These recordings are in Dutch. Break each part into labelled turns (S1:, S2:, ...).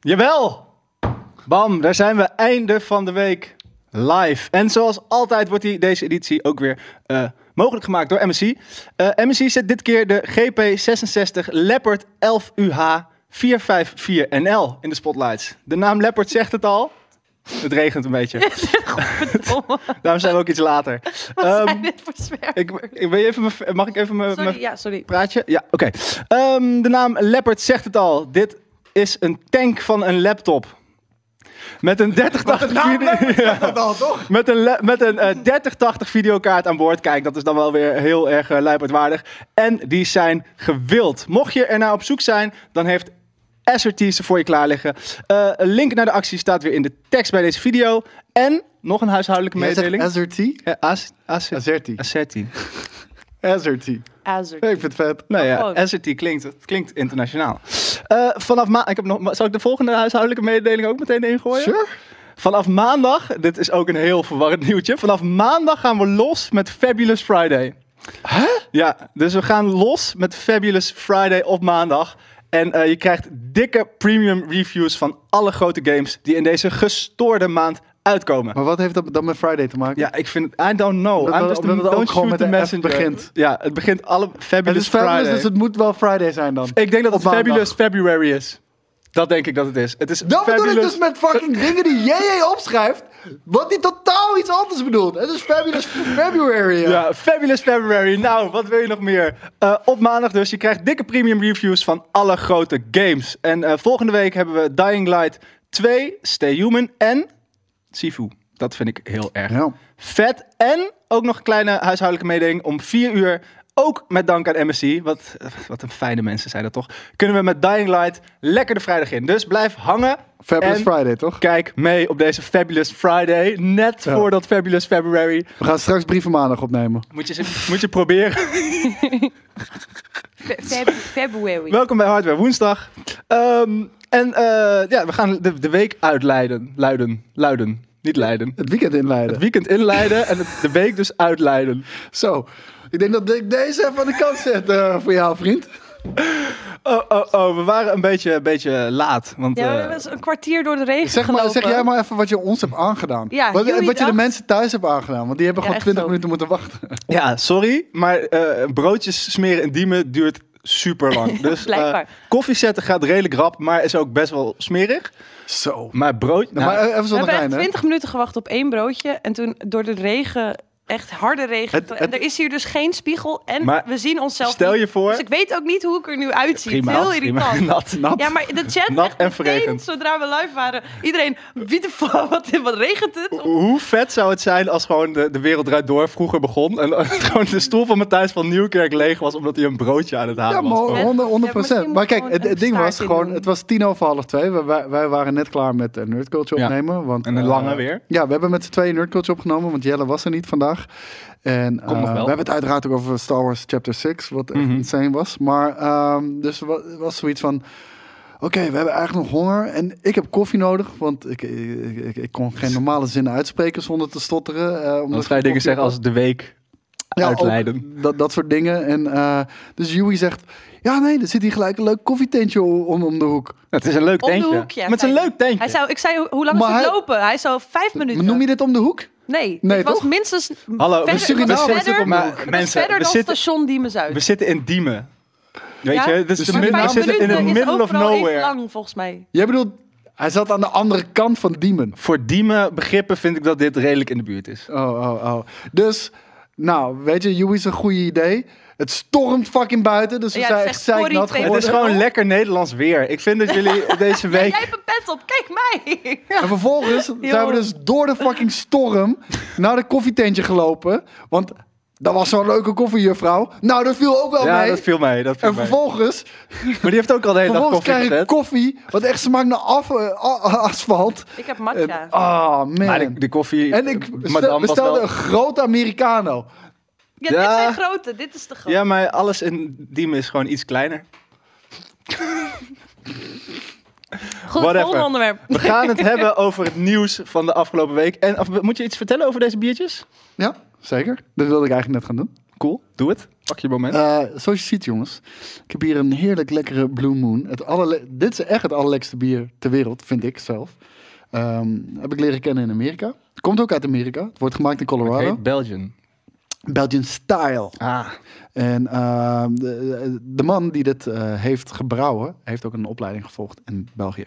S1: Jawel! Bam, daar zijn we. Einde van de week live. En zoals altijd wordt die, deze editie ook weer eh, mogelijk gemaakt door MSC. Eh MSC zet dit keer de GP66 Leopard 11UH 454NL in de spotlights. De naam Leopard zegt het al. Het regent een beetje.
S2: Godverdomme,
S1: Daarom zijn we ook iets later.
S2: wat
S1: Ehm,
S2: zijn dit voor zwervers?
S1: ik, ik, wil je even mijn- mag ik even mijn- mijn
S2: Sorry, ja, sorry.
S1: praatje? Ja, oké. Ehm, de naam Leopard zegt het al. Dit is een tank van een laptop. Met een 3080
S3: Nou,
S1: video-
S3: nee, dat al, toch?
S1: met een, la- met een eh, 3080 videokaart aan boord. Kijk, dat is dan wel weer heel erg uh, waardig. En die zijn gewild. Mocht je ernaar op zoek zijn, dan heeft SRT ze voor je klaar liggen. Eh, een link naar de actie staat weer in de tekst bij deze video. En nog een huishoudelijke mededeling.
S3: Azerty?
S1: Eh, As- As-
S3: Azerty.
S1: Asserti.
S3: Azerty.
S2: Azer.
S3: Ik vind het vet.
S1: Nou ja,
S2: Gewoon.
S1: Asserty klinkt, het klinkt internationaal. Eh, vanaf ma- ik heb nog, zal ik de volgende huishoudelijke mededeling ook meteen ingooien?
S3: Sure.
S1: Vanaf maandag, dit is ook een heel verwarrend nieuwtje. Vanaf maandag gaan we los met Fabulous Friday. Hè? Ja, dus we gaan los met Fabulous Friday op maandag. En eh, je krijgt dikke premium reviews van alle grote games die in deze gestoorde maand uitkomen.
S3: Maar wat heeft dat dan met Friday te maken?
S1: Ja, ik vind het, I don't know.
S3: Oh, Omdat-
S1: I'm just
S3: omdat
S1: a-
S3: het ook
S1: don't
S3: gewoon
S1: shoot
S3: met
S1: the
S3: een F
S1: messenger.
S3: begint.
S1: Ja, het begint alle
S3: het
S1: Fabulous
S3: is fabulous,
S1: Friday.
S3: dus het moet wel Friday zijn dan.
S1: Ik denk dat het
S3: Op maandag.
S1: Fabulous February is. Dat denk ik dat het is. Het is
S3: Dat bedoel ik
S1: Fabulous-
S3: dus met fucking dingen die JJ opschrijft, wat die totaal iets anders bedoelt. Het is Fabulous February. ja.
S1: Ja, Fabulous February. Nou, wat wil je nog meer? Eh, op maandag dus. Je krijgt dikke premium reviews van alle grote games. En eh, volgende week hebben we Dying Light 2, Stay Human en Sifu. Dat vind ik heel erg
S3: Ja.
S1: vet. En ook nog een kleine huishoudelijke mededeling. Om vier uur, ook met dank aan MSC. Wat, eh, wat een fijne mensen zijn dat toch. Kunnen we met Dying Light lekker de vrijdag in. Dus blijf hangen.
S3: Fabulous
S1: En
S3: Friday, toch?
S1: Kijk mee op deze Fabulous Friday. Net
S3: Ja.
S1: voordat Fabulous February.
S3: We gaan straks brieven maandag opnemen.
S1: Moet je, ze- moet je proberen.
S2: Fe- Feb- February.
S1: Welkom bij Hardware Woensdag. Ehm, en eh, ja, we gaan de, de week uitleiden. Luiden. Luiden. Niet leiden.
S3: Het weekend inleiden.
S1: Het weekend inleiden en het- de week dus uitleiden.
S3: Zo, ik denk dat ik deze even aan de kant zet eh, voor jou, vriend.
S1: Oh, oh, oh, we waren een beetje, een beetje laat. Want,
S2: ja, we
S1: eh,
S2: hebben eens een kwartier door de regen
S3: Zeg, maar, zeg
S2: gelopen.
S3: jij maar even wat je ons hebt aangedaan.
S2: Ja,
S3: wat
S2: jullie
S3: wat je de
S2: dacht-
S3: mensen thuis hebt aangedaan. Want die hebben
S2: Ja,
S3: gewoon
S2: echt
S3: 20
S2: zo.
S3: minuten moeten wachten.
S1: ja, sorry, maar eh, broodjes smeren in diemen duurt super lang. Dus eh
S2: Blijkbaar.
S1: koffie zetten gaat redelijk rap, maar is ook best wel smerig.
S3: Zo.
S1: Maar brood... nou,
S3: maar eh, even
S2: We
S3: zonder
S2: hebben echt
S3: gein, hè?
S2: 20 minuten gewacht op één broodje. En toen door de regen, echt harde regen.
S1: Het-
S2: en er is hier dus geen spiegel. En
S1: Maar
S2: we zien onszelf
S1: stel
S2: niet.
S1: je voor-
S2: Dus ik weet ook niet hoe ik er nu uitzie.
S1: prima,
S2: Het is Heel
S1: prima,
S2: irritant.
S1: nat, nat.
S2: Ja, maar de chat
S1: Nat
S2: echt
S1: en
S2: meteen,
S1: verregend.
S2: zodra we live waren. Iedereen, wie de fuck, wat, wat regent het? Of-
S1: Hoe vet zou het zijn als gewoon de, de wereld draait door vroeger begon en gewoon de stoel van Matthijs van Nieuwkerk leeg was omdat hij een broodje aan het halen
S3: Ja, maar
S1: was.
S2: En-
S3: 100, 100
S2: Ja, misschien
S3: Maar kijk,
S2: moet
S3: het, het
S2: gewoon
S3: ding
S2: een
S3: was
S2: staart
S3: gewoon,
S2: in.
S3: het was tien over half twee. We- Wij, wij waren net klaar met eh, Nerd Culture
S1: Ja.
S3: opnemen. Want,
S1: En een
S3: eh,
S1: lange weer.
S3: Ja, we hebben met z'n tweeën Nerd Culture opgenomen, want Jelle was er niet vandaag. En eh,
S1: nog wel. Mhm.
S3: we hebben het uiteraard ook over Star Wars Chapter 6, wat echt insane was. Maar ehm, dus wa- was zoiets van... Oké, we hebben eigenlijk nog honger en ik heb koffie nodig, want ik, ik, ik, ik kon geen normale zinnen uitspreken zonder te stotteren. eh, omdat
S1: Dan ga je
S3: ik
S1: dingen
S3: koffie
S1: zeggen
S3: had.
S1: als de week
S3: ook
S1: uitleiden.
S3: Dat, dat soort dingen. En, eh, dus Joey zegt, ja nee, er zit hier gelijk een leuk koffietentje o- om, om de hoek.
S1: Het is een leuk
S2: Om de
S1: tentje.
S2: hoek, ja,
S1: maar het is een
S2: fijn.
S1: leuk tentje.
S2: Hij zou, ik zei, hoe lang
S3: Maar
S2: is het
S3: hij-
S2: lopen? Hij zou vijf minuten.
S3: Noem je dit om de hoek?
S2: Nee,
S3: Nee,
S2: het was
S3: toch?
S2: minstens
S1: Hallo, we nou
S2: verder, het was
S3: Suriname
S2: verder,
S3: zit op de
S2: het
S1: Maar
S3: hoek.
S2: was
S1: mensen,
S2: verder
S1: we
S2: dan
S1: zitten,
S2: station Diemen-Zuid.
S1: we zitten in Diemen. Weet
S2: Ja?
S1: je, dit is
S3: Dus
S1: de
S3: maar
S1: midden- we
S3: vijf
S1: zitten in
S2: minuten
S1: the
S2: is
S1: middle of
S2: overal even
S1: nowhere.
S2: lang, volgens mij.
S3: Jij bedoelt, hij zat aan de andere kant van Diemen.
S1: Voor Diemen begrippen vind ik dat dit redelijk in de buurt is.
S3: Oh, oh, oh. Dus, nou, weet je, Joey is een goede idee. Het stormt fucking buiten, dus we
S2: Ja, het
S3: zijn
S2: is
S3: echt
S2: echt
S3: zeiknat
S2: story
S1: Het
S3: geworden.
S1: is gewoon lekker Nederlands weer. Ik vind dat jullie deze
S2: Ja, jij
S1: week...
S2: hebt een pet op, kijk mij.
S3: En vervolgens zijn we dus door de fucking storm naar de koffietentje gelopen. Want dat was zo'n leuke koffiejuffrouw. Nou, dat viel ook wel
S1: Ja,
S3: mee.
S1: dat viel mij. Dat viel
S3: en
S1: mij.
S3: vervolgens,
S1: Maar die heeft ook al de hele dag
S3: vervolgens
S1: koffie
S3: krijg ik
S1: gezet.
S3: koffie, wat echt smaakt naar af, eh, a- a- asfalt.
S2: Ik heb
S3: En-
S1: Eh,
S2: matcha.
S3: Ah, man.
S1: Maar de, de koffie...
S3: en ik
S1: eh,
S3: bestel-
S1: madame was
S3: bestelde
S1: wel-
S3: een grote Americano.
S2: Ja,
S1: Ja.
S2: dit zijn grote, dit is de grote.
S1: Ja, maar alles in Diemen is gewoon iets kleiner.
S2: Goed,
S1: whatever.
S2: volgende onderwerp.
S1: We gaan het hebben over het nieuws van de afgelopen week. En of- moet je iets vertellen over deze biertjes?
S3: Ja, zeker. Dat wilde ik eigenlijk net gaan doen.
S1: Cool, doe het. Pak je moment.
S3: Eh, zoals je ziet, jongens, ik heb hier een heerlijk lekkere Blue Moon. Het allerle- dit is echt het allerlekste bier ter wereld, vind ik zelf. Ehm, heb ik leren kennen in Amerika. Komt ook uit Amerika. Het wordt gemaakt in
S1: Het
S3: Colorado.
S1: heet Belgian.
S3: Belgian Style.
S1: Ah.
S3: En ehm, de, de man die dit eh, heeft gebrouwen, heeft ook een opleiding gevolgd in België.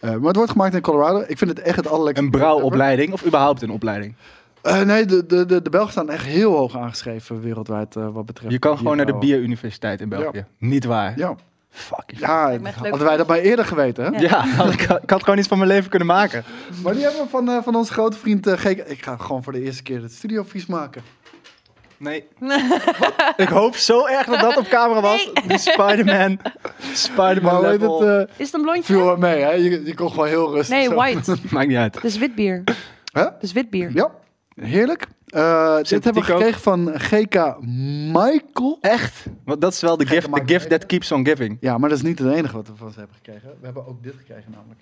S3: Eh, maar het wordt gemaakt in Colorado. Ik vind het echt het allerlekste.
S1: Een
S3: bier ever.
S1: brouwopleiding of überhaupt een opleiding?
S3: Eh, nee, de, de, de, de Belgen staan echt heel hoog aangeschreven wereldwijd eh, wat betreft.
S1: Je kan gewoon naar de
S3: bierbrouwen.
S1: bieruniversiteit in België. Niet waar.
S3: Ja,
S1: Fucking. Ja,
S3: ja,
S2: Lijkt me echt leuk.
S3: hadden wij dat maar eerder geweten. Hè?
S2: Ja.
S1: had ik, ik had gewoon iets van mijn leven kunnen maken.
S3: Maar die hebben we van, eh, van onze grote vriend eh, G. Ik ga gewoon voor de eerste keer het studio vies maken.
S1: Nee. ik hoop zo erg dat dat op camera was. Die Spider-Man. Spider-Man
S3: Maar hoe heet
S1: level.
S3: het? eh,
S2: Is het een blondje?
S3: viel wel mee, hè? Je, je kon gewoon heel rustig.
S2: Nee,
S3: zo.
S2: white.
S1: Maakt niet uit.
S2: Dat is wit bier.
S3: Hè?
S2: Dat is wit bier.
S3: Ja, heerlijk. Eh, dit
S1: Sympathiek
S3: hebben we
S1: ook.
S3: gekregen van GK Michael.
S1: Echt? Want dat is wel de
S3: Gekke
S1: gift,
S3: maakt
S1: the gift
S3: niet uit.
S1: that keeps on giving.
S3: Ja, maar dat is niet het enige wat we van ze hebben gekregen. We hebben ook dit gekregen, namelijk.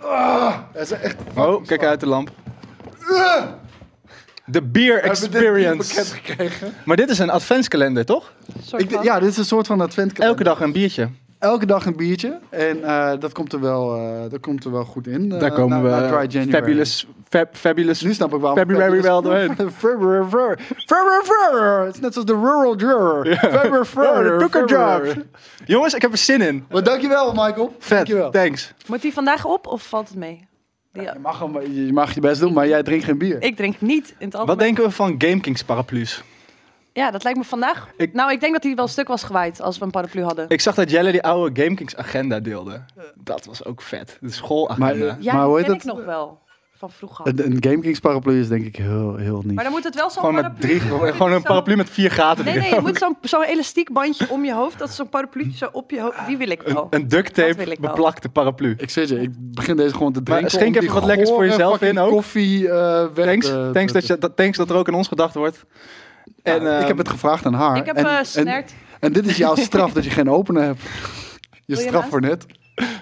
S3: Ah, dat is echt.
S1: Oh, kijk uit de lamp. De beer experience.
S3: gekregen.
S1: Maar dit is een adventskalender, toch?
S2: Een soort
S3: Ik, d-
S2: van.
S3: ja, dit is een Eh, soort van adventkalender.
S1: Elke dag een biertje.
S3: elke dag een biertje. En eh, dat, komt er wel, eh, dat komt er wel goed in. eh,
S1: Daar komen
S3: na- na Dry
S1: we.
S3: January.
S1: Fabulous. Fab, fabulous.
S3: Nu snap ik wel.
S1: February wel doorheen.
S3: February, February, February. Het is net zoals de rural juror. February,
S1: Oh, de
S3: February,
S1: cooker
S3: February.
S1: jar. Jongens, ik heb er zin in.
S3: Maar dankjewel, Michael.
S1: Vet,
S3: Dankjewel.
S1: thanks.
S2: Moet die vandaag op of valt het mee? Die-
S3: Je mag, hem, je mag je best doen, maar jij drinkt geen bier.
S2: Ik drink niet in het algemeen.
S1: Wat denken we van GameKings paraplu's?
S2: Ja, dat lijkt me vandaag.
S1: Ik-
S2: Nou, ik denk dat hij wel stuk was gewaaid als we een paraplu hadden.
S1: Ik zag dat Jelle die oude GameKings agenda deelde. Dat was ook vet. De schoolagenda.
S3: Maar, eh,
S2: Ja,
S3: maar hoe
S2: die ken
S3: heet
S2: ik
S3: het?
S2: nog wel. Van vroeger.
S1: Eh,
S3: Een, een GameKings paraplu is denk ik heel, heel
S2: Maar
S3: niet.
S2: dan moet het wel zo'n
S1: gewoon, met
S2: paraplu
S1: drie,
S2: worden
S1: gewoon
S2: die
S1: een
S2: zo-
S1: paraplu met vier gaten
S2: Nee, nee,
S1: erin.
S2: je moet zo'n zo'n elastiek bandje om je hoofd. Dat is zo'n paraplu zo op je hoofd. Die wil ik wel.
S1: Een, een duct
S2: Oh, Dat wil
S1: tape
S2: ik wel.
S1: beplakte paraplu.
S3: Ik zeg je, ik begin deze gewoon te drinken.
S1: schenk
S3: om
S1: even
S3: die
S1: wat lekkers voor
S3: gore
S1: jezelf
S3: fucking
S1: in ook.
S3: koffie eh weg
S1: Thanks,
S3: te-
S1: thanks,
S3: te-
S1: dat je, dat, thanks dat er ook aan ons gedacht wordt.
S2: Nou,
S3: Ja,
S1: En,
S3: ik
S1: ehm,
S3: heb het gevraagd aan haar.
S2: ik heb
S3: en,
S2: eh
S3: en-
S2: snert.
S3: En dit is jouw straf dat je geen opener hebt. Je
S2: je
S3: straf
S2: naast?
S3: voor net.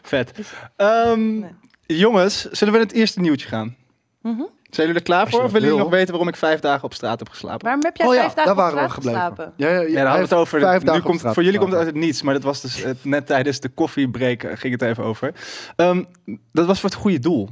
S1: Vet. Ehm,
S2: Nee.
S1: Jongens, zullen we naar het eerste nieuwtje gaan?
S2: Mhm.
S1: Zijn jullie er klaar
S3: je
S1: voor?
S3: dat
S1: Of willen jullie
S3: wil.
S1: nog weten waarom ik vijf dagen op straat heb geslapen?
S2: Waarom heb jij
S3: oh ja,
S2: vijf dagen
S3: daar
S2: op
S3: waren we
S2: straat
S3: gebleven.
S2: geslapen?
S3: Ja, ja, ja,
S1: Nee, daar hadden we het over.
S3: eh, vijf
S1: nu
S3: dagen op
S1: komt,
S3: straat
S1: voor jullie komt het
S3: geslapen.
S1: uit het niets, maar dat was dus het, net tijdens de koffiebreak eh, ging het even over. Ehm, dat was voor het goede doel.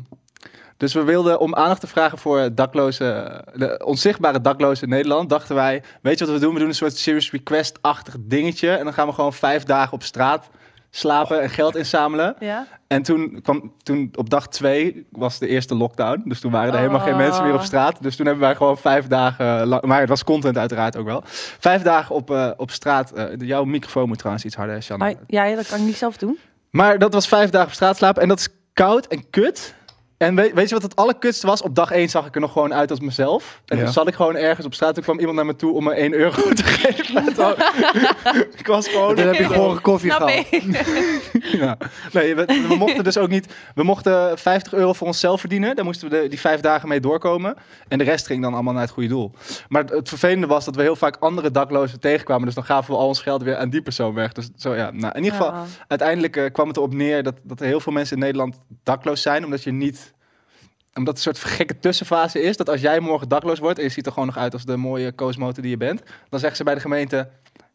S1: Dus we wilden om aandacht te vragen voor daklozen, de onzichtbare daklozen in Nederland. Dachten wij, weet je wat we doen? We doen een soort serious request-achtig dingetje. En dan gaan we gewoon vijf dagen op straat slapen en geld inzamelen.
S2: Ja?
S1: En toen kwam toen op dag twee was de eerste lockdown. Dus toen waren er helemaal geen
S2: Ah.
S1: mensen meer op straat. Dus toen hebben wij gewoon vijf dagen lang. Maar het was content uiteraard ook wel. Vijf dagen op, eh, op straat. eh, jouw microfoon moet trouwens iets harder, Shanna.
S2: Ah, ja, dat kan ik niet zelf doen.
S1: Maar dat was vijf dagen op straat slapen. En dat is koud en kut. En weet, weet je wat het allerkutste was? Op dag één zag ik er nog gewoon uit als mezelf. En
S3: Ja.
S1: toen zat ik gewoon ergens op straat. Toen kwam iemand naar me toe om me 1 euro te geven. En toen- ik was gewoon...
S3: Dan heb je gewoon koffie
S2: Snap
S3: gehad.
S2: ik.
S1: Ja. Nee, we, we mochten dus ook niet. We mochten 50 euro voor onszelf verdienen. Daar moesten we de, die vijf dagen mee doorkomen. En de rest ging dan allemaal naar het goede doel. Maar het, het vervelende was dat we heel vaak andere daklozen tegenkwamen. Dus dan gaven we al ons geld weer aan die persoon weg. Dus zo ja. Nou, in ieder geval,
S2: Ja.
S1: uiteindelijk eh, kwam het erop neer dat, dat er heel veel mensen in Nederland dakloos zijn. Omdat je niet omdat het een soort gekke tussenfase is. Dat als jij morgen dakloos wordt en je ziet er gewoon nog uit als de mooie koosmotor die je bent. Dan zeggen ze bij de gemeente,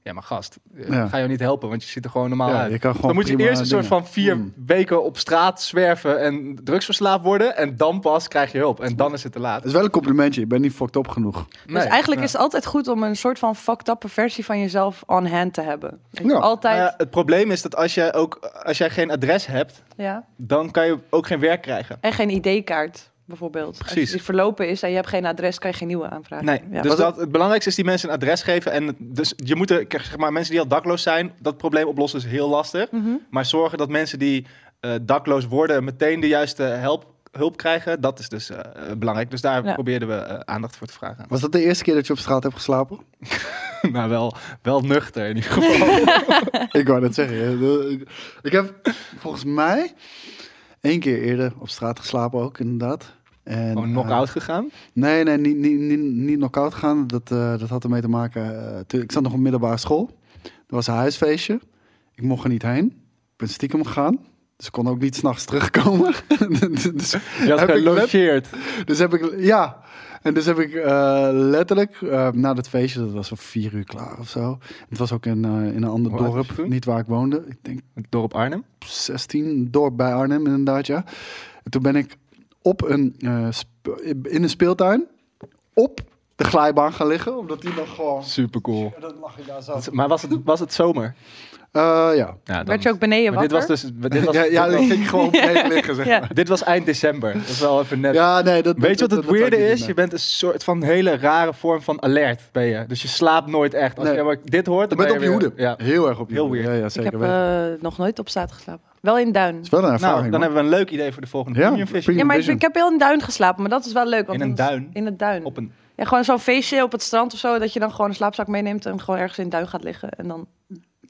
S1: ja maar gast, eh,
S3: Ja.
S1: ga jou niet helpen. Want je ziet er gewoon normaal
S3: Ja,
S1: uit.
S3: je kan gewoon
S1: Dan moet je
S3: prima
S1: eerst een soort
S3: dingen.
S1: van vier
S3: Mm.
S1: weken op straat zwerven en drugsverslaafd worden. En dan pas krijg je hulp. En dan is het te laat.
S3: Het is wel een complimentje. Je bent niet fucked op genoeg.
S2: Dus eigenlijk is het altijd goed om een soort van fucked up versie van jezelf on hand te hebben. Weet je,
S3: Ja.
S2: Altijd.
S1: Nou ja, het probleem is dat als, jij ook, als jij geen adres hebt,
S2: ja.
S1: dan kan je ook geen werk krijgen.
S2: En geen ID-kaart bijvoorbeeld. Als
S1: Precies.
S2: je die verlopen is en je hebt geen adres, kan je geen nieuwe aanvragen.
S1: Nee,
S2: Ja.
S1: dus
S3: Wat-
S1: dat, het belangrijkste is die mensen een adres geven. En het- dus je moet er, kijk, zeg maar, mensen die al dakloos zijn, dat probleem oplossen is heel lastig.
S2: Mhm.
S1: Maar zorgen dat mensen die eh, dakloos worden meteen de juiste help, hulp krijgen, dat is dus eh, eh, belangrijk. Dus daar
S2: Ja.
S1: probeerden we eh, aandacht voor te vragen.
S3: Was dat de eerste keer dat je op straat hebt geslapen?
S1: maar wel, wel nuchter in ieder geval.
S3: ik wou dat zeggen. Ik heb volgens mij één keer eerder op straat geslapen ook, inderdaad. En, eh,
S1: Gewoon Oh, knock-out gegaan.
S3: Nee, nee, niet, niet, niet, niet knock-out gaan. Dat, eh, dat had ermee te maken. eh, toen- ik zat nog op middelbare school. Er was een huisfeestje. Ik mocht er niet heen. Ik ben stiekem gegaan. Dus ik kon ook niet s'nachts terugkomen. dus,
S1: Je had
S3: heb ik let-
S1: gelogeerd.
S3: dus heb ik. Ja. En dus heb ik eh, letterlijk eh, na dat feestje, dat was om vier uur klaar of zo. Het was ook in, eh, in een ander
S1: Hoe oud was je
S3: dorp,
S1: toen?
S3: niet waar ik woonde. Ik denk
S1: Het dorp Arnhem.
S3: 16, dorp bij Arnhem inderdaad, ja. En toen ben ik op een, eh, sp- in een speeltuin op de glijbaan gaan liggen, omdat die nog gewoon...
S1: Super cool.
S3: Ja, Dan lag ik daar zo.
S1: Maar was het, was het zomer?
S3: Eh, ja.
S1: Ja, dan-
S2: Werd je ook beneden
S1: Maar dit
S2: wakker?
S1: was dus. Dit was,
S3: ja, ja,
S1: dit
S3: dan
S1: was-
S3: ging ik gewoon beneden liggen, zeg
S2: Ja.
S3: maar.
S1: dit was eind december. Dat is wel even net.
S3: Ja, nee, dat,
S1: Weet je wat
S3: dat-
S1: het
S3: dat- dat
S1: weirde
S3: zou ik niet
S1: is?
S3: doen,
S1: Je bent een soort van hele rare vorm van alert, ben je. Dus je slaapt nooit echt. Als
S3: Nee.
S1: je maar dit hoort, dan
S3: nee. Je bent
S1: ben
S3: op je
S1: weer-
S3: hoede.
S1: Ja.
S3: Heel erg op je
S1: Heel
S3: hoede.
S1: weird.
S3: Ja, ja,
S2: Ik
S3: zeker
S2: heb
S3: weten.
S2: eh, nog nooit op straat geslapen. Wel in Duin.
S3: Het is wel een
S1: Nou,
S3: ervaring,
S1: dan
S3: man.
S1: hebben we een leuk idee voor de volgende
S3: Ja,
S1: Premium Vision.
S2: Ja, maar ik,
S3: Vision.
S2: ik heb heel in Duin geslapen, maar dat is wel leuk. want
S1: In een
S2: dan is-
S1: duin?
S2: In een Duin.
S1: Op een,
S2: Ja, gewoon zo'n feestje op het strand of zo, dat je dan gewoon een slaapzak meeneemt en gewoon ergens in een Duin gaat liggen. En dan...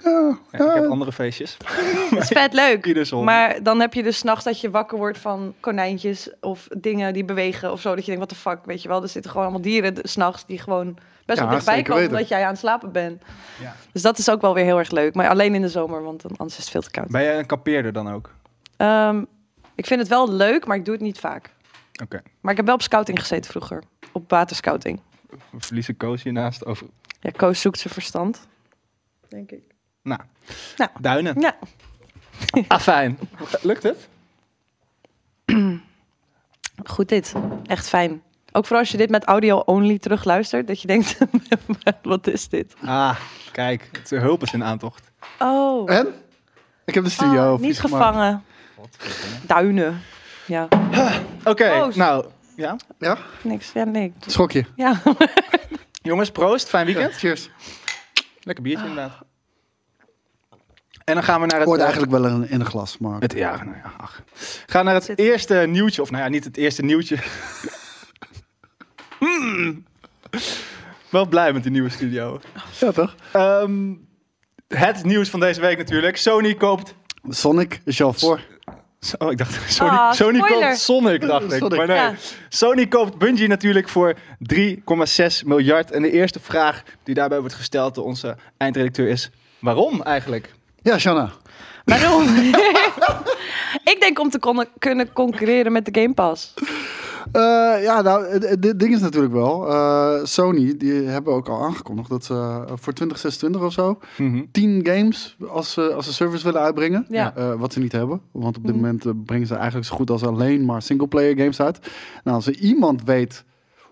S3: Ja,
S1: ja, ik heb
S3: ja.
S1: andere feestjes.
S2: Het is vet leuk.
S1: Ieder zon.
S2: Maar dan heb je dus 's nachts dat je wakker wordt van konijntjes of dingen die bewegen of zo. Dat je denkt, wat de fuck, weet je wel. Er zitten gewoon allemaal dieren de- 's nachts die gewoon best
S3: Ja,
S2: wel dichtbij
S3: zeker
S2: komen
S3: weten.
S2: omdat jij aan het slapen bent.
S1: Ja.
S2: Dus dat is ook wel weer heel erg leuk. Maar alleen in de zomer, want dan, anders is het veel te koud.
S1: Ben jij een kampeerder dan ook?
S2: Ehm, ik vind het wel leuk, maar ik doe het niet vaak.
S1: Oké.
S2: Maar ik heb wel op scouting gezeten vroeger. Op waterscouting.
S1: We verliezen Koos hiernaast over.
S2: Ja, Koos zoekt zijn verstand. Denk ik.
S1: Nou,
S2: Nou.
S1: duinen.
S2: Ja,
S1: Afijn. Lukt het?
S2: goed dit. Echt fijn. Ook vooral als je dit met audio only terugluistert, dat je denkt, wat is dit?
S1: Ah, kijk. Het is hulp is in aantocht.
S2: Oh,
S3: En? Ik heb de Eh, studio
S2: Ah, niet
S3: vies gemaakt.
S2: gevangen. Duinen. Ja,
S1: Oké,
S2: Koos.
S1: nou. Ja.
S2: niks. Ja, nee. ik-
S3: Schok je.
S2: Ja,
S1: Jongens, proost. Fijn weekend.
S3: Cheers.
S1: Lekker biertje inderdaad. En dan gaan we naar het...
S3: Hoort
S1: eh,
S3: eigenlijk wel in, in een glas, maar...
S1: Het, ja, nou ja, ach. Ga naar het
S2: Zit-
S1: eerste nieuwtje. Of nou ja, niet het eerste nieuwtje. Hmm. Wel blij met die nieuwe studio.
S3: Ja, toch?
S1: Ehm, het nieuws van deze week natuurlijk. Sony koopt...
S3: Sonic is je al voor.
S1: Oh, ik dacht... Sony,
S2: Ah,
S1: Sony
S2: spoiler.
S1: koopt Sonic, dacht ik.
S3: Sonic.
S1: Maar nee.
S2: Ja.
S1: Sony koopt Bungie natuurlijk voor 3,6 miljard. En de eerste vraag die daarbij wordt gesteld door onze eindredacteur is... Waarom eigenlijk?
S3: Ja, Shanna.
S2: waarom? ik denk om te kon- kunnen concurreren met de Game Pass.
S3: Eh, ja, nou, het- het- dit ding is natuurlijk wel. eh, Sony, die hebben ook al aangekondigd dat ze eh, voor 2026 of zo
S1: Mhm.
S3: 10 games als, ze als ze service willen uitbrengen.
S2: Ja.
S3: Eh, wat ze niet hebben. Want op dit
S2: Mhm.
S3: moment eh, brengen ze eigenlijk zo goed als alleen maar singleplayer games uit. Nou, als er iemand weet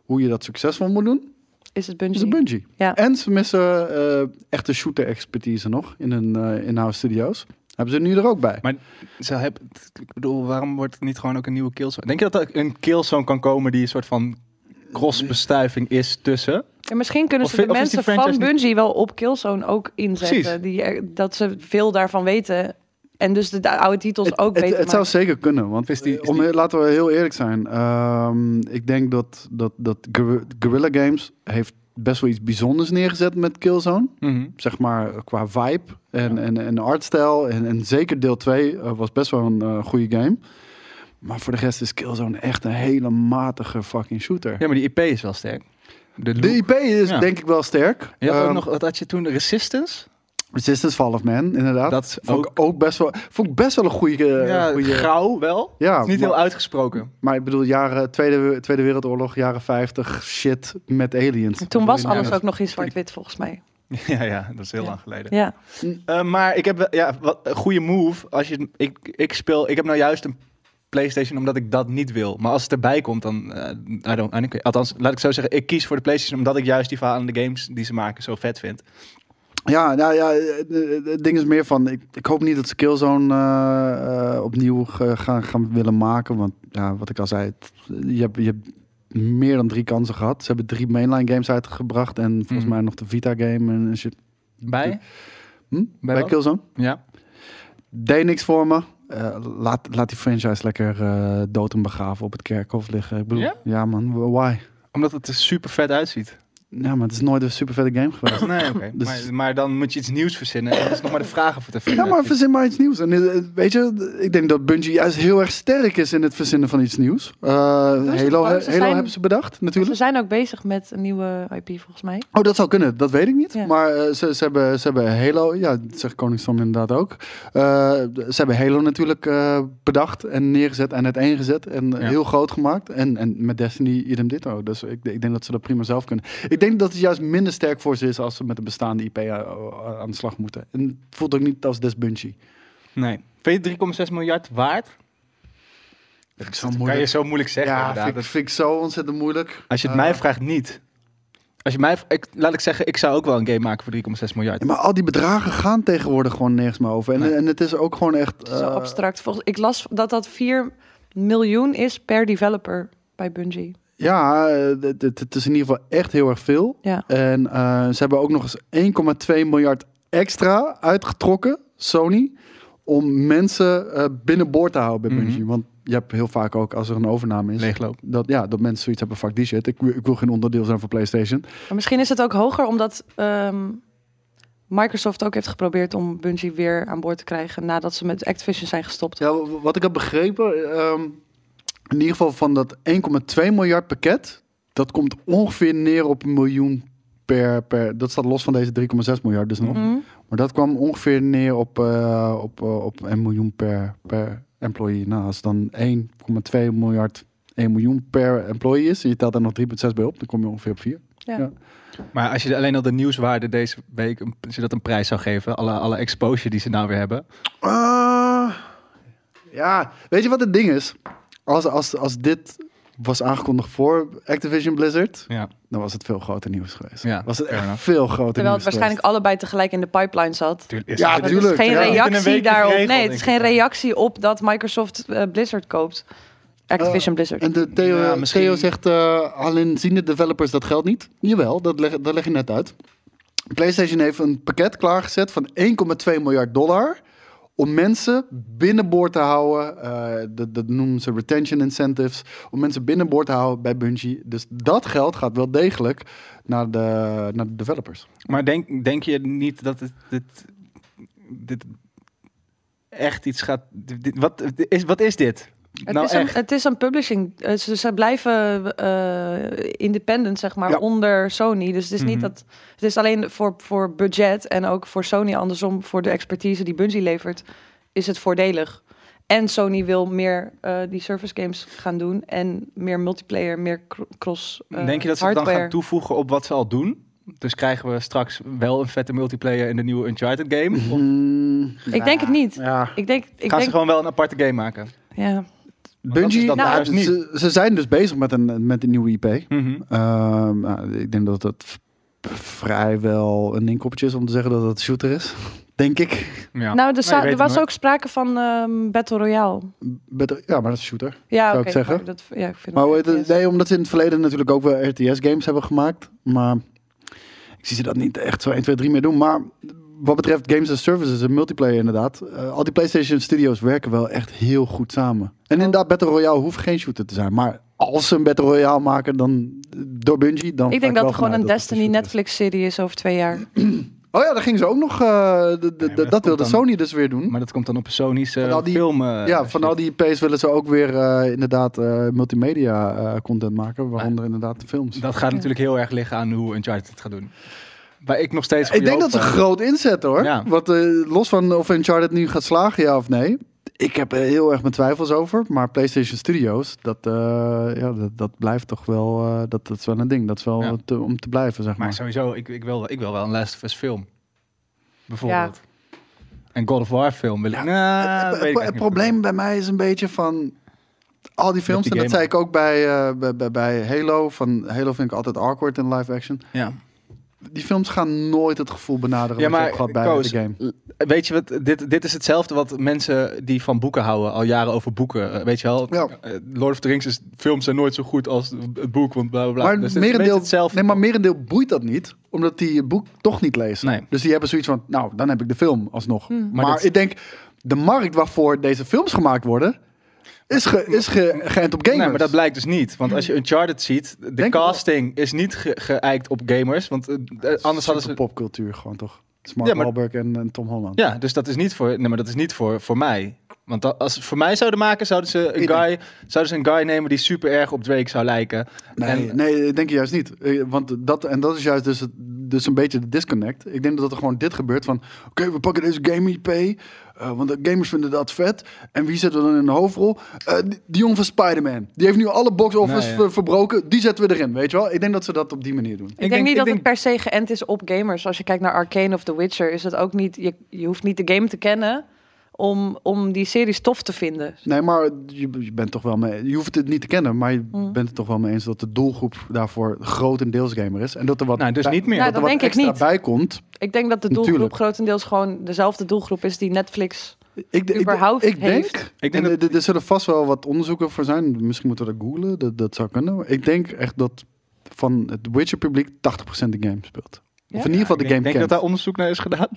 S3: hoe je dat succesvol moet doen,
S2: Is het
S3: is
S2: Bungie?
S3: het Bungie.
S2: Ja.
S3: En ze missen eh echte shooter expertise nog in hun eh, in-house studio's. Hebben ze nu er ook bij.
S1: Maar ze hebben, ik bedoel, waarom wordt het niet gewoon ook een nieuwe Killzone? Denk je dat er een Killzone kan komen die een soort van crossbestuiving is tussen?
S2: Ja, misschien kunnen
S1: Of
S2: ze
S1: vi-
S2: de
S1: of is die
S2: mensen van
S1: franchise niet-
S2: Bungie wel op Killzone ook inzetten.
S1: Precies.
S2: Die er- dat ze veel daarvan weten. En dus de, da- oude titels ook
S3: het,
S2: weten.
S3: het zou zeker kunnen, want
S1: Is die- is
S3: om,
S1: die-
S3: laten we heel eerlijk zijn. ehm, ik denk dat, dat, dat Guer- Guerrilla Games heeft best wel iets bijzonders neergezet met Killzone.
S1: Mhm.
S3: Zeg maar eh, qua vibe en,
S1: Ja.
S3: en, en artstijl. En, en zeker deel 2 was best wel een eh, goede game. Maar voor de rest is Killzone echt een hele matige fucking shooter.
S1: Ja, maar die IP is wel sterk. De
S3: De
S1: look.
S3: IP is
S1: Ja.
S3: denk ik wel sterk.
S1: Je had ook
S3: Ehm,
S1: nog, wat had je toen? Resistance?
S3: Resistance Fall of Man, inderdaad.
S1: Dat is
S3: vond
S1: ook
S3: ik ook best wel, vond ik best wel een goede...
S1: ja, grauw wel.
S3: ja,
S1: Het is niet
S3: maar-
S1: heel uitgesproken.
S3: Maar ik bedoel, jaren, Tweede, Tweede Wereldoorlog, jaren 50, shit met aliens.
S2: Toen was alles
S1: Ja.
S2: ook nog in zwart-wit volgens mij.
S1: Ja, ja, dat is heel
S2: Ja.
S1: lang geleden.
S2: Ja.
S1: Eh, maar ik heb wel- ja, wat, een goede move. Als je, ik, ik, speel, ik heb nou juist een PlayStation omdat ik dat niet wil. Maar als het erbij komt, dan. eh, I don't, I don't care. Althans, laat ik zo zeggen. Ik kies voor de PlayStation omdat ik juist die verhalende games die ze maken zo vet vind.
S3: Ja, nou ja, eh, het ding is meer van, ik, ik hoop niet dat ze Killzone eh, eh, opnieuw ge- gaan, gaan willen maken. Want ja, wat ik al zei, het- eh, je hebt, je hebt meer dan drie kansen gehad. Ze hebben drie mainline games uitgebracht en volgens
S1: Mhm.
S3: mij nog de Vita game en shit.
S1: Bij?
S3: Hm? Bij,
S1: wat?
S3: Killzone?
S1: Ja.
S3: Deed niks voor me. Eh, laat, laat die franchise lekker eh, dood en begraven op het kerkhof liggen. Ik bedoel,
S1: Ja?
S3: ja man, why?
S1: Omdat het er super vet uitziet.
S3: Ja, maar het is nooit een super vette game geweest.
S1: Nee, oké.
S3: Dus-
S1: Maar, maar dan moet je iets nieuws verzinnen. En dat is nog maar de vraag of het te
S3: Ja,
S1: vinden.
S3: maar verzin maar iets nieuws. En eh, weet je, ik denk dat Bungie juist heel erg sterk is in het verzinnen van iets nieuws. Eh, Halo,
S2: gewoon, ze
S3: Halo
S2: zijn-
S3: hebben ze bedacht, natuurlijk.
S2: Ze zijn ook bezig met een nieuwe IP volgens mij.
S3: Oh, dat zou kunnen. Dat weet ik niet.
S2: Ja.
S3: Maar eh, ze, ze, hebben, ze hebben Halo. Ja, dat zegt Koningsdom inderdaad ook. Eh, ze hebben Halo natuurlijk eh, bedacht en neergezet en uiteengezet. En
S1: Ja.
S3: heel groot gemaakt. En, en met Destiny idem dito. Dus ik, ik denk dat ze dat prima zelf kunnen. Ik denk dat het juist minder sterk voor ze is als ze met een bestaande IP a- a- eh, aan de slag moeten. En het voelt ook niet als Des Bungie.
S1: Nee. Vind je 3,6 miljard waard?
S3: Vind ik zo
S1: Kan je
S3: moeilijk.
S1: zo moeilijk zeggen.
S3: Ja,
S1: inderdaad.
S3: vind, ik-
S1: Dat-
S3: vind ik zo ontzettend moeilijk.
S1: Als je het
S3: Eh,
S1: mij vraagt, niet. Als je mij, ik, laat ik zeggen, ik zou ook wel een game maken voor 3,6 miljard.
S3: ja, maar al die bedragen gaan tegenwoordig gewoon nergens meer over. En,
S1: Nee.
S3: en het is ook gewoon echt...
S2: Het is zo
S3: eh,
S2: abstract. Volgens, ik las dat dat 4 miljoen is per developer bij Bungie.
S3: Ja, eh, d- d- het is in ieder geval echt heel erg veel.
S2: Ja.
S3: En eh, ze hebben ook nog eens 1,2 miljard extra uitgetrokken, Sony, om mensen eh binnenboord te houden bij
S1: Mhm.
S3: Bungie. Want je hebt heel vaak ook, als er een overname is,
S1: Leegloop.
S3: dat, ja, dat mensen zoiets hebben, fuck die shit, ik, wil- ik wil geen onderdeel zijn van PlayStation.
S2: Maar misschien is het ook hoger omdat ehm, Microsoft ook heeft geprobeerd om Bungie weer aan boord te krijgen nadat ze met Activision zijn gestopt.
S3: Ja, w- wat ik heb begrepen, ehm, in ieder geval van dat 1,2 miljard pakket, dat komt ongeveer neer op een miljoen per, per dat staat los van deze 3,6 miljard dus nog.
S2: Mhm.
S3: Maar dat kwam ongeveer neer op, eh, op, eh, op een miljoen per, per employee. Nou, als dan 1,2 miljard 1 miljoen per employee is, en je telt daar nog 3,6 bij op, dan kom je ongeveer op 4.
S1: Maar als je alleen al de nieuwswaarde deze week, een- als je dat een prijs zou geven, alle, alle exposure die ze nou weer hebben.
S3: Ah, ja, weet je wat het ding is? Als, als, als dit was aangekondigd voor Activision Blizzard,
S1: Ja.
S3: dan was het veel groter nieuws geweest.
S1: Ja,
S3: was het
S1: fair
S3: echt
S1: enough.
S3: veel groter
S2: Terwijl het
S3: nieuws
S2: waarschijnlijk allebei tegelijk in de pipeline zat. Maar
S3: Ja, tuurlijk,
S2: het is
S3: ja.
S2: geen
S1: Binnen een
S2: reactie
S1: weekje
S2: daarop.
S1: geregeld,
S2: nee, het is
S1: denk
S2: geen
S1: ik.
S2: reactie op dat Microsoft eh, Blizzard koopt. Activision Blizzard.
S3: En de Theo,
S1: Ja, misschien-
S3: Theo zegt, eh, alleen zien de developers dat geld niet. Jawel, dat leg, dat leg je net uit. PlayStation heeft een pakket klaargezet van 1,2 miljard dollar... om mensen binnenboord te houden. Eh, dat, dat noemen ze retention incentives. Om mensen binnenboord te houden bij Bungie. Dus dat geld gaat wel degelijk naar de, naar de developers.
S1: Maar denk, denk je niet dat het, dit, dit echt iets gaat. Dit, wat, is, wat is dit?
S2: Het,
S1: nou,
S2: is een,
S1: echt.
S2: het is een publishing. Eh, Ze, ze blijven eh, independent, zeg maar,
S3: Ja.
S2: onder Sony. Dus het is
S1: Mhm.
S2: niet dat. Het is alleen voor, voor budget en ook voor Sony, andersom, voor de expertise die Bungie levert, is het voordelig. En Sony wil meer eh, die service games gaan doen. En meer multiplayer, meer cro- cross. eh,
S1: Denk je dat ze het dan
S2: hardware.
S1: gaan toevoegen op wat ze al doen? Dus krijgen we straks wel een vette multiplayer in de nieuwe Uncharted game? Of gaan
S3: Mm,
S2: Ik denk het niet.
S3: Ja.
S2: Ik denk. Ik
S1: ze
S2: denk
S1: gewoon wel een aparte game maken?
S2: ja.
S1: Want dat is
S3: Bungie,
S1: dan
S3: nou,
S1: juist niet.
S3: ze, ze zijn dus bezig met een, met een nieuwe IP.
S1: Mhm.
S3: Ehm, nou, ik denk dat dat v- vrijwel een inkoppertje is om te zeggen dat het shooter is. Denk ik.
S1: Ja.
S2: Nou, er,
S1: je
S2: za-
S1: weet
S2: er
S1: het
S2: was
S1: nooit.
S2: ook sprake van ehm, Battle Royale.
S3: Met- Ja, maar dat is shooter.
S2: Ja,
S3: Zou ik
S2: oké,
S3: zeggen.
S2: maar Dat, ja, ik vind
S3: Maar
S2: het
S3: hoe heet
S2: yes.
S3: het? nee, omdat ze in het verleden natuurlijk ook wel RTS-games hebben gemaakt. Maar ik zie ze dat niet echt zo 1, 2, 3 meer doen. Maar wat betreft games en services en multiplayer inderdaad. eh, al die PlayStation Studios werken wel echt heel goed samen. En
S2: Oh.
S3: inderdaad, Battle Royale hoeft geen shooter te zijn. Maar als ze een Battle Royale maken dan eh, door Bungie, dan... ga
S2: Ik denk dat
S3: wel
S2: er gewoon een
S3: vanuit dat het
S2: Destiny
S3: shooter is.
S2: Netflix-serie is over twee jaar.
S3: Oh ja, daar gingen ze ook nog... eh, de- de-
S1: maar
S3: dat
S1: dat komt
S3: wilde
S1: dan-
S3: Sony dus weer doen.
S1: Maar dat komt dan op Sony's eh,
S3: Van al die-
S1: film. eh,
S3: ja,
S1: shit.
S3: van al die IP's willen ze ook weer eh, inderdaad eh, multimedia eh, content maken. Waaronder inderdaad de films.
S1: Dat gaat
S2: Ja.
S1: natuurlijk heel erg liggen aan hoe Uncharted het gaat doen. Waar ik nog steeds. voor
S3: Ik
S1: je
S3: denk dat
S1: hoop,
S3: ze
S1: eh,
S3: groot inzetten hoor.
S1: Ja.
S3: Want eh, los van of Uncharted nu gaat slagen, ja of nee. Ik heb er heel erg mijn twijfels over. Maar PlayStation Studios, dat, eh, ja, dat, dat blijft toch wel... eh, dat, dat is wel een ding. Dat is wel
S1: Ja.
S3: te- om te blijven, zeg maar.
S1: Maar sowieso, ik, ik, wil, ik wil wel een Last of Us film. Bijvoorbeeld. En God of War film wil ik.
S3: Ja,
S1: Nou, weet ik
S3: Eh, het, het- het
S1: eigenlijk
S3: probleem
S1: niet.
S3: bij mij is een beetje van al die films,
S1: die
S3: en dat
S1: game
S3: zei ik ook bij, eh, bij, bij, bij Halo. Van Halo vind ik altijd awkward in live action.
S1: Ja.
S3: Die films gaan nooit het gevoel
S1: Ja,
S3: benaderen wat je
S1: maar,
S3: hebt gehad bij
S1: Koos,
S3: de game.
S1: Weet je wat? Dit, dit is hetzelfde wat mensen die van boeken houden al jaren over boeken. eh, Weet je wel?
S3: Ja.
S1: Eh, Lord of the Rings is films zijn nooit zo goed als het boek, want bla bla bla.
S3: Maar
S1: Dus het is een beetje
S3: merendeel,
S1: hetzelfde.
S3: nee, maar merendeel boeit dat niet, omdat die het boek toch niet lezen.
S1: Nee.
S3: Dus die hebben zoiets van, nou, dan heb ik de film alsnog. Maar,
S1: Maar dat-
S3: ik denk, de markt waarvoor deze films gemaakt worden, Is, ge, is ge, geënt op gamers. Hmm.
S1: Nee, maar dat blijkt dus niet. Want als je Uncharted ziet, de
S3: Denk het
S1: casting is niet ge- geëikt op gamers. Want eh, eh, anders hadden ze...
S3: popcultuur gewoon toch? Het is Mark
S1: Ja, maar-
S3: Wahlberg en, en Tom Holland.
S1: Ja, dus dat is niet voor, nee, maar dat is niet voor, voor mij. Want dat- als ze het voor mij zouden maken, zouden ze, een
S3: Ik
S1: guy, zouden ze een guy nemen die super erg op Drake zou lijken.
S3: Nee,
S1: En-
S3: nee, ik denk je juist niet. Eh, Want dat, en dat is juist dus, het, dus een beetje de disconnect. Ik denk dat er gewoon dit gebeurt van... Oké, we pakken deze game IP. eh, want de gamers vinden dat vet. En wie zetten we dan in de hoofdrol? Eh, die, die jongen van Spider-Man. Die heeft nu alle box office
S1: Nee, ja.
S3: ver- verbroken. Die zetten we erin, weet je wel? Ik denk dat ze dat op die manier doen.
S2: Ik, denk,
S1: denk-
S2: niet
S1: ik
S2: dat
S1: denk-
S2: het per se geënt is op gamers. Als je kijkt naar Arcane of The Witcher, is het ook niet. Je, je hoeft niet de game te kennen om, om die series tof te vinden.
S3: Nee, maar je, je bent toch wel mee... Je hoeft het niet te kennen, maar je
S2: Mm.
S3: bent het toch wel mee eens... dat de doelgroep daarvoor grotendeels gamer is. En dat er wat,
S1: Nou, dus
S3: bij-
S1: niet meer.
S2: Ja,
S3: dat
S2: dat
S3: er wat
S2: denk ik
S3: extra
S2: niet.
S3: bij komt...
S2: Ik denk dat de doelgroep
S3: Natuurlijk.
S2: grotendeels gewoon dezelfde doelgroep is die Netflix.
S3: Ik, d- ik,
S2: überhaupt
S3: ik denk,
S2: heeft.
S1: Ik denk
S3: en
S1: dat-
S3: er- er zullen vast wel wat onderzoeken voor zijn. Misschien moeten we dat googlen, dat, dat zou kunnen. Maar ik denk echt dat van het Witcher-publiek 80% de game speelt.
S2: Ja?
S3: Of in ieder geval de
S1: Ik denk,
S3: game
S1: denk dat
S3: kent.
S1: daar onderzoek naar is gedaan.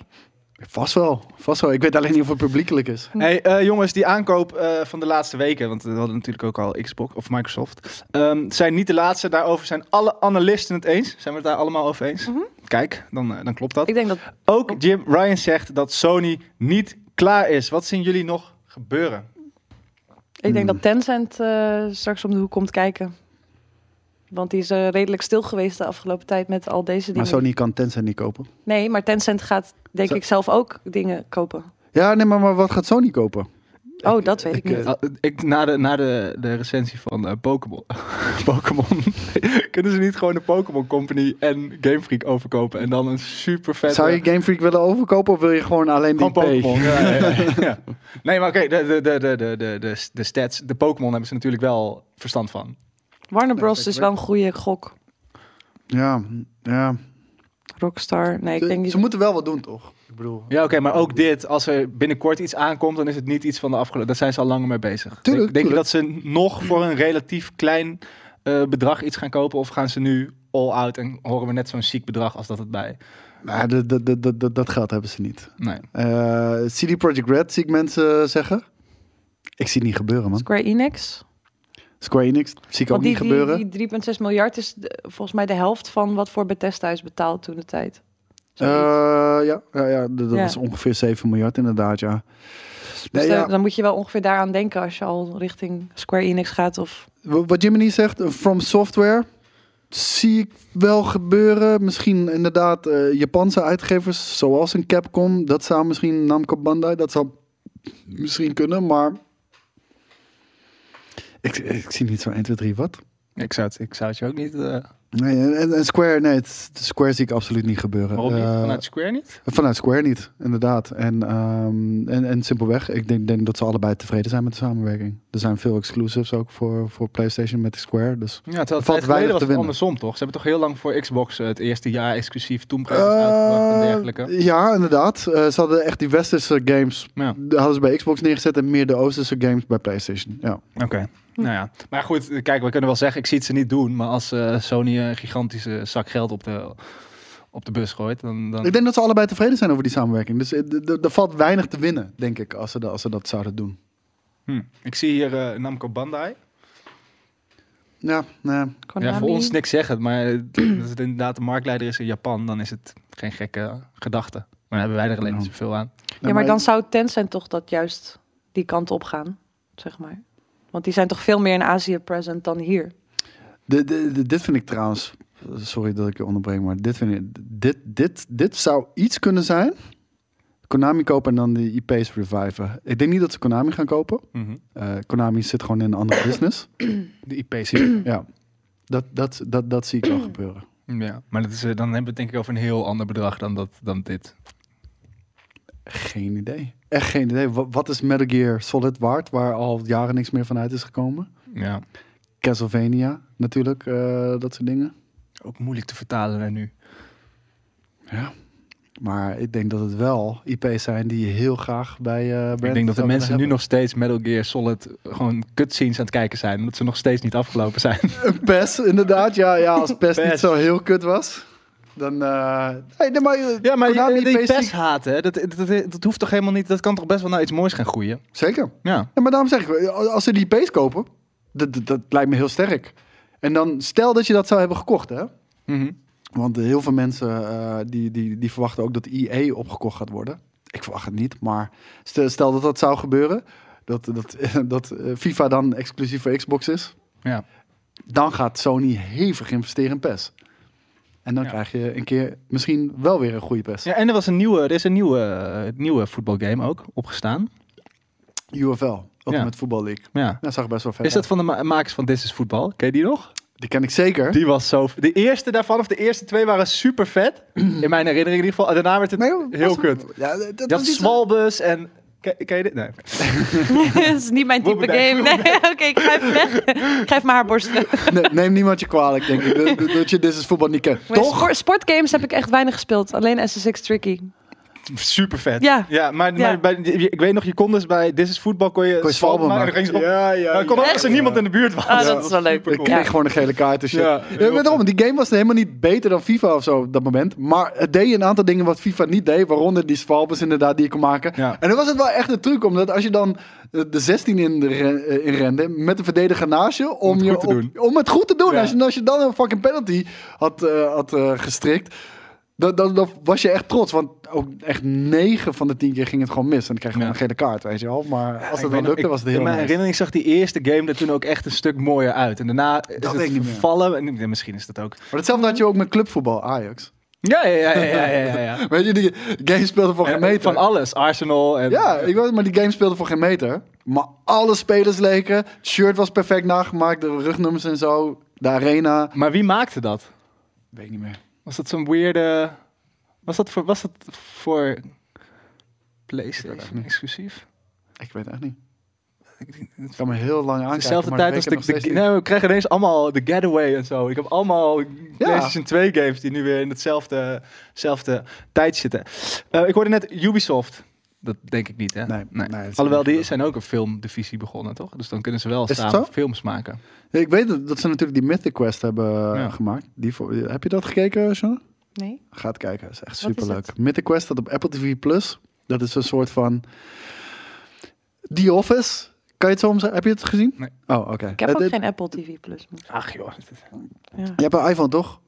S3: Vast wel, vast wel. Ik weet alleen niet of het publiekelijk is.
S1: Hey, eh, jongens, die aankoop eh, van de laatste weken, want we hadden natuurlijk ook al Xbox of Microsoft, ehm, zijn niet de laatste. Daarover zijn alle analisten het eens. Zijn we het daar allemaal over eens?
S3: Mhm.
S1: Kijk, dan, eh, dan klopt dat.
S2: Ik denk dat
S1: Ook Jim Ryan zegt dat Sony niet klaar is. Wat zien jullie nog gebeuren?
S2: Ik denk
S3: Hmm.
S2: dat Tencent eh, straks om de hoek komt kijken. Want die is eh, redelijk stil geweest de afgelopen tijd met al deze
S3: Maar
S2: dingen.
S3: Sony kan Tencent niet kopen.
S2: Nee, maar Tencent gaat denk
S3: Zo-
S2: ik zelf ook dingen kopen.
S3: Ja, nee, maar, maar wat gaat Sony kopen?
S2: Oh, dat weet ik,
S3: ik, eh,
S2: niet.
S1: Ah, ik, na de, na de, de recensie van eh, Pokémon, Pokémon kunnen ze niet gewoon de Pokémon Company en Game Freak overkopen en dan een super vette...
S3: Zou je Game Freak willen overkopen of wil je gewoon alleen die
S1: Gewoon
S3: Pokémon?
S1: Pokémon. Ja, ja, ja, ja. Nee, maar oké, de, de, de, de, de, de, de stats, de Pokémon hebben ze natuurlijk wel verstand van.
S2: Warner
S3: Nee,
S2: Bros
S3: zeker
S2: is wel een goede gok.
S3: Ja, ja.
S2: Rockstar. Nee, ik
S3: Ze-
S2: denk
S3: ze
S2: niet.
S3: moeten wel wat doen, toch? Ik bedoel...
S1: Ja, oké, maar ook dit, als er binnenkort iets aankomt, dan is het niet iets van de afgelopen. Daar zijn ze al langer mee bezig.
S3: Tuurlijk,
S1: denk, denk je
S3: tuurlijk.
S1: dat ze nog voor een relatief klein eh, bedrag iets gaan kopen, of gaan ze nu all out en horen we net zo'n ziek bedrag als dat het bij?
S3: Maar dat- dat- dat- dat- dat- dat geld hebben ze niet.
S1: Nee.
S3: Eh, CD Projekt Red zie ik mensen zeggen. Ik zie het niet gebeuren, man.
S2: Square Enix.
S3: Square Enix zie ik
S2: Want
S3: ook
S2: die,
S3: niet
S2: die,
S3: gebeuren.
S2: die 3,6 miljard is de- volgens mij de helft van wat voor Bethesda is betaald toen de tijd. Zoiets.
S3: Eh, ja, ja, ja, d- dat
S2: Ja.
S3: was ongeveer 7 miljard inderdaad, ja.
S2: dus
S3: Nee,
S2: daar-
S3: ja.
S2: dan moet je wel ongeveer daaraan denken als je al richting Square Enix gaat of
S3: w- Wat Jiminy zegt, eh, From Software, zie ik wel gebeuren. Misschien inderdaad eh, Japanse uitgevers, zoals een Capcom. Dat zou misschien Namco Bandai, dat zou misschien kunnen, maar... Ik, ik zie niet zo 1, 2, 3, wat?
S1: Ik zou het, ik zou het je ook niet. eh,
S3: Nee, en- en, en Square, nee, het, Square zie ik absoluut niet gebeuren.
S1: waarom niet?
S3: Eh,
S1: Vanuit Square niet?
S3: vanuit Square niet, inderdaad. En, ehm, en, en simpelweg, ik denk, denk dat ze allebei tevreden zijn met de samenwerking. Er zijn veel exclusives ook voor, voor PlayStation met Square. Dus.
S1: Ja, terwijl het
S3: valt
S1: tijd geleden
S3: weinig
S1: was
S3: te
S1: het
S3: winnen.
S1: andersom, toch? Ze hebben toch heel lang voor Xbox eh, het eerste jaar exclusief Tomb Raiders uitgebracht en dergelijke.
S3: Eh, ja, inderdaad. Eh, ze hadden echt die westerse games,
S1: Ja.
S3: die hadden ze bij Xbox neergezet en meer de oosterse games bij PlayStation. Ja.
S1: Oké. Nou ja. Maar goed, eh, kijk, we kunnen wel zeggen, ik zie het ze niet doen. Maar als eh, Sony een gigantische zak geld op de, op de bus gooit, dan... dan...
S3: Ik denk dat ze allebei tevreden zijn over die samenwerking. Dus eh, d- d- er valt weinig te winnen, denk ik, als ze, da- als ze dat zouden doen.
S1: Hm. Ik zie hier eh, Namco Bandai.
S3: Ja, nee.
S2: Konami.
S1: Ja, voor ons niks zeggen, maar eh, dat het inderdaad de marktleider is in Japan, dan is het geen gekke gedachte. Maar daar hebben wij er alleen niet
S3: Nou.
S1: zoveel aan.
S2: Ja, maar dan zou Tencent toch dat juist die kant op gaan, zeg maar. Want die zijn toch veel meer in Azië present dan hier.
S3: De, de, de- dit vind ik trouwens. Sorry dat ik je onderbreek, maar dit, vind ik, dit, dit, dit zou iets kunnen zijn. Konami kopen en dan de IP's reviven. Ik denk niet dat ze Konami gaan kopen.
S1: Mhm.
S3: Eh, Konami zit gewoon in een andere business.
S1: De IP's hier.
S3: Ja, dat, dat, dat, dat zie ik wel gebeuren.
S1: ja. Maar dat is, eh, dan hebben we het denk ik over een heel ander bedrag dan, dat, dan dit.
S3: Geen idee. Echt geen idee. Wat, wat is Metal Gear Solid waard, waar al jaren niks meer van uit is gekomen?
S1: Ja.
S3: Castlevania natuurlijk, eh, dat soort dingen.
S1: Ook moeilijk te vertalen naar nu.
S3: Ja. Maar ik denk dat het wel IP's zijn die je heel graag bij eh brands
S1: Ik denk dat de
S3: zou willen
S1: mensen nu
S3: hebben.
S1: nog steeds Metal Gear Solid gewoon cutscenes aan het kijken zijn. Omdat ze nog steeds niet afgelopen zijn.
S3: Een PES, inderdaad. Ja, ja als PES,
S1: PES.
S3: niet zo heel kut was. Dan, eh hey, nee, maar, eh,
S1: Ja, maar die-
S3: Konami,
S1: die,
S3: PC
S1: pest haten, hè, dat, dat, dat, dat hoeft toch helemaal niet... Dat kan toch best wel naar iets moois gaan groeien?
S3: Zeker.
S1: Ja.
S3: Ja, maar daarom zeg ik, eh, als ze die base kopen, dat, dat, dat lijkt me heel sterk. En dan, stel dat je dat zou hebben gekocht, hè.
S1: Mhm.
S3: Want eh, heel veel mensen eh, die, die, die verwachten ook dat EA opgekocht gaat worden. Ik verwacht het niet, maar stel, stel dat dat zou gebeuren. Dat, dat, dat eh, FIFA dan exclusief voor Xbox is.
S1: ja.
S3: Dan gaat Sony hevig investeren in PES. En dan
S1: Ja.
S3: krijg je een keer misschien wel weer een goede PES.
S1: Ja, en er, was een nieuwe, er is een nieuwe, eh, nieuwe voetbalgame ook opgestaan.
S3: UFL,
S1: Ja.
S3: Ultimate Football League. Nou,
S1: Ja.
S3: Dat zag er best wel vet
S1: Is dat
S3: uit.
S1: van de ma- makers van This is Voetbal? Ken je die nog?
S3: Die ken ik zeker.
S1: Die was zo... De eerste daarvan, of de eerste twee, waren super vet.
S2: Mm.
S1: In mijn herinnering in ieder geval. En daarna werd het
S3: Nee, joh,
S1: heel
S3: was-
S1: kut.
S3: Ja, dat,
S1: Je
S3: was
S1: had
S3: niet zo-
S1: Swalbus en... Ken, ken je dit? Nee.
S2: dat is niet mijn type
S1: Woebedeck,
S2: game. Nee, oké, ik ga even weg. Ik ga even mijn haar borstelen.
S3: Nee, neem niemand je kwalijk, denk ik. Dat, dat- dat je This is Voetbal niet kent.
S2: Maar
S3: Toch?
S2: spor- sportgames heb ik echt weinig gespeeld. Alleen SSX Tricky.
S1: Super vet.
S2: Ja.
S1: ja maar, maar
S2: Ja.
S1: bij, ik weet nog, je kon dus bij This is Voetbal kon je...
S3: Kon je Swalbe
S1: maar
S3: maken.
S1: dan ging ze op-
S3: Ja, ja,
S1: Maar het kon ook
S2: ja.
S1: als er niemand in de buurt was.
S2: Ah, dat is wel leuk.
S1: supercool.
S3: Ik kreeg
S2: Ja.
S3: gewoon een gele kaart en shit.
S1: Ja,
S3: Ja,
S1: heel
S3: maar daarom, die game was helemaal niet beter dan FIFA of zo op dat moment. Maar het deed een aantal dingen wat FIFA niet deed. Waaronder die swalbes inderdaad die je kon maken.
S1: Ja.
S3: En dan was het wel echt een truc. Omdat als je dan eh, de 16 in, de re- eh, in rende met de verdediger naast je. Om,
S1: het
S3: je
S1: goed te
S3: op-
S1: doen.
S3: om het goed te doen.
S1: Ja.
S3: Als, je, als je dan een fucking penalty had, eh, had eh, gestrikt. Dan, dan, dan was je echt trots. Want ook echt 9 van de 10 keer ging het gewoon mis. En dan kreeg je
S1: Ja.
S3: gewoon een gele kaart, weet je wel. Maar als
S1: Ik
S3: dat
S1: weet
S3: dan
S1: nog,
S3: lukte,
S1: ik-
S3: was het heel
S1: In mijn
S3: nice.
S1: herinnering zag die eerste game er toen ook echt een stuk mooier uit. En daarna is
S3: weet
S1: het
S3: ik niet meer.
S1: vervallen. En, ja, misschien is dat ook...
S3: Maar hetzelfde had je ook met clubvoetbal, Ajax.
S1: Ja, ja, ja, ja, ja, ja. ja.
S3: Weet je, die game speelde voor geen meter.
S1: Van alles. Arsenal en...
S3: ja, ik weet, maar die game speelde voor geen meter. Maar alle spelers leken. Het shirt was perfect nagemaakt, de rugnummers en zo. De arena.
S1: Maar wie maakte dat?
S3: Weet ik niet meer.
S1: Was dat zo'n weirde... Was dat voor, was dat voor PlayStation exclusief?
S3: Ik weet het echt niet. Het kan me heel lang aankijken.
S1: Dezelfde
S3: maar
S1: tijd
S3: dat
S1: als
S3: weet
S1: de,
S3: ik nog
S1: de,
S3: steeds
S1: nee, we krijgen ineens allemaal de Getaway en zo. Ik heb allemaal PlayStation 2 games die nu weer in hetzelfde hetzelfde tijd zitten. Eh, ik hoorde net Ubisoft. Dat denk ik niet, hè?
S3: Nee, nee, dat is
S1: Alhoewel,
S3: niet
S1: die
S3: zo.
S1: zijn ook een filmdivisie begonnen, toch? Dus dan kunnen ze wel
S3: Is het
S1: samen
S3: zo?
S1: films maken.
S3: niet. Ik weet dat- dat ze natuurlijk die Mythic Quest hebben eh,
S1: Ja.
S3: gemaakt. Die voor, heb je dat gekeken, Sean?
S2: Nee?
S3: Ga het kijken, is echt
S2: Wat is
S3: superleuk.
S2: het?
S3: Mythic Quest staat op Apple TV+. Plus. Dat is een soort van... The Office. Kan je het zo omschrijven? Heb je het gezien?
S1: Nee.
S3: Oh, oké.
S2: Ik heb
S3: Het-
S2: ook
S3: het-
S2: geen Apple TV+. Plus.
S1: Ach joh.
S2: Ja.
S3: Je hebt een iPhone toch?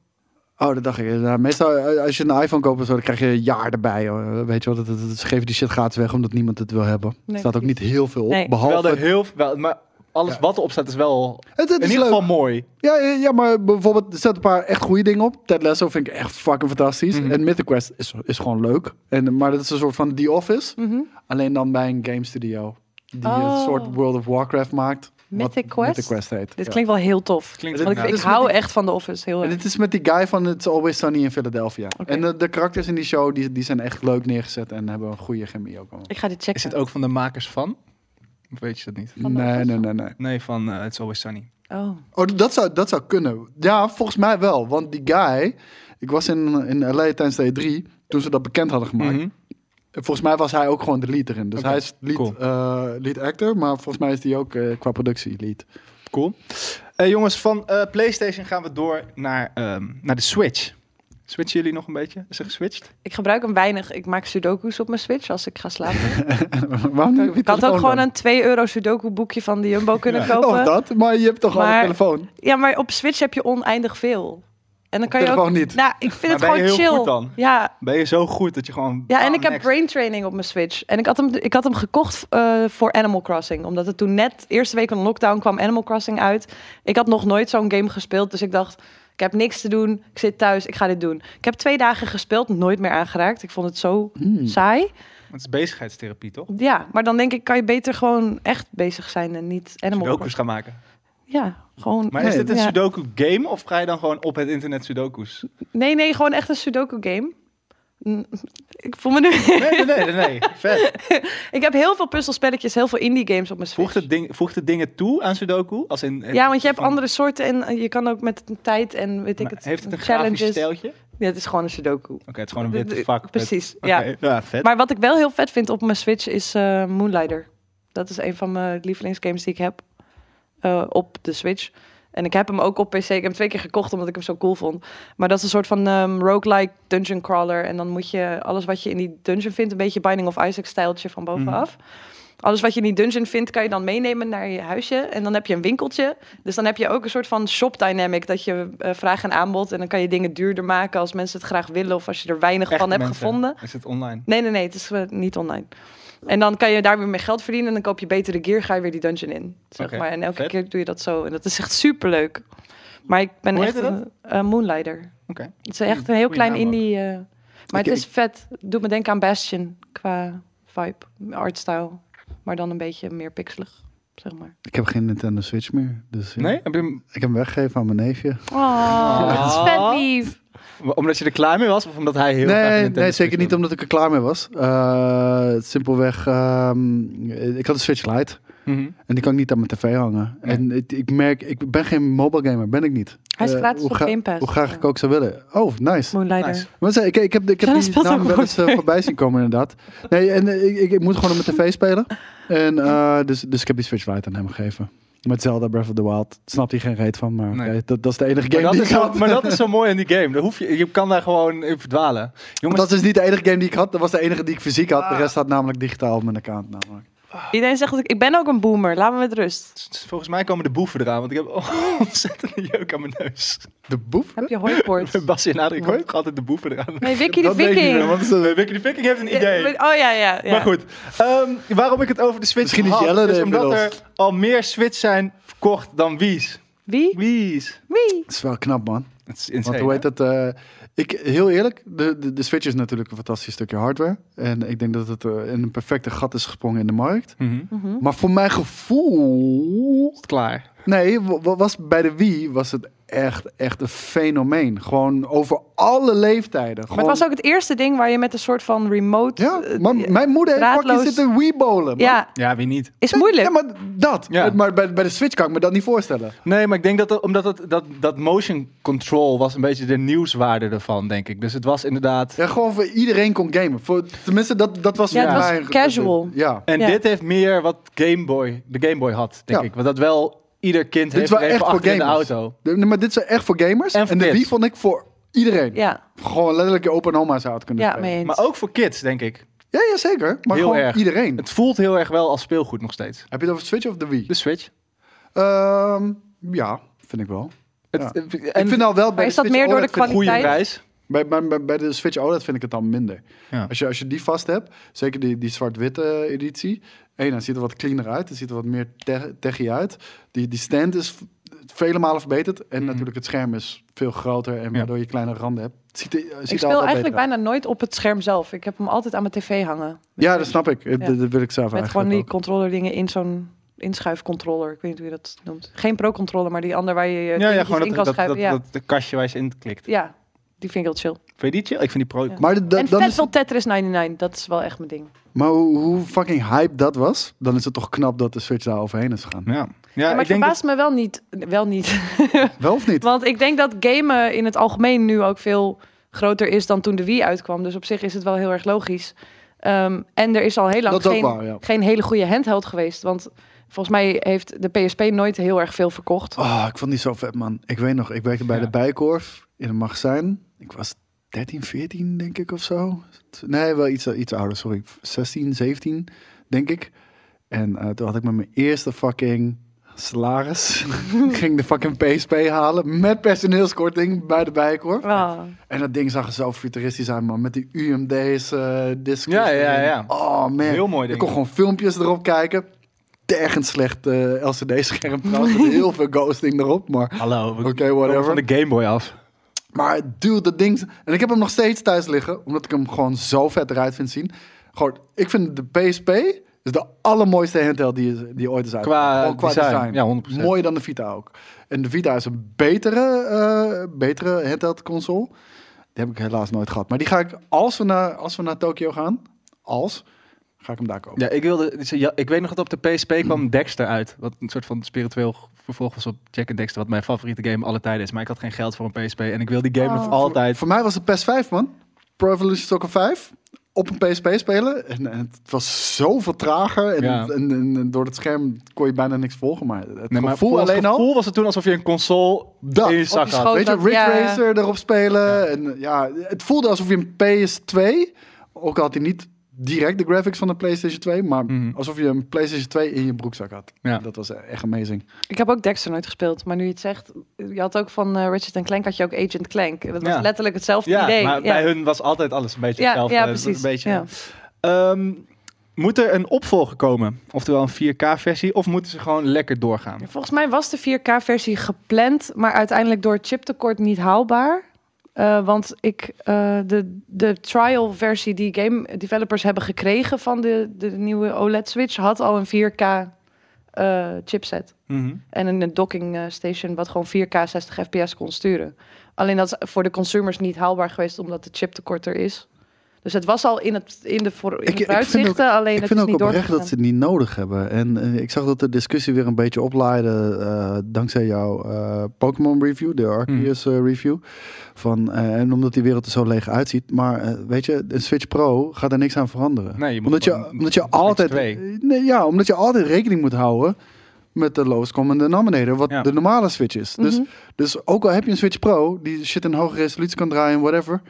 S3: Oh, dat dacht ik. Ja, meestal eh, als je een iPhone koopt, en zo, dan krijg je een jaar erbij. hoor. Weet je wel, dat, dat, ze geven die shit gratis weg omdat niemand het wil hebben.
S2: Nee,
S3: er staat ook niet
S2: precies.
S3: heel veel op.
S2: Nee.
S1: Wel
S3: Behalve
S1: er heel wel, maar alles
S3: Ja.
S1: wat erop staat is wel
S3: Het, het
S1: in
S3: is
S1: ieder
S3: leuk.
S1: geval mooi.
S3: Ja, ja, ja, maar bijvoorbeeld er zaten een paar echt goede dingen op. Ted Lasso vind ik echt fucking fantastisch.
S1: Mhm.
S3: En Mythic Quest is, is gewoon leuk. En, maar dat is een soort van The Office.
S2: Mhm.
S3: Alleen dan bij een game studio. Die
S2: Oh.
S3: een soort World of Warcraft maakt. wat
S2: Mythic Quest?
S3: Mythic Quest heet.
S2: Dit
S3: ja.
S2: klinkt wel heel tof.
S1: Klinkt-
S2: Want ik,
S1: nou,
S2: ik
S3: dit is
S2: hou
S3: met
S2: echt van de Office. Heel
S3: En
S2: erg.
S3: dit is met die guy van It's Always Sunny in Philadelphia.
S2: Oké.
S3: En de, de karakters in die show die, die zijn echt leuk neergezet en hebben een goede chemie ook. Al.
S2: Ik ga dit
S1: Is
S2: checken.
S1: het ook van de makers van? Of weet je dat niet?
S2: Van de
S3: Nee,
S2: Office?
S3: nee, nee, nee.
S1: Nee, van eh, It's Always Sunny.
S2: Oh.
S3: Oh, dat zou, dat zou kunnen. Ja, volgens mij wel. Want die guy, ik was in, in LA tijdens de E3 toen ze dat bekend hadden gemaakt.
S1: Mhm.
S3: En Volgens mij was hij ook gewoon de lead erin. Dus
S1: Oké,
S3: hij is lead,
S1: cool.
S3: eh, lead actor, maar volgens mij is hij ook eh, qua productie lead.
S1: Cool. Eh, jongens, van eh, PlayStation gaan we door naar, ehm, naar de Switch. Switchen jullie nog een beetje? Is er geswitcht?
S2: Ik gebruik hem weinig. Ik maak sudoku's op mijn Switch als ik ga slapen.
S3: Waarom niet? op je
S2: Ik had ook
S3: telefoon
S2: gewoon
S3: dan?
S2: een 2 euro sudoku boekje van de Jumbo kunnen kopen.
S3: Of dat, maar je hebt toch al een
S2: Maar-
S3: telefoon?
S2: Ja, maar op Switch heb je oneindig veel. En dan kan je
S3: telefoon
S2: ook...
S3: niet.
S2: Nou, ik vind
S1: Maar
S2: het
S1: ben je
S2: gewoon
S1: heel
S2: chill.
S1: goed dan?
S2: Ja,
S1: Ben je zo goed dat je gewoon...
S2: Ja, en
S1: Ah,
S2: ik heb
S1: next.
S2: brain training op mijn Switch. En ik had hem, ik had hem gekocht eh, voor Animal Crossing. Omdat het toen net, eerste week van lockdown, kwam Animal Crossing uit. Ik had nog nooit zo'n game gespeeld. Dus ik dacht, ik heb niks te doen. Ik zit thuis, ik ga dit doen. Ik heb twee dagen gespeeld, nooit meer aangeraakt. Ik vond het zo
S3: Hmm,
S1: Hmm.
S2: saai.
S1: Het is bezigheidstherapie, toch?
S2: Ja, maar dan denk ik, kan je beter gewoon echt bezig zijn en niet Animal
S1: Sudoku's
S2: Crossing.
S1: gaan maken.
S2: Ja, gewoon...
S1: Maar is
S3: Nee.
S1: dit een
S2: ja.
S1: Sudoku game of ga je dan gewoon op het internet Sudoku's?
S2: Nee, nee, gewoon echt een Sudoku game. Mm, Ik voel me nu...
S1: Nee, nee, nee, nee. nee. Vet.
S2: ik heb heel veel puzzelspelletjes, heel veel indie games op mijn Switch.
S1: Voegt het, ding, voegt het dingen toe aan Sudoku? Als in, eh,
S2: Ja, want je hebt
S1: van-
S2: andere soorten en eh, je kan ook met de tijd en weet ik
S1: Maar
S2: het.
S1: Heeft het een grafisch
S2: challenges.
S1: stijltje? Oké,
S2: Ja, het is gewoon een sudoku.
S1: het is gewoon een witte
S2: Eh, eh,
S1: vak. met-
S2: Precies,
S1: Oké,
S2: ja.
S1: vet.
S2: Maar wat ik wel heel vet vind op mijn Switch is eh, Moonlighter. Dat is een van mijn lievelingsgames die ik heb eh, op de Switch. Eh, En ik heb hem ook op PC. Ik heb hem twee keer gekocht omdat ik hem zo cool vond. Maar dat is een soort van ehm roguelike dungeon crawler. En dan moet je alles wat je in die dungeon vindt, een beetje Binding of Isaac stijltje van bovenaf.
S1: Mhm.
S2: Alles wat je in die dungeon vindt, kan je dan meenemen naar je huisje. En dan heb je een winkeltje. Dus dan heb je ook een soort van shop dynamic. Dat je eh, vraag en aanbod. En dan kan je dingen duurder maken als mensen het graag willen. Of als je er weinig
S1: Echte
S2: van hebt
S1: mensen.
S2: gevonden.
S1: Is het online?
S2: Nee, nee, nee, het is eh, niet online. En dan kan je daar weer meer geld verdienen en dan koop je betere gear, ga je weer die dungeon in. Zeg
S1: Oké,
S2: maar. En elke
S1: vet.
S2: keer doe je dat zo. En dat is echt superleuk. Maar ik ben
S1: Hoe
S2: echt
S1: heette dat?
S2: een eh, Moonlighter.
S1: Oké.
S2: Het is echt een heel
S1: Goeie
S2: klein
S1: naam ook.
S2: indie. eh, maar
S3: Ik-
S2: het is vet. Het doet me denken aan Bastion qua vibe, artstyle. Maar dan een beetje meer pixelig, zeg maar.
S3: Ik heb geen Nintendo Switch meer. Dus ja.
S1: Nee? Heb je hem-
S3: Ik heb hem weggegeven aan mijn neefje.
S2: Oh, het is vet lief.
S1: omdat je er klaar mee was of omdat hij heel graag een
S3: nee,
S1: Nintendo
S3: nee,
S1: Switch
S3: zeker niet
S1: wilde?
S3: omdat ik er klaar mee was. Eh, simpelweg, ehm, ik had een Switch Lite.
S1: Mhm.
S3: En die kan ik niet aan mijn tv hangen.
S1: Nee.
S3: En het- ik merk, ik ben geen mobile gamer, ben ik niet.
S2: Hij is
S3: Eh,
S2: gratis
S3: hoe
S2: op
S3: gra-
S2: Game Pass.
S3: Hoe graag ik ook zou willen. Oh, nice.
S2: Moonlighter.
S1: Nice.
S3: Maar zei- ik, ik heb, ik heb
S2: Ja, hij
S3: die
S2: speelt
S3: naam
S2: ook
S3: wel eens eh,
S2: goed.
S3: voorbij zien komen inderdaad. Nee, en eh, ik, ik, ik moet gewoon op mijn tv spelen. En, eh, dus, dus ik heb die Switch Lite aan hem gegeven. Met Zelda Breath of the Wild. Snapt hij geen reet van, maar
S1: Nee.
S3: oké, dat, dat is de enige
S1: Maar
S3: game
S1: dat,
S3: die
S1: is
S3: ik had.
S1: zo, maar dat is zo mooi aan die game. Daar hoef je, je kan daar gewoon in verdwalen. Jongens, Ah.
S3: Dat is niet de enige game die ik had. Dat was de enige die ik fysiek had. De rest had namelijk digitaal op mijn account namelijk.
S2: Iedereen zegt dat ik, ik ben ook een boomer. Laat me met rust.
S1: volgens mij komen de boeven eraan, want ik heb ontzettende jeuk aan mijn neus.
S3: De boef?
S2: Heb je hooikoorts?
S1: Basje en Adrie komt altijd de boeven eraan.
S2: Nee, Wiki de
S3: dat weet ik niet
S2: Viking.
S3: meer, want het is een-
S1: Wiki de Viking heeft een idee.
S2: Eh, Oh ja, ja. ja.
S1: Maar goed, ehm, waarom ik het over de Switch
S3: Misschien is
S1: had,
S3: Jelle er
S1: is omdat
S3: inmiddels.
S1: er al meer Switch zijn verkocht dan Wii's.
S2: Wie?
S1: Wii's.
S2: Wie?
S3: Dat is wel knap, man.
S1: Het is
S3: Want
S1: insane.
S3: hoe
S1: hè?
S3: heet dat? eh, ik, heel eerlijk, de, de, de Switch is natuurlijk een fantastisch stukje hardware. En ik denk dat het eh, in een perfecte gat is gesprongen in de markt.
S1: Mhm.
S3: Maar voor mijn gevoel...
S1: Klaar.
S3: Nee, wa- wa- was, bij de Wii was het echt, echt een fenomeen. Gewoon over alle leeftijden.
S2: Maar het was ook het eerste ding waar je met een soort van remote...
S3: Ja,
S2: eh,
S3: maar mijn moeder heeft fucking
S2: draadloos-
S3: zitten Wii-bolen.
S2: ja,
S1: Ja, wie niet?
S2: is moeilijk.
S3: Ja, maar dat.
S1: Ja.
S3: Maar bij, bij de Switch kan ik me dat niet voorstellen.
S1: Nee, maar ik denk dat er- omdat dat, dat, dat motion control was een beetje de nieuwswaarde ervan, denk ik. Dus het was inderdaad...
S3: Ja, gewoon voor iedereen kon gamen. Voor, tenminste, dat, dat was
S2: Ja,
S3: voor
S2: het was
S3: mij-
S2: casual.
S3: Ja.
S1: En
S2: Ja.
S1: dit heeft meer wat Game Boy, de Game Boy had, denk
S3: Ja.
S1: ik. Want dat wel ieder kind
S3: Dit is
S1: heeft
S3: wel
S1: er even
S3: echt voor
S1: achter in de
S3: gamers.
S1: auto.
S3: De- nee, maar dit zijn echt voor gamers.
S1: En
S3: En,
S1: voor
S3: de
S1: kids.
S3: Wii vond ik voor iedereen.
S2: ja,
S3: Gewoon letterlijk je opa en oma zou het kunnen
S2: ja,
S3: spelen.
S2: mee eens.
S1: Maar ook voor kids, denk ik.
S3: Ja, ja, zeker. Maar
S1: Heel
S3: gewoon
S1: erg.
S3: iedereen.
S1: Het voelt heel erg wel als speelgoed nog steeds.
S3: Heb je het over Switch of de Wii?
S1: De Switch.
S3: Ehm, ja, vind ik wel.
S1: Het,
S3: Ja.
S1: En
S3: ik vind nou wel bij
S2: Maar
S3: de
S2: is dat
S3: Switch
S2: meer door de
S3: OLED vind ik-
S1: een goede
S2: kwaliteit?
S1: prijs.
S3: Bij, bij, bij, bij de Switch OLED vind ik het dan minder.
S1: Ja.
S3: Als, je, als je die vast hebt, zeker die, die zwart-witte eh, editie. Hé, dan ziet er wat cleaner uit. Dan ziet er wat meer te- techie uit. Die, die stand is v- vele malen verbeterd. En natuurlijk het scherm is veel groter. En waardoor je kleine randen hebt. Het ziet, er- het ziet er
S2: ik
S3: altijd
S2: speel
S3: beter
S2: eigenlijk
S3: uit.
S2: bijna nooit op het scherm zelf. Ik heb hem altijd aan mijn tv hangen.
S3: Ja, dat snap ik. Dat,
S2: Ja.
S3: dat wil ik
S2: Met
S3: zelf
S2: gewoon
S3: eigenlijk
S2: die
S3: ook.
S2: controller dingen in zo'n inschuifcontroller. Ik weet niet hoe je dat noemt. Geen pro-controller, maar die ander waar je je
S1: Ja, ja,
S2: dingetjes
S1: gewoon
S2: in
S1: dat,
S2: kan
S1: dat, dat,
S2: schuiven. ja.
S1: dat- de kastje waar je ze in klikt.
S2: ja, die vind ik heel chill.
S1: Vind je die chill? Ik vind die pro...
S2: Ja.
S3: Maar, de- da-
S2: en
S3: dan
S2: vet
S3: is,
S2: veel Tetris 99, dat is wel echt mijn ding.
S3: maar hoe, hoe fucking hype dat was, dan is het toch knap dat de Switch daar overheen is gegaan.
S1: Ja. Ja,
S2: Ja, maar
S1: ik denk dat,
S2: het verbaast me wel niet, wel niet
S3: Wel of niet?
S2: Want ik denk dat gamen in het algemeen nu ook veel groter is dan toen de Wii uitkwam. Dus op zich is het wel heel erg logisch. Ehm, en er is al heel lang
S3: Dat is ook
S2: geen,
S3: waar, ja.
S2: geen hele goede handheld geweest. Want volgens mij heeft de PSP nooit heel erg veel verkocht.
S3: Oh, ik vond die zo vet, man. Ik weet nog, ik werkte bij
S1: Ja.
S3: de Bijkorf in een magazijn. Ik was 13, 14, denk ik, of zo. Nee, wel iets, iets ouder, sorry. 16, 17, denk ik. En eh, toen had ik met mijn eerste fucking salaris... ging de fucking PSP halen met personeelskorting bij de Bijkorf.
S2: Ah.
S3: En dat ding zag er zo futuristisch uit, man. Met die UMD's, eh discs.
S1: Ja, ja,
S3: erin.
S1: ja.
S3: Oh, man.
S1: Heel mooi ding.
S3: Ik kon gewoon filmpjes erop kijken. Tergend slecht eh, LCD-scherm trouwens. met heel veel ghosting erop, maar...
S1: Hallo, we
S3: Oké,
S1: komen
S3: whatever.
S1: van de Game Boy af.
S3: Maar dude, dat ding... En ik heb hem nog steeds thuis liggen, omdat ik hem gewoon zo vet eruit vind zien. Gewoon, ik vind de PSP is de allermooiste handheld die, is- die ooit is uit.
S1: Qua design. Ja, 100%.
S3: Mooier dan de Vita ook. En de Vita is een betere, eh, betere handheld console. Die heb ik helaas nooit gehad. Maar die ga ik, als we naar, als we naar Tokio gaan, als, ga ik hem daar kopen.
S1: Ja, ik, wilde, ja, ik weet nog dat op de PSP kwam Dexter uit. Wat een soort van spiritueel vervolg was op Jack and Dexter. Wat mijn favoriete game alle tijden is. Maar ik had geen geld voor een PSP. En ik wil die game
S2: Oh.
S1: nog altijd.
S3: Voor mij was het PS5, man. Pro Evolution Soccer 5. op een PSP spelen. En, en het was zoveel trager. En,
S1: Ja.
S3: en, en- en door het scherm kon je bijna niks volgen. Maar het
S1: Nee, maar
S3: gevoel
S1: voor het
S3: alleen al.
S1: gevoel was het toen alsof je een console
S3: Dat.
S1: in je
S3: Op
S1: zak
S2: je
S1: had.
S2: schoot.
S3: Weet je,
S2: dat-
S3: Ridge
S2: ja, ja.
S3: Racer erop spelen. En, ja, het voelde alsof je een PS2, ook al had hij niet direct de graphics van de PlayStation 2, maar
S1: Mhm.
S3: alsof je een PlayStation 2 in je broekzak had.
S1: Ja.
S3: Dat was echt amazing.
S2: Ik heb ook Dexter nooit gespeeld, maar nu je het zegt, je had ook van eh Richard Clank had je ook Agent Clank. En Dat was
S1: Ja.
S2: letterlijk hetzelfde
S1: Ja,
S2: idee.
S1: maar
S2: ja.
S1: bij hun was altijd alles een beetje
S2: ja,
S1: hetzelfde.
S2: ja,
S1: Het was
S2: precies.
S1: Een beetje,
S2: ja.
S1: Ehm, moet er een opvolger komen? Oftewel een 4K-versie? Of moeten ze gewoon lekker doorgaan?
S2: Volgens mij was de 4K-versie gepland, maar uiteindelijk door chiptekort niet haalbaar. Eh, want ik, eh, de, de trial-versie die game developers hebben gekregen van de, de nieuwe OLED-switch had al een 4K-chipset.
S1: Mhm.
S2: en een docking eh, station wat gewoon 4K 60 fps kon sturen. Alleen dat is voor de consumers niet haalbaar geweest omdat de chiptekort er is. Dus het was al in, het, in de, voor, in
S3: Ik-
S2: de
S3: ik vind
S2: vooruitzichten, alleen
S3: Ik
S2: het
S3: vind
S2: is
S3: ook
S2: niet
S3: oprecht
S2: doorgegaan.
S3: dat ze het niet nodig hebben. En eh, ik zag dat de discussie weer een beetje oplaaide eh, dankzij jouw eh, Pokémon review, de Arceus eh, review. Van, eh, en omdat die wereld er zo leeg uitziet. Maar eh, weet je, een Switch Pro gaat er niks aan veranderen.
S1: Nee, je moet
S3: omdat, je,
S1: gewoon
S3: omdat je
S1: een
S3: altijd
S1: Switch
S3: nee, ja, omdat je altijd rekening moet houden met de lowest common denominator, wat
S1: Ja.
S3: de normale Switch is. Dus,
S2: Mhm.
S3: dus ook al heb je een Switch Pro die shit in hoge resolutie kan draaien en whatever,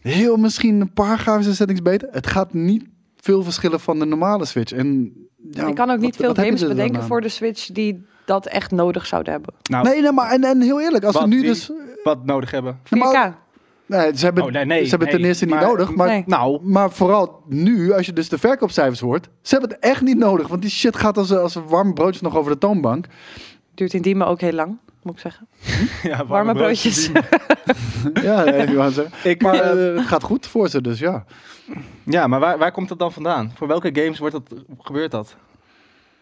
S3: heel misschien een paar grafische settings beter. Het gaat niet veel verschillen van de normale Switch. En ja,
S2: ik kan ook
S3: wat-
S2: niet veel
S3: wat heb je
S2: games
S3: er dan
S2: bedenken
S3: aan?
S2: voor de Switch die dat echt nodig zouden hebben.
S1: Nou,
S3: Nee, nee, maar en, en heel eerlijk, als
S1: Wat,
S3: we nu
S1: die?
S3: dus...
S1: wat nodig hebben?
S2: 4K.
S3: Nee, ze hebben,
S1: Oh, nee, nee,
S3: ze hebben het ten
S1: nee,
S3: eerste niet
S1: maar-
S3: nodig, maar...
S2: Nee.
S1: Nou,
S3: Maar vooral nu, als je dus de verkoopcijfers hoort, ze hebben het echt niet nodig. Want die shit gaat als, als warm broodjes nog over de toonbank.
S2: Duurt in Diemen ook heel lang, moet ik zeggen.
S1: ja, warme,
S2: Warme broodjes.
S1: broodjes.
S3: Ja, nee, ik wou het zeggen.
S1: Ik,
S3: Maar
S1: eh,
S3: eh, het gaat goed voor ze, dus ja.
S1: Ja, maar waar, waar komt dat dan vandaan? Voor welke games wordt dat, gebeurt dat?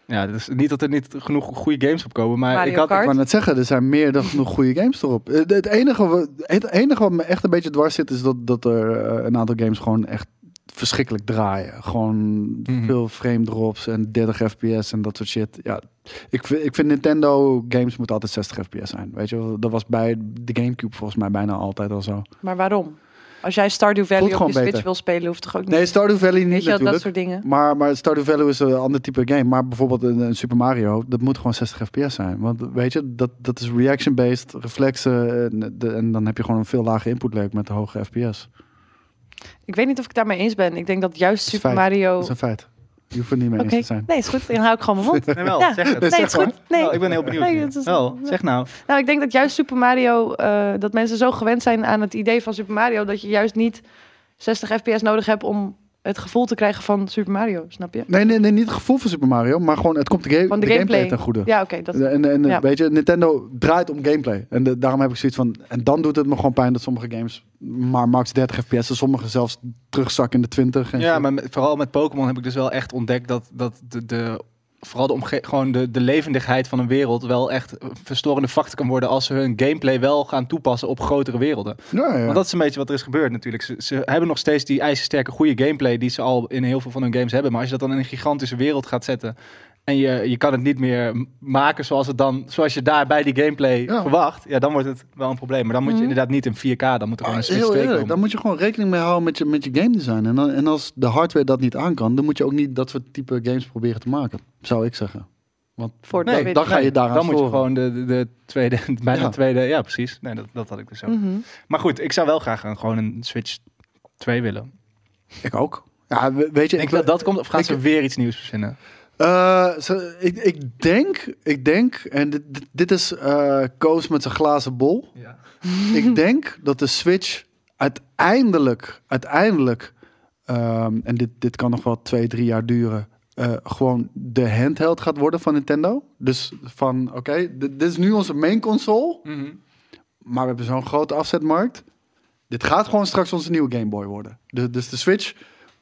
S1: Ja, dus niet dat er niet genoeg goede games op komen, maar
S2: Mario
S1: ik had...
S2: Kart.
S3: Ik wou net zeggen, er zijn meer dan genoeg goede games erop. Eh, Het enige, wa- het enige wat me echt een beetje dwars zit, is dat, dat er eh, een aantal games gewoon echt verschrikkelijk draaien. Gewoon
S1: Mhm.
S3: veel frame drops en 30 fps en dat soort shit. Ja, ik, vind- ik vind Nintendo games moeten altijd 60 fps zijn. Weet je, wel. dat was bij de Gamecube volgens mij bijna altijd al zo.
S2: Maar waarom? Als jij Stardew Valley op
S3: gewoon
S2: je Switch
S3: beter.
S2: wil spelen, hoeft toch ook niet?
S3: Nee, Stardew Valley niet
S2: Weet je wel, dat
S3: natuurlijk.
S2: soort dingen.
S3: Maar, maar Stardew Valley is een ander type game. Maar bijvoorbeeld een, een Super Mario, dat moet gewoon 60 fps zijn. Want weet je, dat, dat is reaction-based, reflexen. En, de- en dan heb je gewoon een veel lage input lag met de hoge fps.
S2: Ik weet niet of ik daarmee eens ben. Ik denk dat juist
S3: is
S2: Super
S3: feit.
S2: Mario...
S3: Dat is een feit. Je hoeft het niet mee
S2: Oh. Oké,
S3: eens te zijn.
S2: nee, is goed. Dan hou ik gewoon mijn mond.
S1: Nee, wel,
S2: Ja.
S1: zeg het.
S3: Nee,
S2: Nee, is
S3: zeg
S2: goed. Nee.
S1: Wel, ik ben heel benieuwd.
S2: Nee,
S1: nu.
S2: dat is-
S1: wel, zeg nou.
S2: Nou, ik denk dat juist Super Mario, eh, dat mensen zo gewend zijn aan het idee van Super Mario, dat je juist niet 60 fps nodig hebt om het gevoel te krijgen van Super Mario, snap je?
S3: Nee, nee, nee, niet het gevoel van Super Mario, maar gewoon het komt de, game,
S2: Van
S3: de,
S2: de
S3: gameplay.
S2: gameplay.
S3: ten goede.
S2: Ja, oké. dat...
S3: En, en
S2: Ja.
S3: weet je, Nintendo draait om gameplay. En de- daarom heb ik zoiets van. En dan doet het me gewoon pijn dat sommige games maar max 30 fps en sommige zelfs terugzakken in de 20. En
S1: Ja,
S3: shit.
S1: maar met- vooral met Pokémon heb ik dus wel echt ontdekt dat, dat de, de, vooral de, omge gewoon de, de levendigheid van een wereld wel echt een verstorende factor kan worden als ze hun gameplay wel gaan toepassen op grotere werelden.
S3: ja, ja.
S1: Want dat is een beetje wat er is gebeurd natuurlijk. Ze, ze hebben nog steeds die ijzersterke goede gameplay die ze al in heel veel van hun games hebben. Maar als je dat dan in een gigantische wereld gaat zetten en je, je kan het niet meer m- maken zoals, het dan, zoals je daar bij die gameplay
S3: Ja.
S1: verwacht, ja, dan wordt het wel een probleem. Maar dan moet je
S2: Mhm.
S1: inderdaad niet in 4K, dan moet er gewoon een Switch
S3: Ah, Heel
S1: 2
S3: eerlijk,
S1: komen.
S3: dan moet je gewoon rekening mee houden met je, met je game design. En, dan, en als de hardware dat niet aan kan, dan moet je ook niet dat soort type games proberen te maken. Zou ik zeggen.
S2: voor de
S1: Nee,
S2: Switch.
S3: dan ga je daaraan
S1: Dan moet je
S3: storen.
S1: gewoon de, de, de tweede, bijna
S3: Ja.
S1: tweede, ja precies. Nee, dat, dat had ik dus ook.
S2: Mhm.
S1: Maar goed, ik zou wel graag een, gewoon een Switch 2 willen.
S3: Ik ook. Ja, we- weet je,
S1: Denk je dat dat komt of gaan
S3: ik-
S1: ze weer iets nieuws verzinnen?
S3: Eh, ze- ik, ik denk, ik denk, en dit, dit- dit is eh, Koos met zijn glazen bol.
S1: Ja.
S3: ik denk dat de Switch uiteindelijk, uiteindelijk, ehm, en dit, dit kan nog wel twee, drie jaar duren, eh, gewoon de handheld gaat worden van Nintendo. Dus van, oké, dit, dit is nu onze main console. Maar we hebben zo'n grote afzetmarkt. Dit gaat gewoon straks onze nieuwe Game Boy worden. De- dus de Switch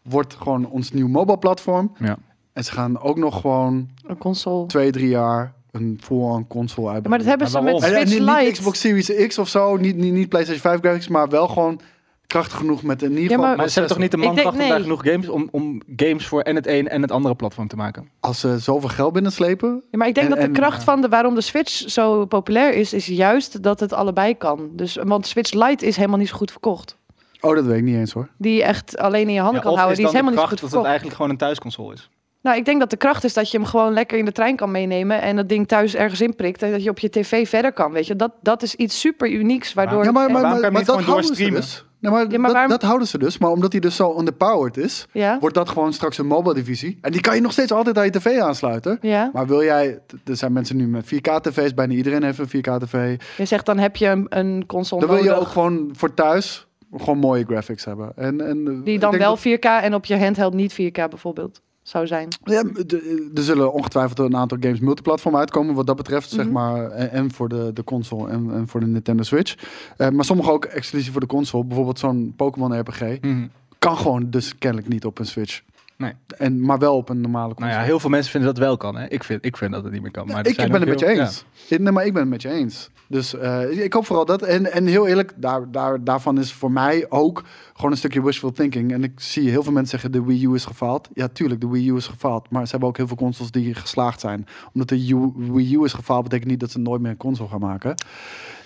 S3: wordt gewoon ons nieuw mobile platform.
S1: Ja.
S3: En ze gaan ook nog gewoon
S2: Een console.
S3: twee, drie jaar een full-on console uitbrengen.
S2: Maar dat hebben ze
S1: Maar
S2: met
S1: waarom?
S3: En- en
S2: Switch
S3: niet, niet
S2: Lite.
S3: Xbox Series X of zo, niet, niet, niet PlayStation 5 graphics, maar wel gewoon krachtig genoeg met in ieder geval...
S2: maar-
S1: Maar ze hebben toch niet de
S2: Ik denk-
S1: mankracht om daar
S2: nee.
S1: genoeg games om, om games voor en het een en het andere platform te maken?
S3: Als ze zoveel geld binnenslepen...
S2: Ja, maar ik denk
S3: En-
S2: dat de
S3: en-
S2: kracht van de, waarom de Switch zo populair is, is juist dat het allebei kan. Dus, want Switch Lite is helemaal niet zo goed verkocht.
S3: Oh, dat weet ik niet eens hoor.
S2: Die je echt alleen in je handen
S1: Ja,
S2: kan
S1: of
S2: houden. Die is
S1: dan de
S2: helemaal niet
S1: kracht dat het
S2: goed verkocht.
S1: eigenlijk gewoon een thuisconsole is.
S2: Nou, ik denk dat de kracht is dat je hem gewoon lekker in de trein kan meenemen. En dat ding thuis ergens inprikt. En dat je op je tv verder kan. Weet je, dat, dat is iets super unieks. Waardoor.
S1: Ja,
S2: het-
S1: waarom kan je hem niet gewoon doorstreamen?
S3: dus. Nee, maar,
S2: maar
S3: dat,
S2: waarom-
S3: dat houden ze dus. Maar omdat hij dus zo underpowered is,
S2: ja.
S3: wordt dat gewoon straks een mobile divisie. En die kan je nog steeds altijd aan je tv aansluiten.
S2: ja.
S3: Maar wil jij, t- er zijn mensen nu met 4K-tv's, bijna iedereen heeft een 4K-tv.
S2: Je zegt dan heb je een, een console
S3: Dan wil je
S2: nodig
S3: ook gewoon voor thuis gewoon mooie graphics hebben. En, en, eh,
S2: Die
S3: ik
S2: dan
S3: denk
S2: wel
S3: dat-
S2: 4K en op je handheld niet 4K bijvoorbeeld zou zijn.
S3: ja, m- de- er zullen ongetwijfeld een aantal games multiplatform uitkomen wat dat betreft, zeg
S2: Mhm.
S3: maar. En, en voor de, de console en, en voor de Nintendo Switch. Eh, maar sommige ook exclusief voor de console. Bijvoorbeeld zo'n Pokémon RPG.
S1: Mhm. Nou
S3: Kan gewoon dus kennelijk niet op een Switch.
S1: Nee.
S3: En, maar wel op een normale
S1: Nou
S3: console.
S1: ja, heel veel mensen vinden dat wel kan. Hè? Ik, vind, ik vind dat het niet meer kan. Maar er
S3: ik
S1: zijn
S3: ben het
S1: ook
S3: met je
S1: heel- ja.
S3: eens. Ik- Nee, maar ik ben het met je eens. Dus eh, ik- ik hoop vooral dat. En, en heel eerlijk, daar, daar, daarvan is voor mij ook gewoon een stukje wishful thinking. En ik zie heel veel mensen zeggen: de Wii U is gefaald. Ja, tuurlijk, de Wii U is gefaald. Maar ze hebben ook heel veel consoles die geslaagd zijn. Omdat de U- Wii U is gefaald, betekent niet dat ze nooit meer een console gaan maken.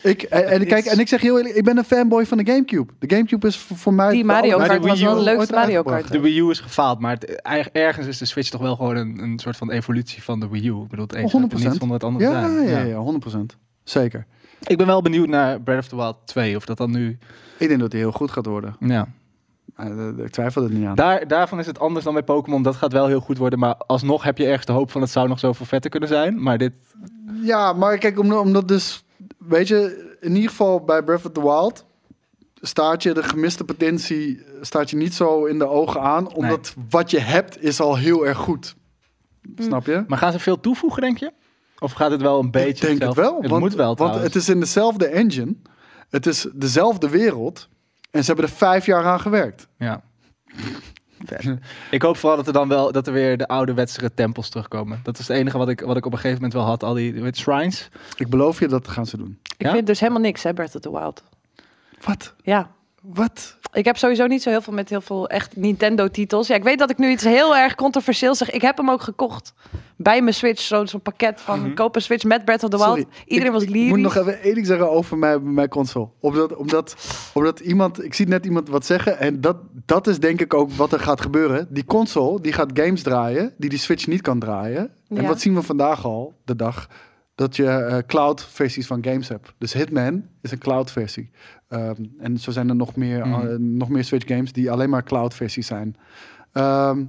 S3: Ik, en, en
S1: is-
S3: kijk, en ik zeg heel eerlijk: ik ben een fanboy van de Gamecube. De Gamecube is voor, voor mij.
S2: Die
S3: de
S2: Mario
S3: aller-
S1: Maar de
S2: Kart was
S1: Wii
S2: wel
S1: U
S2: de leukste
S3: ooit
S2: Mario
S3: uitgebracht.
S2: Kart.
S1: De Wii U is gefaald, maar het, er- ergens is de Switch toch wel gewoon een, een soort van evolutie van de Wii U. Ik bedoel, het een 100%.
S3: 100%.
S1: niet zonder het andere
S3: Ja,
S1: te
S3: ja,
S1: zijn.
S3: ja,
S1: Ja.
S3: ja, 100%. Zeker.
S1: Ik ben wel benieuwd naar Breath of the Wild 2, of dat dan nu...
S3: Ik denk dat die heel goed gaat worden.
S1: Ja.
S3: Eh, ik twijfel er niet aan.
S1: Daar, daarvan is het anders dan bij Pokémon. Dat gaat wel heel goed worden, maar alsnog heb je ergens de hoop van het zou nog zoveel vetter kunnen zijn. Maar dit...
S3: Ja, maar kijk, omdat, omdat dus... Weet je, in ieder geval bij Breath of the Wild... staat je de gemiste potentie staat je niet zo in de ogen aan. Omdat wat je hebt is al heel erg goed. Snap je?
S1: Maar gaan ze veel toevoegen, denk je? Of gaat het wel een beetje
S3: Ik denk het
S1: hetzelfde?
S3: wel.
S1: Het
S3: want,
S1: moet wel
S3: Want
S1: trouwens.
S3: het is in dezelfde engine. Het is dezelfde wereld. En ze hebben er vijf jaar aan gewerkt.
S1: Ja. Vet. Ik hoop vooral dat er dan wel dat er weer de ouderwetsere tempels terugkomen. Dat is het enige wat ik, wat ik op een gegeven moment wel had. Al die weet, je, shrines.
S3: Ik beloof je, dat gaan ze doen.
S2: Ik
S1: Ja?
S2: vind dus helemaal niks, hè, Breath of the Wild.
S3: Wat?
S2: Ja.
S3: Wat?
S2: Ik heb sowieso niet zo heel veel met heel veel echt Nintendo-titels. Ja, ik weet dat ik nu iets heel erg controversieel zeg. Ik heb hem ook gekocht bij mijn Switch. zo- Zo'n pakket van
S1: Mhm.
S2: koop een Switch met Breath of the Wild.
S3: Sorry,
S2: Iedereen was
S3: ik, ik moet
S2: lyrisch.
S3: nog even één ding zeggen over mijn, mijn console. Omdat, omdat, omdat iemand, ik zie net iemand wat zeggen. En dat, dat is denk ik ook wat er gaat gebeuren. Die console die gaat games draaien die die Switch niet kan draaien. En
S2: Ja.
S3: wat zien we vandaag al, de dag? Dat je eh, cloud versies van games hebt. Dus Hitman is een cloud versie. Ehm, en zo zijn er nog meer,
S1: Mhm.
S3: eh, nog meer Switch games die alleen maar cloud versies zijn. Ehm, ik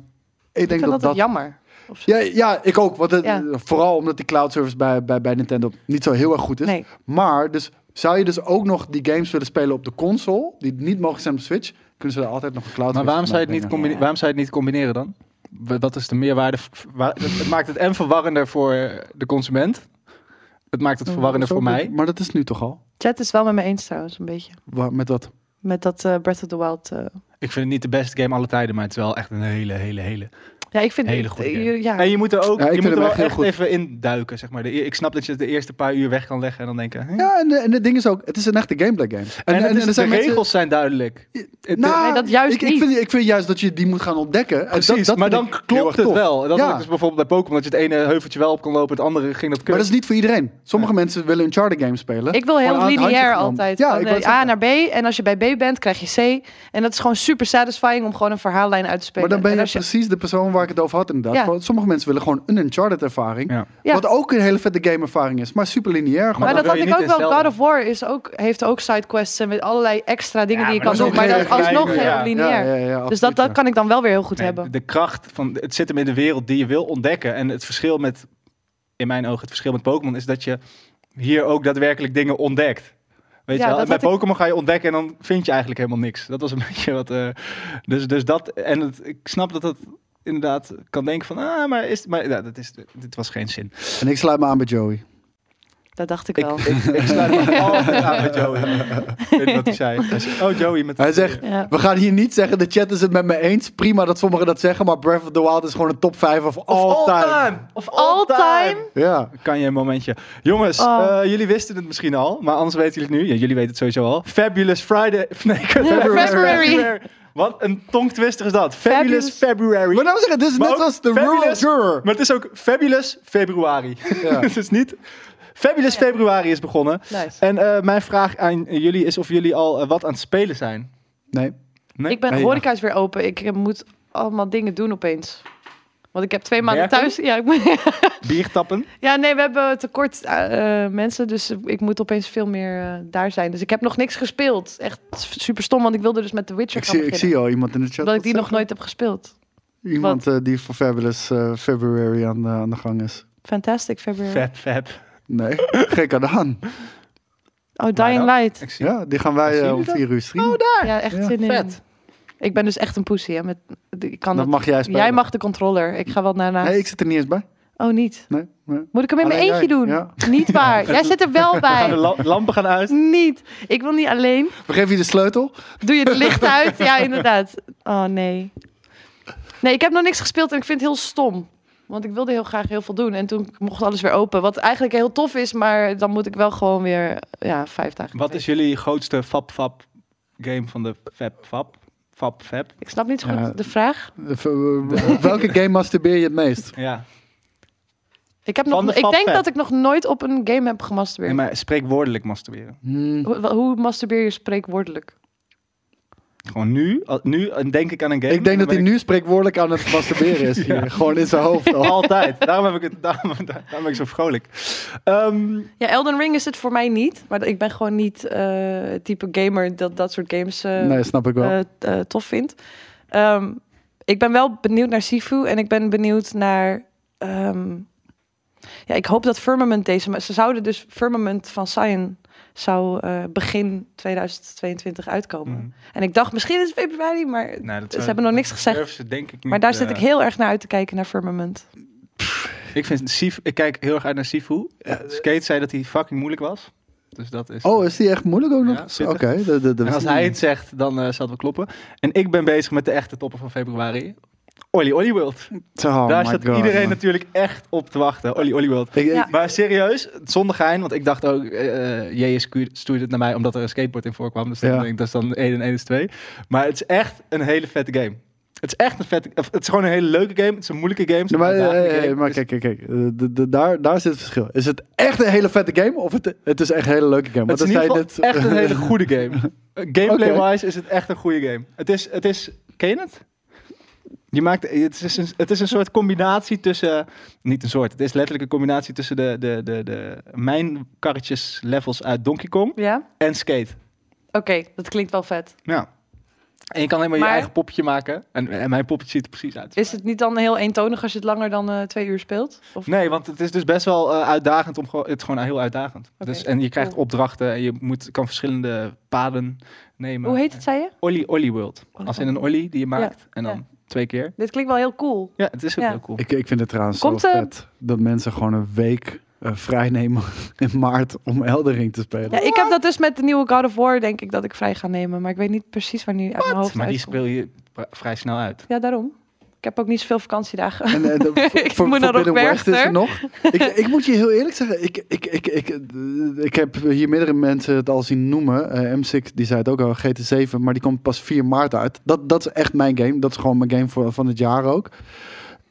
S2: Ik
S3: denk
S2: vind
S3: dat
S2: dat,
S3: dat
S2: jammer. Of zo.
S3: ja, ja, ik ook. Want het-
S2: Ja.
S3: Vooral omdat die cloud service bij, bij, bij Nintendo niet zo heel erg goed is.
S2: Nee.
S3: Maar dus zou je dus ook nog die games willen spelen op de console, die niet mogelijk zijn op Switch, kunnen ze daar altijd nog een cloud
S1: Maar waarom
S3: versie
S1: zou, je
S3: van
S1: het niet combi-
S3: uitbrengen.
S1: waarom zou je het niet combineren dan? Wa- Wat is de meerwaarde? v- wa- Het het maakt het en verwarrender voor de consument. Het maakt het verwarrender
S3: Dat is
S1: voor
S3: ook
S1: mij.
S3: goed. Maar dat is nu toch al?
S2: Chat is wel met me eens trouwens, een beetje.
S3: Wa- met wat?
S2: Met dat eh, Breath of the Wild. eh.
S1: Ik vind het niet de beste game alle tijden, maar het is wel echt een hele, hele, hele.
S2: Ja, ik vind...
S1: Hele goede
S2: eh,
S1: game.
S2: ja.
S1: En je moet er ook
S3: Ja, ik
S1: je
S3: vind
S1: moet er
S3: hem
S1: wel
S3: echt heel
S1: echt
S3: goed.
S1: even induiken. Zeg maar. De- e- ik snap dat je het de eerste paar uur weg kan leggen en dan denken. hè?
S3: Ja, en, en het ding is ook, het is een echte gameplay game.
S1: En, het is-
S3: er
S1: de
S3: zijn mensen-
S1: regels zijn duidelijk. Het-
S3: Nou,
S2: Nee, dat juist
S3: ik, ik
S2: niet.
S3: vind, ik vind juist dat je die moet gaan ontdekken. En
S1: Precies,
S3: dat, dat
S1: maar
S3: vind
S1: dan
S3: ik heel
S1: klopt
S3: erg
S1: het
S3: tof.
S1: wel. En Dat
S3: Ja.
S1: had ik dus bijvoorbeeld bij Pokémon, dat je het ene heuveltje wel op kon lopen, het andere ging dat
S3: Maar
S1: kunnen.
S3: dat is niet voor iedereen. Sommige mensen willen een charter game spelen.
S2: Ik wil
S3: Gewoon aan
S2: heel
S3: het handje
S2: lineair
S3: genomen.
S2: altijd.
S3: Ja,
S2: Van,
S3: ik
S2: eh,
S3: wou het
S2: A
S3: zeggen.
S2: naar B. En als je bij B bent, krijg je C. En dat is gewoon super satisfying om gewoon een verhaallijn uit te spelen.
S3: Maar dan ben
S2: En
S3: je
S2: als
S3: precies de persoon waar ik het over had inderdaad.
S2: Ja.
S3: Want Sommige mensen willen gewoon een Uncharted ervaring.
S1: Ja.
S2: Ja.
S3: Wat ook een hele vette game ervaring is. Maar super lineair gewoon.
S2: Maar,
S1: dan
S2: dat
S1: wil
S2: had
S1: je
S2: ik ook
S1: niet in
S2: wel. God
S1: Zelda.
S2: of War is ook, heeft ook sidequests en met allerlei extra dingen
S1: Ja,
S2: die je
S1: maar
S2: kan
S1: dat
S2: doen.
S1: is
S2: Maar
S1: ook
S2: dat
S1: heel
S2: is alsnog
S1: klein,
S2: heel
S1: ja.
S2: lineair. dus
S3: absoluut,
S2: dat, dat
S3: ja.
S2: kan ik dan wel weer heel goed
S1: Nee,
S2: hebben.
S1: De kracht van het zit hem in de wereld die je wil ontdekken. En het verschil met, in mijn ogen, het verschil met Pokémon is dat je hier ook daadwerkelijk dingen ontdekt. Weet
S2: Ja,
S1: je wel?
S2: dat
S1: En Bij
S2: had ik-
S1: Pokémon ga je ontdekken en dan vind je eigenlijk helemaal niks. Dat was een beetje wat. eh, dus, dus dat. En het, ik snap dat dat inderdaad kan denken van. Ah, maar is. Maar ja, dat is. Dit was geen zin.
S3: En ik sluit me aan bij Joey.
S2: Dat dacht ik
S1: Ik,
S2: wel.
S1: ik, ik sluit me altijd aan met Joey. Ik weet niet wat hij zei. Hij zei, Oh, Joey. Met
S3: Hij zegt,
S2: Ja.
S3: we gaan hier niet zeggen, de chat is het met me eens. Prima dat sommigen dat zeggen, maar Breath of the Wild is gewoon een top 5 of all, time.
S1: Of
S2: all time.
S3: Ja.
S1: Kan je een momentje. Jongens,
S2: Oh.
S1: eh, jullie wisten het misschien al, maar anders weten jullie het nu. Ja, jullie weten het sowieso al. Fabulous Friday. Nee,
S2: February.
S1: Wat een tongtwister is dat. Fabulous
S2: Fabulous.
S1: February.
S3: Maar nou zeggen, dit is
S1: Maar
S3: net
S1: ook
S3: als de rural
S1: fabulous.
S3: juror.
S1: Maar het is ook Fabulous Februari.
S3: Ja.
S1: het is niet... Fabulous
S2: Ja.
S1: Februari is begonnen.
S2: Nice.
S1: En eh, mijn vraag aan jullie is of jullie al eh, wat aan het spelen zijn.
S3: Nee.
S1: Nee?
S2: Ik ben,
S3: Nee, ja.
S2: horeca is weer open. Ik moet allemaal dingen doen opeens. Want ik heb twee maanden
S1: Werken?
S2: thuis. Ja, ik moet,
S1: Biertappen?
S2: ja, nee, we hebben tekort eh, eh, mensen. Dus ik moet opeens veel meer eh, daar zijn. Dus ik heb nog niks gespeeld. Echt super stom, want ik wilde dus met The Witcher
S3: Ik
S2: gaan
S3: zie, ik
S2: beginnen.
S3: zie al iemand in de chat.
S2: Omdat ik
S3: dat
S2: die nog
S3: zeggen.
S2: nooit heb gespeeld.
S3: Iemand eh, die voor Fabulous eh, February aan de, aan de gang is.
S2: Fantastic February.
S1: Fab, fab.
S3: Nee, gek aan de hand.
S2: Oh, Dying
S1: Maar
S2: Light.
S1: Ik zie
S3: Ja, die gaan wij
S1: Zien
S3: eh, om
S1: jullie dat?
S3: vier uur streamen.
S2: Ja, echt
S3: Ah, Ja.
S2: zin in.
S1: Vet.
S2: Ik ben dus echt een pussy. Hè? Met, ik kan
S3: dat
S2: het-
S3: mag jij spelen.
S2: Jij mag de controller. Ik ga wel daarna.
S3: Nee, ik zit er niet eens bij.
S2: Oh, niet.
S3: Nee, nee.
S2: Moet ik hem in mijn
S3: Alleen
S2: eentje
S3: jij,
S2: doen?
S3: ja.
S2: Niet waar. Jij zit er wel
S1: We gaan de
S2: bij.
S1: la- lampen gaan uit.
S2: Niet. Ik wil niet alleen.
S3: We geven je de sleutel.
S2: Doe je het licht uit? Ja, inderdaad. Oh nee. Nee, ik heb nog niks gespeeld en ik vind het heel stom. Want ik wilde heel graag heel veel doen. En toen mocht alles weer open. Wat eigenlijk heel tof is, maar dan moet ik wel gewoon weer ja, vijf dagen.
S1: Wat is jullie grootste fab-fab game van de fab-fab? Fab-fab?
S2: Ik snap niet zo goed
S3: Ja.
S2: de vraag.
S3: Eh, v- eh, Welke game masturbeer je het meest?
S1: Ja.
S2: Ik, heb
S1: Van
S2: nog,
S1: de
S2: ik denk
S1: fabfab.
S2: dat ik nog nooit op een game heb gemasturbeerd.
S1: Nee, maar spreekwoordelijk masturberen.
S3: Hmm,
S2: Hoe, hoe masturbeer je spreekwoordelijk?
S1: Gewoon nu, al- nu eh, denk ik aan een game.
S3: Ik denk
S1: dan
S3: dat hij
S1: ben
S3: nu spreekwoordelijk aan het masturberen is. hier. Gewoon in zijn hoofd al.
S1: Altijd. Daarom, heb ik het, daarom, daar- daarom ben ik zo vrolijk. Ehm,
S2: Ja, Elden Ring is het voor mij niet. Maar ik ben gewoon niet eh, het type gamer dat dat soort games eh,
S3: Nee, snap ik wel.
S2: eh, eh, tof vind. Ehm, ik ben wel benieuwd naar Sifu en ik ben benieuwd naar. ehm, ja, ik hoop dat Firmament deze. ma- Ze zouden dus Firmament van Cyan zou eh, begin 2022 uitkomen.
S1: mhm.
S2: En ik dacht misschien is het februari, maar
S1: Nee, dat
S2: Oh. ze hebben nog niks gezegd.
S1: durven ze denk ik niet,
S2: maar daar zit
S1: eh,
S2: ik heel erg naar uit te kijken naar Firmament.
S1: Ik, vind Sifu, ik kijk heel erg uit naar Sifu. Eh, Skate zei dat hij fucking moeilijk was. Dus dat is...
S3: Oh, is die echt moeilijk ook nog?
S1: Ja,
S3: eens?
S1: pittig.
S3: Oké. dat- dat- dat
S1: en als
S3: wist ik
S1: hij
S3: niet.
S1: het zegt, dan eh zal het wel kloppen. En ik ben bezig met de echte toppen van februari. Olly Olly World.
S3: Oh
S1: Daar
S3: my
S1: staat
S3: God,
S1: iedereen
S3: man.
S1: natuurlijk echt op te wachten. Olly Olly World.
S3: Ik- ik-
S2: Ja.
S1: Maar serieus, zonder gein, want ik dacht ook, eh JS stuurde het naar mij omdat er een skateboard in voorkwam. Dus dan
S3: Ja.
S1: denk ik, dat is dan 1 en 1 is 2. Maar het is echt een hele vette game. Het is echt een vette, of het is gewoon een hele leuke game. Het is een moeilijke game. Het is
S3: Nee,
S1: een
S3: maar,
S1: uitdagende
S3: eh, eh,
S1: game.
S3: maar
S1: Dus
S3: kijk, kijk, kijk. Eh, d- d- daar, daar zit het verschil. Is het echt een hele vette game of het, het is echt een hele leuke game?
S1: het
S3: Want
S1: is in
S3: dan
S1: ieder geval
S3: zei je net-
S1: echt een hele goede game. Gameplay-wise is het echt een goede game. Het is, het is ken je het? Je maakt, het, is een, het is een soort combinatie tussen, niet een soort, het is letterlijk een combinatie tussen de, de, de, de mijnkarretjes levels uit Donkey Kong
S2: Ja?
S1: en Skate.
S2: Oké, dat klinkt wel vet.
S1: Ja. En je kan helemaal
S2: Maar-
S1: je eigen poppetje maken. En, en mijn poppetje ziet er precies uit.
S2: Is het niet dan heel eentonig als je het langer dan eh, twee uur speelt? Of...
S1: Nee, want het is dus best wel eh, uitdagend. Om, gewoon- het is gewoon heel uitdagend.
S2: Oké,
S1: dus, en je krijgt
S2: cool.
S1: opdrachten en je moet, kan verschillende paden nemen.
S2: Hoe heet het, zei je?
S1: Olly Olly World.
S2: Olly
S1: Als in een ollie die je maakt en dan
S2: ja.
S1: twee keer.
S2: Dit klinkt wel heel cool.
S1: Ja, het is ook
S2: Ja.
S1: heel cool.
S3: Ik, ik vind het trouwens
S2: Komt,
S3: zo
S2: eh,
S3: vet dat mensen gewoon een week eh, vrij nemen in maart om Eldering te spelen.
S2: Ja, ik heb dat dus met de nieuwe God of War, denk ik, dat ik vrij ga nemen. Maar ik weet niet precies wanneer die uit mijn hoofd
S1: maar die
S2: uitkomt.
S1: speel je v- vrij snel uit.
S2: Ja, daarom. Ik heb ook niet zoveel vakantiedagen.
S3: En, eh, de-
S2: Ik
S3: voor- voor
S2: moet naar
S3: Forbidden
S2: Rockberg,
S3: West is
S2: hè?
S3: er nog. ik, ik moet je heel eerlijk zeggen, ik, ik, ik, ik, eh, ik heb hier meerdere mensen het al zien noemen. Eh, M6 die zei het ook al, GT7, maar die komt pas 4 maart uit. Dat, dat is echt mijn game. Dat is gewoon mijn game voor, van het jaar ook.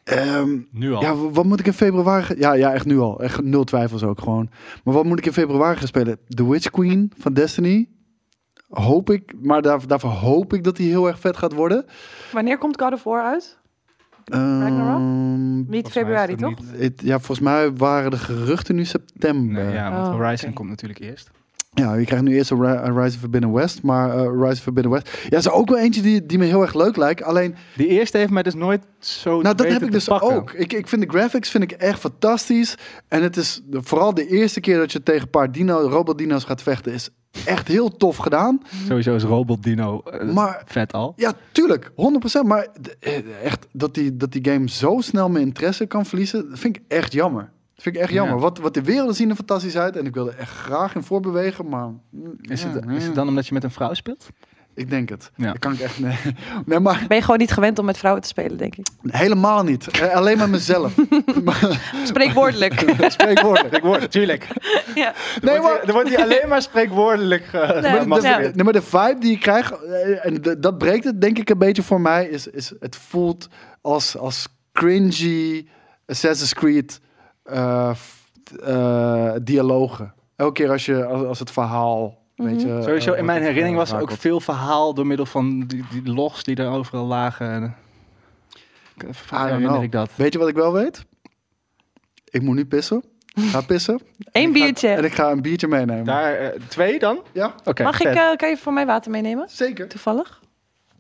S3: Ehm,
S1: Nu al.
S3: ja, w- wat moet ik in februari... ge- Ja, ja, echt nu al. Echt nul twijfels ook gewoon. Maar wat moet ik in februari gaan spelen? The Witch Queen van Destiny. Hoop ik, maar daar, daarvoor hoop ik dat die heel erg vet gaat worden.
S2: Wanneer komt God of War uit? Ragnarok?
S3: Ehm
S2: Niet
S1: Volgens mij
S2: februari,
S1: is dat
S2: toch?
S1: niet-
S3: het- ja, volgens mij waren de geruchten nu september.
S1: Nee,
S3: ja.
S1: ja, want
S2: Oh,
S1: Horizon
S2: oké.
S1: komt natuurlijk eerst.
S3: je krijgt nu eerst een Ri- een Rise of Forbidden West, maar eh, Rise of Forbidden West... Ja, is er ook wel eentje die, die me heel erg leuk lijkt. Alleen,
S1: Die eerste heeft mij dus nooit zo
S3: nou, dat
S1: weten
S3: heb ik
S1: te
S3: dus
S1: pakken.
S3: ook. Ik, ik vind de graphics vind ik echt fantastisch. En het is de- vooral de eerste keer dat je tegen een paar dino, robotdino's gaat vechten... is echt heel tof gedaan.
S1: Sowieso is Robot Dino eh,
S3: Maar
S1: vet al.
S3: Ja, tuurlijk. 100%. Maar d- eh, echt, dat die, dat die game zo snel mijn interesse kan verliezen, dat vind ik echt jammer. Dat vind ik echt jammer.
S1: Ja.
S3: Wat, wat de werelden zien er fantastisch uit. En ik wil er echt graag in voorbewegen, maar... mm,
S1: Is
S3: ja,
S1: het,
S3: ja.
S1: is het dan omdat je met een vrouw speelt?
S3: Ik denk het.
S1: Ja.
S3: Dat kan ik echt... Nee, nee maar
S2: Ben je gewoon niet gewend om met vrouwen te spelen, denk ik.
S3: helemaal niet. Eh, alleen maar mezelf.
S2: Spreekwoordelijk.
S3: Spreekwoordelijk.
S1: Ik word, tuurlijk.
S2: ja.
S3: Nee, maar...
S1: Er wordt hier alleen maar spreekwoordelijk ge-
S2: Nee,
S3: Maar de,
S1: gemasturbeerd.
S2: Ja.
S3: nee, maar de vibe die ik krijg, eh, en de- dat breekt het denk ik een beetje voor mij, is, is het voelt als, als cringy Assassin's Creed eh, f- eh, dialogen. Elke keer als, je, als, als het verhaal Weet je,
S1: Sowieso,
S3: eh,
S1: in mijn
S3: wat-
S1: herinnering was
S3: eh,
S1: er ook
S3: raakt op.
S1: veel verhaal door middel van die, die logs die er overal lagen. Ik- eh, Herinner
S3: know.
S1: ik dat.
S3: Weet je wat ik wel weet? Ik moet nu pissen. Ik Ga pissen.
S2: Eén
S3: En
S2: biertje.
S3: ik ga een biertje meenemen.
S1: Daar, eh, twee dan?
S3: Ja,
S1: Oké.
S2: Mag ik,
S1: vet.
S2: eh, kan je voor mij water meenemen?
S3: zeker.
S2: Toevallig?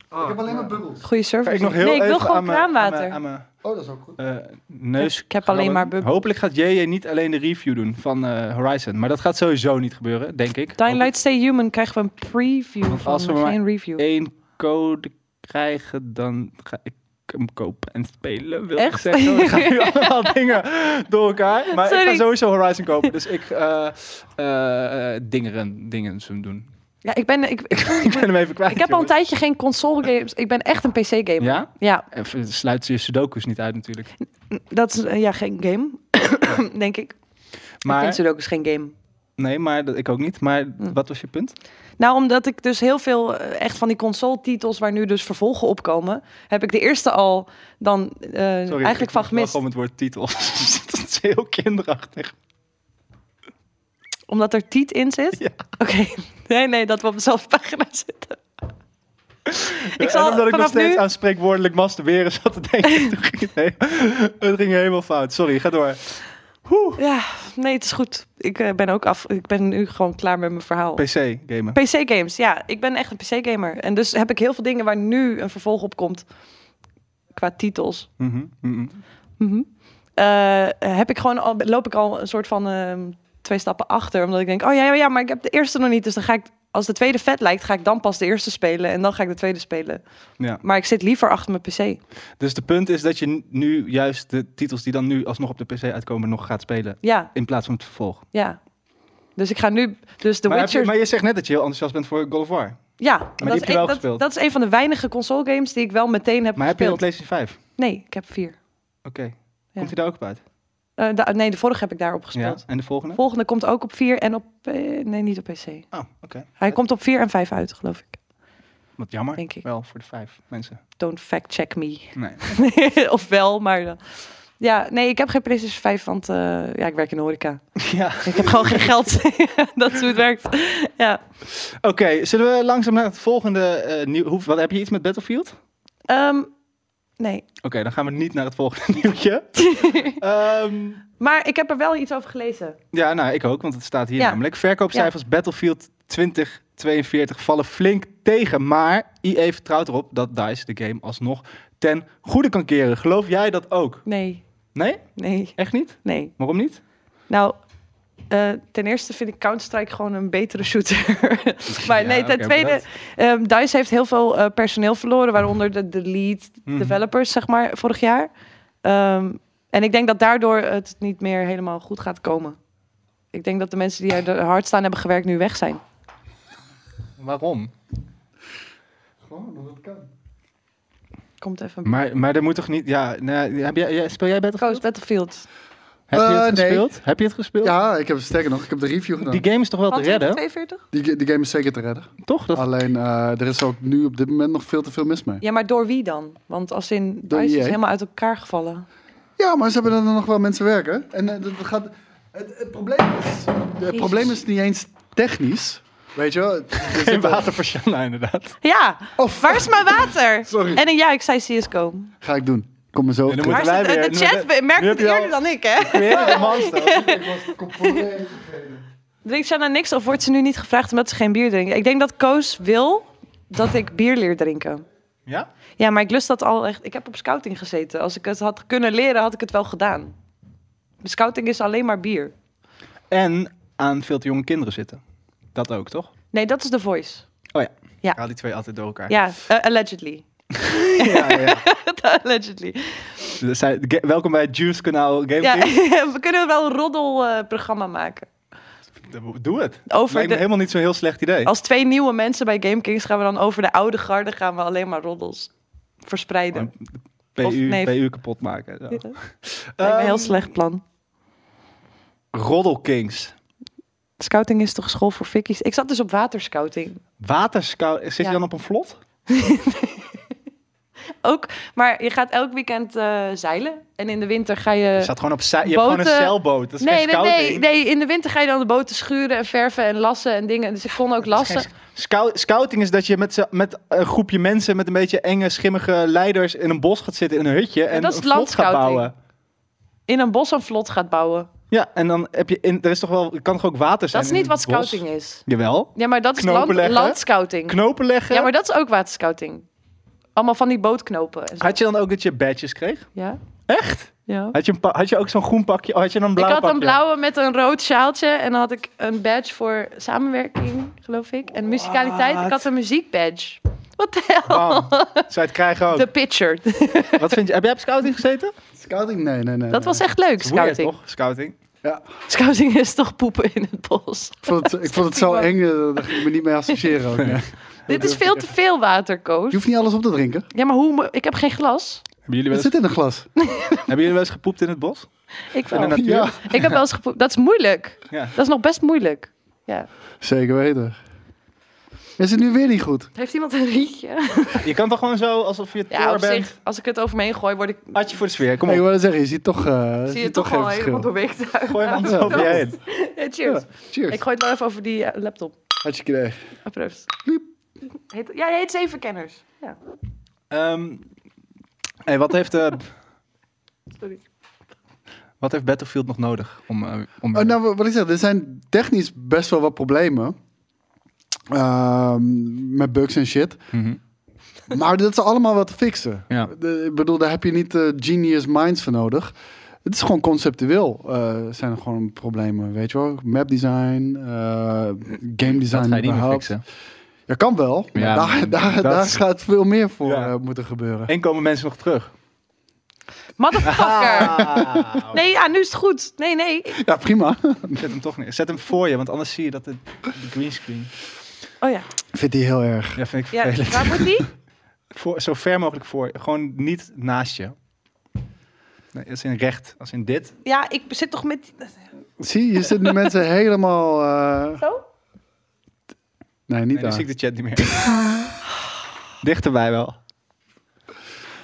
S3: ik
S1: Ah.
S3: heb alleen maar bubbels.
S2: Goede service.
S1: Kan ik nog heel
S2: nee, ik wil
S1: even
S2: gewoon
S1: aan mijn- aan mijn-
S2: kraanwater.
S1: aan mijn,
S3: Oh, dat is ook goed.
S1: eh, neus.
S2: Ik heb alleen
S1: krabben.
S2: maar bubbel.
S1: Hopelijk gaat JJ niet alleen de review doen van eh, Horizon. Maar dat gaat sowieso niet gebeuren, denk ik.
S2: Dying Light Stay Human krijgen we een preview van,
S1: als we
S2: geen
S1: maar
S2: review.
S1: één code krijgen, dan ga ik hem kopen en spelen. Wil ik
S2: Echt?
S1: zeggen, we gaan nu allemaal dingen door elkaar. Maar ik ga
S2: Sorry.
S1: sowieso Horizon kopen, dus ik eh eh eh, dingeren, dingen doen.
S2: Ja, ik ben... Ik, ik,
S1: Ik ben hem even kwijt.
S2: ik heb al een
S1: jongens.
S2: tijdje geen console games. Ik ben echt een PC gamer.
S1: Ja?
S2: ja
S1: Even, sluit je sudokus niet uit natuurlijk.
S2: Dat is eh, ja, geen game, denk ik. Ik vind
S1: Maar,
S2: Sudoku is geen game.
S1: nee, maar dat, ik ook niet. Maar
S2: Hm.
S1: wat was je punt?
S2: Nou, omdat ik dus heel veel eh, echt van die console-titels waar nu dus vervolgen op komen, heb ik de eerste al dan eh, eigenlijk van gemist.
S1: Gewoon het woord titel. dat is heel kinderachtig.
S2: Omdat er tiet in zit?
S1: Ja.
S2: Oké. Nee, nee, dat we op dezelfde pagina zitten. Ik
S1: en
S2: zal
S1: omdat ik nog
S2: vanaf
S1: steeds
S2: nu...
S1: aan spreekwoordelijk masturberen zat te denken, toen ging het, he- het ging helemaal fout. Sorry, ga door.
S2: Ja, nee, het is goed. Ik eh, ben ook af... Ik ben nu gewoon klaar met mijn verhaal.
S1: PC gamen.
S2: PC-games, ja. Ik ben echt een PC-gamer. En dus heb ik heel veel dingen waar nu een vervolg op komt. Qua titels.
S1: Mhm, mhm.
S2: Mhm. Eh, heb ik gewoon al, loop ik al een soort van ehm, twee stappen achter. Omdat ik denk, oh ja, ja, ja, maar ik heb de eerste nog niet. Dus dan ga ik, als de tweede vet lijkt, ga ik dan pas de eerste spelen. En dan ga ik de tweede spelen.
S1: Ja.
S2: Maar ik zit liever achter mijn pc.
S1: Dus de punt is dat je n- nu juist de titels die dan nu alsnog op de PC uitkomen nog gaat spelen.
S2: Ja,
S1: In plaats van het vervolg.
S2: ja. Dus ik ga nu, dus The
S1: maar, heb
S2: Witcher...
S1: je, maar je zegt net dat je heel enthousiast bent voor God of War.
S2: ja,
S1: die heb je
S2: een-
S1: wel
S2: dat,
S1: gespeeld.
S2: dat is een van de weinige console games die ik wel meteen heb
S1: Maar heb je een
S2: gespeeld.
S1: PlayStation 5? Oké.
S2: nee, ik heb vier.
S1: Komt hij daar ook op uit?
S2: Eh, da- nee, de vorige heb ik daarop gespeeld.
S1: En de volgende?
S2: Volgende komt ook op vier en op... eh, nee, niet op pc.
S1: Oh, oké.
S2: Hij komt op vier en vijf uit, geloof ik.
S1: Wat jammer.
S2: Denk ik.
S1: Wel voor de vijf mensen.
S2: Don't fact check me.
S1: Nee.
S2: of wel, maar... eh, ja, nee, ik heb geen PlayStation 5, want eh, ja, ik werk in de horeca.
S1: ja.
S2: Ik heb gewoon geen geld. dat is hoe het werkt. ja.
S1: Oké, zullen we langzaam naar het volgende eh nieuw... Hoe, wat, heb je iets met Battlefield?
S2: Ehm, nee.
S1: Oké, dan gaan we niet naar het volgende nieuwtje. Ehm,
S2: Maar ik heb er wel iets over gelezen.
S1: ja, nou, ik ook, want het staat hier
S2: Ja.
S1: namelijk. Verkoopcijfers Battlefield 2042 vallen flink tegen. Maar EA vertrouwt erop dat DICE de game alsnog ten goede kan keren. Geloof jij dat ook?
S2: Nee,
S1: Nee?
S2: nee,
S1: Echt niet?
S2: nee.
S1: Waarom niet?
S2: Nou, eh, ten eerste vind ik Counter-Strike gewoon een betere shooter. maar
S1: Ja,
S2: nee, ten
S1: oké,
S2: tweede,
S1: bedankt.
S2: ehm DICE heeft heel veel eh, personeel verloren, waaronder de, de lead
S1: Mhm.
S2: developers, zeg maar, vorig jaar. Ehm, en ik denk dat daardoor het niet meer helemaal goed gaat komen. Ik denk dat de mensen die er hard staan hebben gewerkt nu weg zijn.
S1: Waarom?
S3: Gewoon, omdat het kan.
S2: Komt even. een
S1: Maar, maar er moet toch niet... Ja, nou, heb jij, jij- speel jij Battlefield?
S2: Koos, Battlefield.
S1: Heb je
S3: Eh,
S1: het
S3: nee.
S1: gespeeld? Heb je het gespeeld?
S3: Ja, ik heb sterker nog, ik heb de review gedaan.
S1: Die game is toch wel te
S2: Van
S1: redden?
S2: 42?
S3: Die, die game is zeker te redden.
S1: Toch? Dat,
S3: Alleen, eh, er is ook nu op dit moment nog veel te veel mis mee.
S2: Ja, maar door wie dan? Want als in
S3: Door
S2: DICE is
S1: E
S3: EA.
S2: helemaal uit elkaar gevallen.
S3: Ja, maar ze hebben er nog wel mensen werken. En eh, dat gaat... Het, het probleem is... Het
S2: Jezus.
S3: probleem is niet eens technisch. Weet je wel? Het- er
S1: Geen
S3: zit wel-
S1: water voor Shanna, inderdaad.
S2: Ja,
S3: Oh, fuck.
S2: waar is mijn water?
S3: Sorry.
S2: En een- ja, ik zei CSGO.
S3: Ga ik doen. Kom maar zo.
S1: En dan
S3: terug.
S2: Maar
S1: Moeten wij
S2: ze-
S1: weer-
S2: de chat
S1: nu-
S2: merkt
S1: nu heb
S2: het
S1: je al-
S2: eerder dan ik, hè?
S1: Weer monster.
S2: Drinkt Shanna niks of wordt ze nu niet gevraagd omdat ze geen bier drinkt? Ik denk dat Koos wil dat ik bier leer drinken.
S1: Ja?
S2: Ja, maar ik lust dat al echt. Ik heb op scouting gezeten. Als ik het had kunnen leren, had ik het wel gedaan. Scouting is alleen maar bier.
S1: En aan veel te jonge kinderen zitten. Dat ook, toch?
S2: Nee, dat is The Voice.
S1: Oh ja.
S2: Ja.
S1: Ik haal die twee altijd door elkaar.
S2: Ja, eh, allegedly.
S1: Ja, ja, ja.
S2: allegedly.
S1: Dus zij- ge- welkom bij het Juice kanaal Game
S2: Ja,
S1: Freak.
S2: we kunnen wel een roddelprogramma maken.
S1: Doe het.
S2: Over
S1: Lijkt me
S2: de-
S1: helemaal niet zo'n heel slecht idee.
S2: Als twee nieuwe mensen bij Game Kings gaan we dan over de oude garde gaan we alleen maar roddels
S1: Oh,
S2: verspreiden.
S1: PU,
S2: of nee.
S1: PU kapot maken. zo.
S2: Ja. Lijkt me een
S1: Ehm.
S2: heel slecht plan.
S1: Roddel Kings.
S2: Scouting is toch school voor fikkies? Ik zat dus op waterscouting. Eh,
S1: Waterscout. Zit
S2: Ja.
S1: je dan op een vlot?
S2: ook. Maar je gaat elk weekend eh, zeilen. En in de winter ga je.
S1: Je staat gewoon op zij. Je hebt gewoon een
S2: boten-
S1: zeilboot. Dat is
S2: nee,
S1: geen
S2: nee,
S1: scouting.
S2: nee, nee. In de winter ga je dan de boten schuren en verven en lassen en dingen. Dus ik kon ook
S1: Ah, Dat is
S2: lassen.
S1: geen sc- scou- Scouting is dat je met, z'n- met een groepje mensen met een beetje enge, schimmige leiders in een bos gaat zitten in een hutje en
S2: dat is
S1: een vlot gaat
S2: landscouting.
S1: bouwen.
S2: In een bos een vlot gaat bouwen.
S1: Ja, en dan heb je in, er is toch wel, er kan toch ook water zijn.
S2: Dat is niet
S1: in het
S2: wat
S1: bos?
S2: scouting is.
S1: Jawel.
S2: Ja, maar dat is
S1: Knopen
S2: land,
S1: leggen.
S2: landscouting.
S1: Knopen leggen.
S2: Ja, maar dat is ook waterscouting. Allemaal van die bootknopen. En zo.
S1: Had je dan ook dat je badges kreeg?
S2: Ja.
S1: Echt?
S2: ja.
S1: Had je, een pa- had je ook zo'n groen pakje? Of had je dan een
S2: Ik
S1: blauw
S2: had een
S1: pakje?
S2: blauwe met een rood sjaaltje. En dan had ik een badge voor samenwerking, geloof ik. En musicaliteit. Ik
S1: What?
S2: had een muziekbadge. Wat de hel?
S1: Bam. Zou je het krijgen ook?
S2: De pitcher.
S1: Wat vind je? Heb jij op scouting gezeten?
S3: Scouting? Nee, nee, nee.
S2: Dat
S3: nee.
S2: was echt leuk,
S1: Weird,
S2: scouting.
S1: toch? Scouting.
S2: Scouting is toch poepen in het bos.
S3: Ik vond het, ik vond het zo
S2: Prima.
S3: eng, eh, daar ging ik me niet mee associëren. ook, nee.
S2: Dit is veel te veel water,
S3: Je
S2: Koos.
S3: hoeft niet alles op te drinken.
S2: Ja, maar hoe? mo- Ik heb geen glas.
S1: Hebben jullie wel
S3: Het
S1: eens,
S3: zit in een glas. Nou,
S1: hebben jullie wel eens gepoept in het bos?
S2: Ik,
S1: In de
S2: wel.
S1: natuur?
S3: Ja.
S2: ik heb wel eens gepoept. Dat is moeilijk.
S1: Ja.
S2: Dat is nog best moeilijk. Ja.
S3: Zeker weten. Is het nu weer niet goed?
S2: Heeft iemand een rietje?
S1: Je kan toch gewoon zo, alsof je
S2: Ja,
S1: tour
S2: op
S1: bent?
S2: zich. Als ik het over me heen gooi, word ik,
S1: Had je voor de sfeer, kom
S3: Ik
S1: op.
S3: wilde zeggen, je ziet toch, eh
S2: zie
S3: ziet
S2: je toch
S3: geen
S2: al
S3: verschil.
S2: helemaal doorweekt uit.
S1: Gooi hem anders over je heen.
S2: Ja, cheers.
S3: Cheers.
S2: Ik gooi het wel even over die eh, laptop.
S3: Hartstikke idee.
S2: Applaus.
S3: Piep.
S2: Heet, ja, hij heet Zeven Kenners. Ja,
S1: Ehm, hey, wat, heeft, eh,
S2: sorry.
S1: wat heeft Battlefield nog nodig? Om, eh, om
S3: Oh, nou, wat ik zeg, er zijn technisch best wel wat problemen. Ehm, met bugs en shit.
S1: Mhm.
S3: Maar dat is allemaal wat te fixen.
S1: Ja.
S3: De- ik bedoel, daar heb je niet eh, genius minds voor nodig. Het is gewoon conceptueel. eh, zijn er gewoon problemen, weet je wel? Map design, eh, game design.
S1: Dat ga je niet meer
S3: überhaupt.
S1: fixen.
S3: Ja, kan wel. maar
S1: Ja,
S3: daar,
S1: maar
S3: daar,
S1: dat
S3: daar
S1: is-
S3: gaat veel meer voor
S1: Ja.
S3: eh, moeten gebeuren.
S1: En komen mensen nog terug?
S2: Motherfucker!
S1: Ah,
S2: Nee, ja, nu is het goed. Nee, nee.
S3: Ja, prima.
S1: Zet hem toch neer. Zet hem voor je, want anders zie je dat het de greenscreen.
S2: Oh ja.
S3: Vindt hij heel erg.
S1: Ja, vind ik
S2: ja
S1: vervelend.
S2: waar moet die?
S1: Voor, zo ver mogelijk voor. je. Gewoon niet naast je. Nee, als in recht, als in dit.
S2: Ja, ik zit toch met...
S3: Zie, je zit nu mensen helemaal... eh,
S2: Zo?
S3: Nee, niet
S1: Nee, nu
S3: aan.
S1: zie ik de chat niet meer. Dichterbij wel.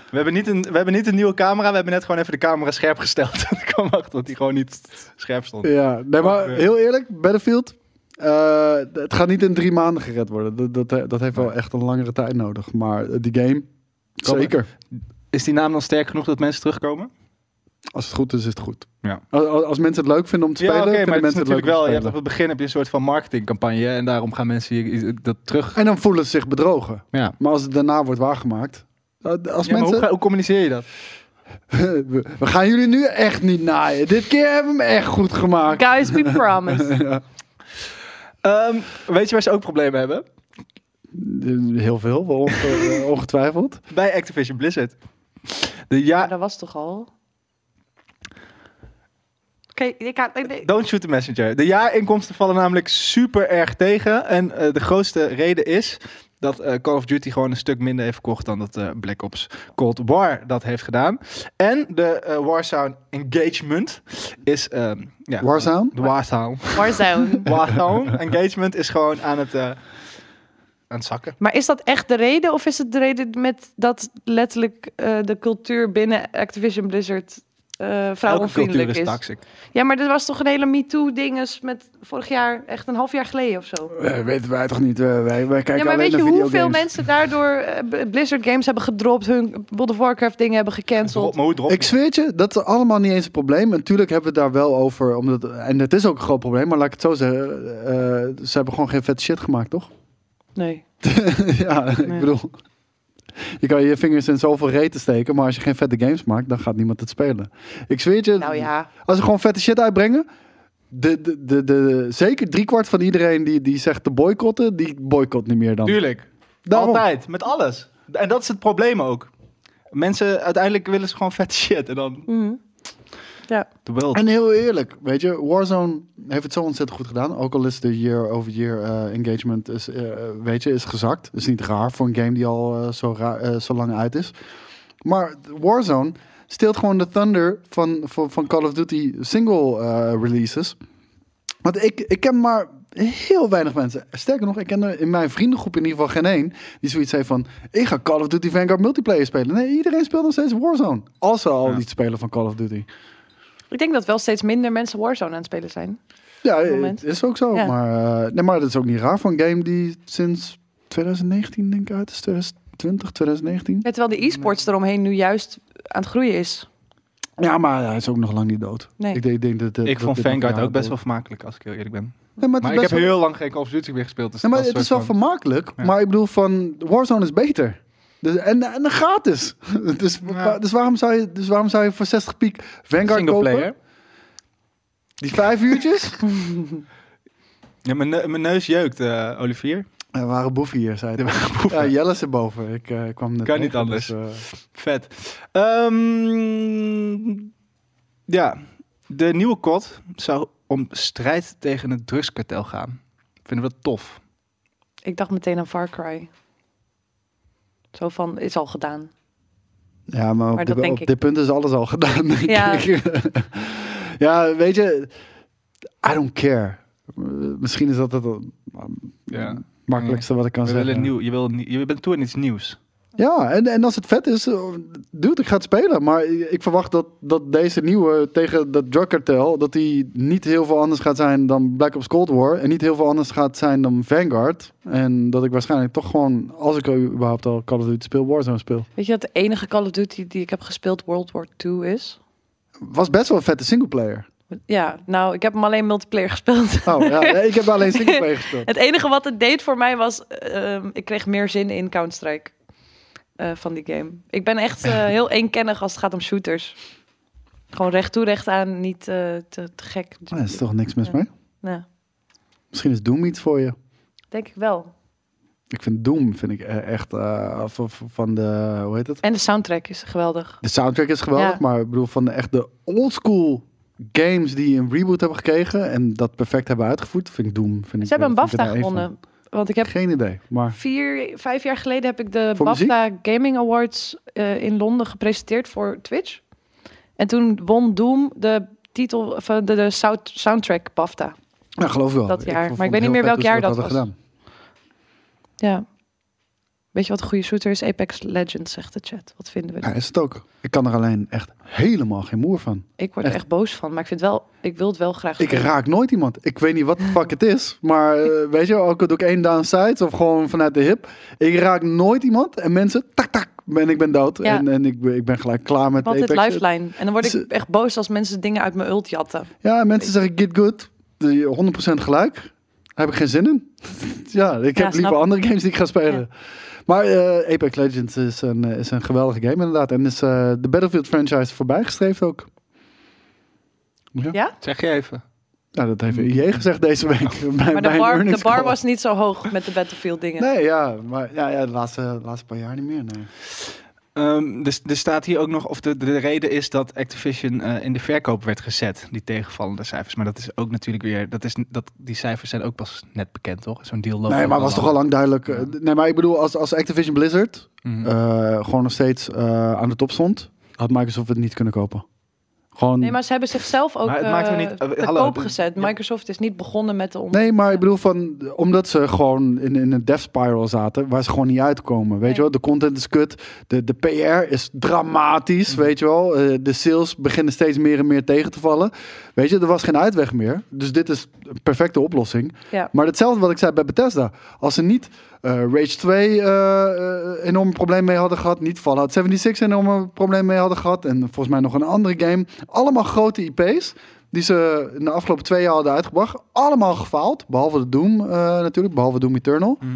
S1: We hebben, niet een, we hebben niet een nieuwe camera. We hebben net gewoon even de camera scherp gesteld. ik kwam achter dat die gewoon niet scherp stond.
S3: Ja, nee, maar
S1: eh,
S3: heel eerlijk, Battlefield... eh, het gaat niet in drie maanden gered worden. Dat, dat, dat heeft wel echt een langere tijd nodig. Maar eh, die game,
S1: Kom,
S3: zeker.
S1: Is die naam dan sterk genoeg dat mensen terugkomen?
S3: Als het goed is, is het goed.
S1: Ja.
S3: Als, als- als mensen het leuk vinden om te spelen,
S1: ja, oké, maar
S3: vinden
S1: het is
S3: mensen het leuk
S1: natuurlijk wel.
S3: om
S1: Je hebt,
S3: te
S1: op
S3: spelen.
S1: het begin heb je een soort van marketingcampagne. En daarom gaan mensen hier, dat terug.
S3: En dan voelen ze zich bedrogen.
S1: Ja.
S3: Maar als het daarna wordt waargemaakt... eh, Als
S1: Ja, maar
S3: mensen...
S1: hoe, ga- hoe communiceer je dat?
S3: We we gaan jullie nu echt niet naaien. Dit keer hebben we hem echt goed gemaakt.
S2: Guys, we promise.
S1: Ehm, weet je waar ze ook problemen hebben?
S3: Heel veel, wel onge- eh, ongetwijfeld.
S1: Bij Activision Blizzard. De
S2: Maar
S1: ja
S2: dat was toch al? Oké, ik ga... nee, nee.
S1: Don't shoot the messenger. De jaarinkomsten vallen namelijk super erg tegen. En eh, de grootste reden is dat eh, Call of Duty gewoon een stuk minder heeft verkocht dan dat eh, Black Ops Cold War dat heeft gedaan. En de eh Warzone Engagement is... ehm ja,
S3: Warzone?
S1: De Warzone.
S2: Warzone.
S1: Warzone Engagement is gewoon aan het, eh, aan het zakken.
S2: Maar is dat echt de reden? Of is het de reden met dat letterlijk eh, de cultuur binnen Activision Blizzard eh
S1: Elke cultuur
S2: vrouwenvriendelijk
S1: is
S2: is?
S1: toxic.
S2: Ja, maar er was toch een hele MeToo-dinges met vorig jaar, echt een half jaar geleden of zo.
S3: Eh, weten wij toch niet. eh, wij, wij kijken
S2: ja, maar
S3: alleen
S2: weet je
S3: naar
S2: hoeveel
S3: videogames.
S2: mensen daardoor eh, B- Blizzard games hebben gedropt, hun World of Warcraft dingen hebben gecanceld?
S1: Maar hoe drop je?
S3: Ik zweer het je, dat is allemaal niet eens een probleem. Natuurlijk hebben we het daar wel over. Omdat, en het is ook een groot probleem, maar laat ik het zo zeggen. eh, ze hebben gewoon geen vet shit gemaakt, toch?
S2: Nee.
S3: ja, ik
S2: Nee.
S3: bedoel... Je kan je vingers in zoveel reten steken, maar als je geen vette games maakt, dan gaat niemand het spelen. Ik zweer het je,
S2: Nou ja,
S3: Als ze gewoon vette shit uitbrengen. De, de, de, de, zeker driekwart van iedereen die, die zegt te boycotten, die boycott niet meer dan.
S1: Tuurlijk.
S3: Daarom.
S1: Altijd, met alles. En dat is het probleem ook. Mensen, uiteindelijk willen ze gewoon vette shit. En dan
S2: ja.
S1: de world.
S3: En heel eerlijk, weet je, Warzone heeft het zo ontzettend goed gedaan. Ook al is de year-over-year eh, engagement is, eh, weet je, is gezakt. is niet raar voor een game die al eh, zo, ra- eh, zo lang uit is. Maar Warzone steelt gewoon de thunder van, van, van Call of Duty single eh, releases. Want ik, ik ken maar heel weinig mensen. Sterker nog, ik ken er in mijn vriendengroep in ieder geval geen één die zoiets heeft van: ik ga Call of Duty Vanguard multiplayer spelen. Nee, iedereen speelt nog steeds Warzone. Als ze al
S1: Ja.
S3: niet spelen van Call of Duty.
S2: Ik denk dat wel steeds minder mensen Warzone aan het spelen zijn.
S3: Ja,
S2: het moment.
S3: het is ook zo.
S2: Ja.
S3: Maar, eh, nee, maar dat is ook niet raar voor een game die sinds 2019 denk ik uit is. 2020, 2019.
S2: Ja, terwijl de e-sports eromheen nu juist aan het groeien is.
S3: Ja, maar hij is ook nog lang niet dood.
S2: Nee.
S3: Ik, denk, denk dat, dat-
S1: Ik
S3: dat
S1: vond
S3: dit nog
S1: Vanguard
S3: jaren
S1: ook best wel
S3: duurt.
S1: vermakelijk, als ik heel eerlijk ben.
S3: Nee, maar het is
S1: Maar ik heb
S3: best wel-
S1: heel lang geen Call of Duty meer gespeeld. Dus
S3: Nee, maar
S1: dat
S3: het
S1: was
S3: is wel
S1: soort van-
S3: vermakelijk.
S1: Ja.
S3: Maar ik bedoel, van Warzone is beter. Dus, en, en gratis. dus,
S1: Ja.
S3: dus, waarom zou je, dus waarom zou je voor 60 piek Vanguard
S1: Single
S3: kopen?
S1: player.
S3: Die vijf uurtjes?
S1: Ja, mijn, ne- mijn neus jeukt, eh, Olivier.
S3: Er waren boeven hier, zei hij. Ja,
S1: Ja,
S3: Jelle is erboven. Ik eh, kwam net
S1: Kan niet
S3: tegen,
S1: anders.
S3: dus, eh,
S1: Vet. Ehm, ja, de nieuwe COD zou om strijd tegen het drugskartel gaan. Vinden we dat tof?
S2: Ik dacht meteen aan Far Cry. Zo van, is al gedaan.
S3: Ja, maar op,
S2: Maar dat
S3: dit,
S2: denk
S3: op
S2: ik.
S3: dit punt is alles al gedaan. denk
S2: Ja.
S3: ik. ja, weet je, I don't care. Eh, Misschien is dat het eh, makkelijkste wat ik kan
S1: Mm. We
S3: zeggen.
S1: willen nieuw, je, wil, nie- je bent toe in iets nieuws.
S3: Ja, en, en als het vet is, eh, dude, ik ga het spelen. Maar ik ik verwacht dat, dat deze nieuwe tegen dat drugkartel, dat die niet heel veel anders gaat zijn dan Black Ops Cold War. En niet heel veel anders gaat zijn dan Vanguard. En dat ik waarschijnlijk toch gewoon, als ik überhaupt al Call of Duty speel, Warzone speel.
S2: Weet je dat de enige Call of Duty die ik heb gespeeld World War II is?
S3: Was best wel een vette singleplayer.
S2: Ja, nou, ik heb hem alleen multiplayer gespeeld.
S3: Oh ja, nee, ik heb alleen singleplayer gespeeld.
S2: Het enige wat het deed voor mij was, eh, ehm, ik kreeg meer zin in Counter-Strike eh, van die game. Ik ben echt eh, heel eenkennig als het gaat om shooters. Gewoon recht toe, recht aan, niet eh, te, te gek.
S3: Maar er Oh, is toch niks mis mee?
S2: Nou,
S3: Misschien is Doom iets voor je.
S2: denk ik wel.
S3: Ik vind Doom vind ik eh, echt eh, van- van de, hoe heet het?
S2: En de soundtrack is geweldig.
S3: De soundtrack is geweldig,
S2: Ja.
S3: maar ik bedoel van de, echt de oldschool games die een reboot hebben gekregen en dat perfect hebben uitgevoerd, vind ik Doom. Vind ik, eh,
S2: Ze hebben een
S3: vind ik
S2: BAFTA
S3: er één van.
S2: gewonnen. Want ik heb
S3: Geen idee, maar
S2: vier, vijf jaar geleden heb ik de
S3: Voor muziek?
S2: BAFTA Gaming Awards eh, in Londen gepresenteerd voor Twitch. En toen won Doom de titel van de, de sound- soundtrack BAFTA.
S3: nou, geloof ik wel.
S2: Dat jaar,
S3: vond
S2: maar ik weet niet
S3: het heel
S2: meer welk
S3: vet
S2: jaar
S3: ze
S2: dat
S3: hadden Gedaan.
S2: Ja. Weet je wat een goede shooter is? Apex Legends, zegt de chat. Wat vinden we?
S3: Ja, is het ook. Ik kan er alleen echt helemaal geen moer van.
S2: Ik word er
S3: echt.
S2: echt boos van, maar ik vind wel, ik wil het wel graag.
S3: Ik
S2: spelen.
S3: raak nooit iemand. Ik weet niet wat de fuck het is, maar eh, weet je, ook doe ik één downside of gewoon vanuit de hip. Ik raak nooit iemand en mensen, tak tak, ben ik ben dood
S2: Ja.
S3: en, en ik, ben- ik ben gelijk klaar met
S2: Want dit
S3: Apex.
S2: lifeline. En dan word ik
S3: Ze-
S2: echt boos als mensen dingen uit mijn ult jatten.
S3: Ja, mensen zeggen get good. Die 100% gelijk. Daar heb ik geen zin in. ja,
S2: Ja,
S3: ik heb
S2: snap
S3: liever
S2: ik.
S3: andere games die ik ga spelen. Maar eh, Apex Legends is een, eh, is een geweldige game inderdaad. En is eh, de Battlefield franchise voorbijgestreefd ook.
S2: Ja?
S1: Zeg je even.
S3: Nou, dat heeft IE gezegd deze week. bij
S2: Hmm. Maar
S3: mijn
S2: de bar, de
S3: earnings
S2: bar
S3: call.
S2: was niet zo hoog met de Battlefield dingen.
S3: Nee, ja, maar ja, ja, de laatste, de laatste paar jaar niet meer. Nee.
S1: Ehm, dus er staat hier ook nog of de, de reden is dat Activision eh, in de verkoop werd gezet. Die tegenvallende cijfers. Maar dat is ook natuurlijk weer. Dat is, dat, die cijfers zijn ook pas net bekend, toch? Zo'n deal loopt
S3: nee,
S1: ook
S3: maar was toch al lang duidelijk. eh, Nee, maar ik bedoel, als, als Activision Blizzard
S1: Mhm.
S3: eh, gewoon nog steeds eh, aan de top stond, had Microsoft het niet kunnen kopen. Gewoon
S2: Nee, maar ze hebben zichzelf ook
S1: Maar het maakt er
S2: eh,
S1: niet- eh,
S2: te
S1: hallo,
S2: koop
S1: de-
S2: gezet.
S1: ja.
S2: Microsoft is niet begonnen met de om.
S3: Nee, maar ik bedoel van, omdat ze gewoon in, in een death spiral zaten, waar ze gewoon niet uitkomen. Weet
S2: Nee.
S3: je wel, de content is kut, de, de PR is dramatisch, weet je wel. Eh, de sales beginnen steeds meer en meer tegen te vallen. Weet je, er was geen uitweg meer. Dus dit is een perfecte oplossing.
S2: Ja.
S3: Maar hetzelfde wat ik zei bij Bethesda. Als ze niet eh, Rage 2 eh eh, enorm probleem mee hadden gehad, niet Fallout 76 enorm probleem mee hadden gehad, en volgens mij nog een andere game. Allemaal grote IP's die ze in de afgelopen twee jaar hadden uitgebracht. Allemaal gefaald, behalve de Doom eh, natuurlijk, behalve Doom Eternal.
S1: Mhm.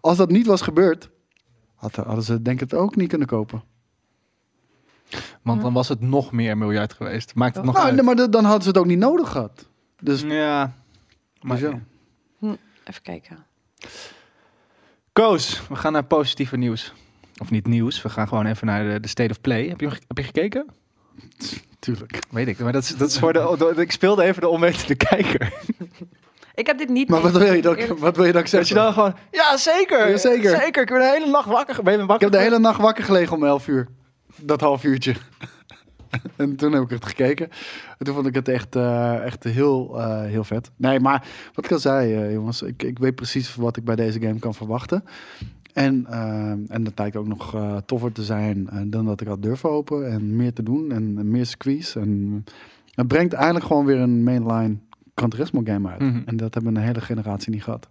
S3: Als dat niet was gebeurd, had- hadden ze denk ik het ook niet kunnen kopen.
S1: Want dan was het nog meer miljard geweest. Maakt het
S2: Oh.
S1: nog
S3: Nou,
S1: uit. Mm.
S3: nee, maar dat- dan hadden ze het ook niet nodig gehad. Dus
S1: Ja. Maar,
S3: Dus ja.
S2: Even kijken.
S1: Koos, we gaan naar positieve nieuws. Of niet nieuws, we gaan gewoon even naar de, de State of Play. Heb je, hem ge- heb je gekeken?
S3: tuurlijk.
S1: Weet ik, maar dat is, dat is voor de, de- Ik speelde even de onwetende kijker.
S2: Ik heb dit niet.
S3: Maar wat wil je dan,
S2: Eerlijk-
S3: wat wil je dan zeggen?
S1: Dat je dan gewoon... Ja, zeker!
S3: Ja, zeker.
S1: Zeker, ik ben de hele nacht wakker. Ben je
S3: Ik heb de hele nacht wakker gelegen om 11 uur. Dat half uurtje. en toen heb ik het gekeken. En toen vond ik het echt, eh, echt heel, eh, heel vet. Nee, maar wat ik al zei, eh, jongens, ik, ik weet precies wat ik bij deze game kan verwachten. En, eh, en dat lijkt ook nog eh, toffer te zijn eh, dan dat ik had durven hopen. En meer te doen en meer squeeze. En het brengt eindelijk gewoon weer een mainline Gran Turismo game uit.
S1: Mhm.
S3: En dat hebben een hele generatie niet gehad.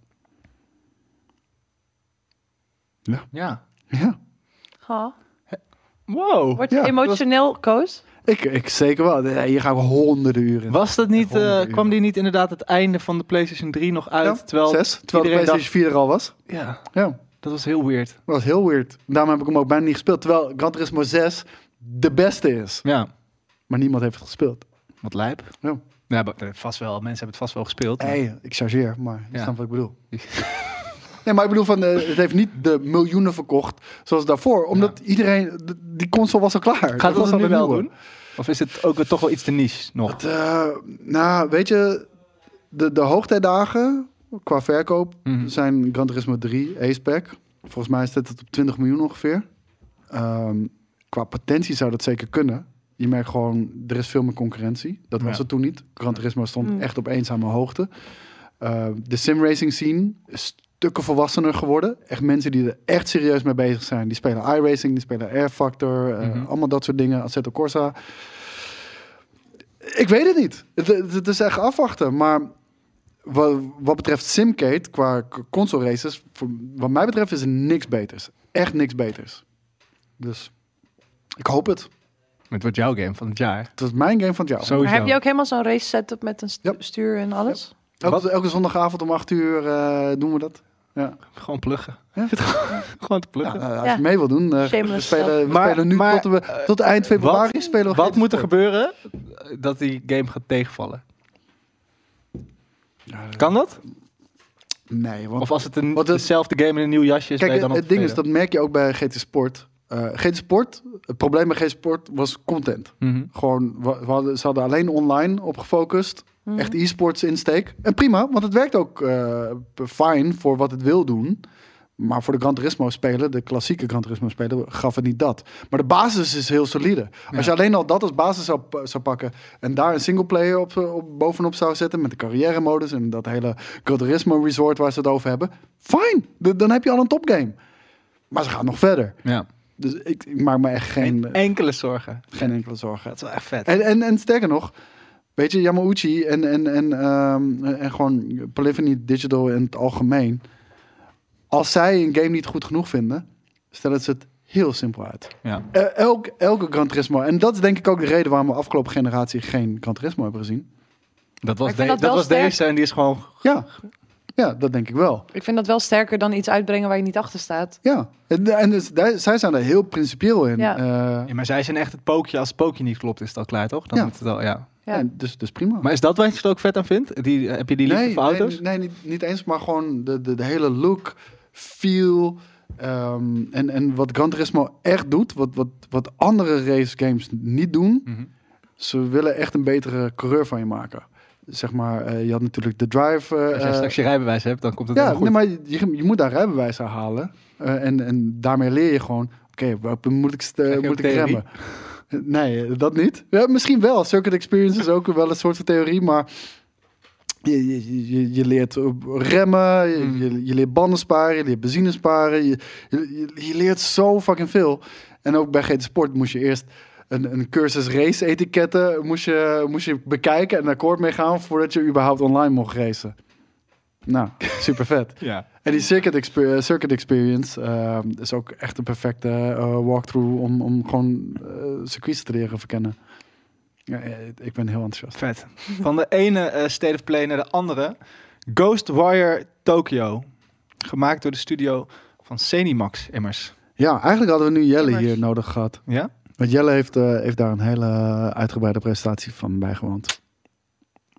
S1: Ja.
S3: Ja,
S2: Ha.
S1: Wow.
S2: Word je
S3: Ja,
S2: emotioneel, Koos?
S3: ik, ik zeker wel. Ja, Hier gaan we honderden uren in.
S1: Was dat niet,
S3: Echt honderden
S1: eh,
S3: uren.
S1: kwam die niet inderdaad het einde van de PlayStation 3 nog uit?
S3: Ja,
S1: terwijl,
S3: zes, terwijl de
S1: iedereen
S3: PlayStation 4 er al was.
S1: ja,
S3: Ja,
S1: dat was heel weird.
S3: dat was heel weird. Daarom heb ik hem ook bijna niet gespeeld. Terwijl Gran Turismo 6 de beste is.
S1: Ja,
S3: Maar niemand heeft het gespeeld.
S1: wat lijp.
S3: Ja.
S1: Ja, maar, eh, vast wel. Mensen hebben het vast wel gespeeld. maar-
S3: Nee, ik chargeer, maar je
S1: Ja.
S3: snapt wat ik bedoel. nee, maar ik bedoel, van, eh, het heeft niet de miljoenen verkocht zoals daarvoor. Omdat iedereen, d- die console was al klaar.
S1: Gaat
S3: Dat
S1: dat
S3: was
S1: het
S3: al
S1: nu
S3: de
S1: wel
S3: nieuwe.
S1: doen? Of is het ook weer toch wel iets te niche nog?
S3: Het, eh, nou, weet je, de, de hoogtijdagen qua verkoop
S1: Mhm.
S3: zijn Gran Turismo 3, Ace Pack. Volgens mij staat het op 20 miljoen ongeveer. Ehm, qua potentie zou dat zeker kunnen. Je merkt gewoon, er is veel meer concurrentie. Dat was
S1: Ja.
S3: het toen niet. Gran Turismo stond
S2: Mm.
S3: echt op eenzame hoogte. Eh, de simracing scene is stukken volwassener geworden. Echt mensen die er echt serieus mee bezig zijn. Die spelen iRacing, die spelen Air Factor, eh,
S1: Mhm.
S3: allemaal dat soort dingen. Assetto Corsa. Ik weet het niet. Het, het- het is echt afwachten. Maar wat, wat betreft Simcade, qua k- console races, voor, wat mij betreft is er niks beters. Echt niks beters. Dus ik hoop het.
S1: Het wordt jouw game van het jaar.
S3: Het was mijn game van het jaar.
S2: Maar
S1: Sowieso.
S2: heb je ook helemaal zo'n race setup met een stu-
S3: Ja.
S2: stuur en alles?
S3: Elke, elke zondagavond om 8 uur eh, doen we dat. Ja.
S1: Gewoon pluggen.
S3: Ja.
S1: Gewoon te
S3: Ja,
S1: pluggen.
S3: nou, als
S2: Ja.
S3: je mee wil doen, eh, we
S2: Shameless
S3: spelen, we
S1: Maar-
S3: spelen nu
S1: maar, eh,
S3: tot, we, tot eind februari. spelen we
S1: Wat
S3: GT
S1: moet er
S3: Sport.
S1: gebeuren eh, dat die game gaat tegenvallen? Kan dat?
S3: Nee, want
S1: Of als het een,
S3: Want het-
S1: dezelfde game in een nieuw jasje is, ben
S3: Kijk,
S1: je dan
S3: het,
S1: al
S3: het ding is,
S1: tevreden?
S3: dat merk je ook bij GT Sport. Eh GT Sport, het probleem bij GT Sport was content.
S1: Mhm.
S3: Gewoon, we, we hadden, ze hadden alleen online op gefocust.
S2: Mhm.
S3: Echt e-sports insteek. En prima, want het werkt ook eh, p- fijn voor wat het wil doen. Maar voor de Gran Turismo spelen, de klassieke Gran Turismo spelen, gaf het niet dat. Maar de basis is heel solide. Als je alleen al dat als basis zou, p- zou pakken en daar een singleplayer op, eh, op, bovenop zou zetten met de carrière modus en dat hele Gran Turismo resort waar ze het over hebben. Fijn, d- dan heb je al een topgame. Maar ze gaan nog verder.
S1: Ja.
S3: Dus ik, ik maak me echt geen,
S1: Geen Mhm. enkele zorgen.
S3: geen enkele zorgen.
S1: Dat is wel echt vet.
S3: En, en, en sterker nog, weet je, Yamauchi en, en, en, ehm, en gewoon Polyphony Digital in het algemeen. Als zij een game niet goed genoeg vinden, stellen ze het heel simpel uit.
S1: Ja.
S3: Eh, Elk, elke Gran Turismo. En dat is denk ik ook de reden waarom we afgelopen generatie geen Gran Turismo hebben gezien.
S1: Dat
S2: Maar
S1: was, de-
S2: ik vind
S1: dat
S2: dat wel
S1: was
S2: sterk.
S1: deze en die is gewoon...
S3: Ja, ja dat denk ik wel.
S2: Ik vind dat wel sterker dan iets uitbrengen waar je niet achter staat.
S3: Ja, en, en dus, daar, zij zijn er heel principieel in.
S2: Ja.
S3: Eh,
S1: Ja, maar zij zijn echt het pookje. Als het pookje niet klopt, is het al klaar, toch? Dan
S3: Ja.
S1: moet het al, ja.
S2: Ja.
S3: en dus, dus prima.
S1: Maar is dat wat je er ook vet aan vindt? Die, heb je die liefde voor auto's?
S3: Nee, nee, niet, niet eens, maar gewoon de, de, de hele look, feel. ehm, en, en wat Gran Turismo echt doet, wat, wat, wat andere race games niet doen.
S1: Mhm.
S3: Ze willen echt een betere coureur van je maken. Zeg maar, eh, je had natuurlijk de drive. eh,
S1: Als jij
S3: eh,
S1: straks je rijbewijs hebt, dan komt het
S3: ja,
S1: helemaal
S3: nee,
S1: goed.
S3: maar je, je- je moet daar rijbewijs aan halen. Eh, en, en daarmee leer je gewoon, oké, waarop moet ik, st-
S1: je ook
S3: moet ik
S1: theorie?
S3: remmen? Eh, Nee, dat niet. Ja, misschien wel. Circuit experience is ook wel een soort van theorie, maar je, je, je, je leert op remmen, je,
S1: Mm.
S3: je, je leert banden sparen, je leert benzine sparen. Je, je, je leert zo fucking veel. En ook bij GT Sport moest je eerst een, een cursus race etiketten moest je, moest je bekijken en akkoord mee gaan voordat je überhaupt online mocht racen. Nou, super vet.
S1: Ja.
S3: En die circuit, exper- eh, circuit experience ehm, is ook echt een perfecte eh, walkthrough om, om gewoon eh, circuits te leren verkennen. Ja, eh, ik ben heel enthousiast.
S1: Vet. Van de ene eh State of Play naar de andere. Ghostwire Tokyo. Gemaakt door de studio van Cenimax immers.
S3: Ja, eigenlijk hadden we nu Jelle
S2: Immers.
S3: hier nodig gehad.
S1: Ja?
S3: Want Jelle heeft, eh, heeft daar een hele uitgebreide presentatie van bijgewoond.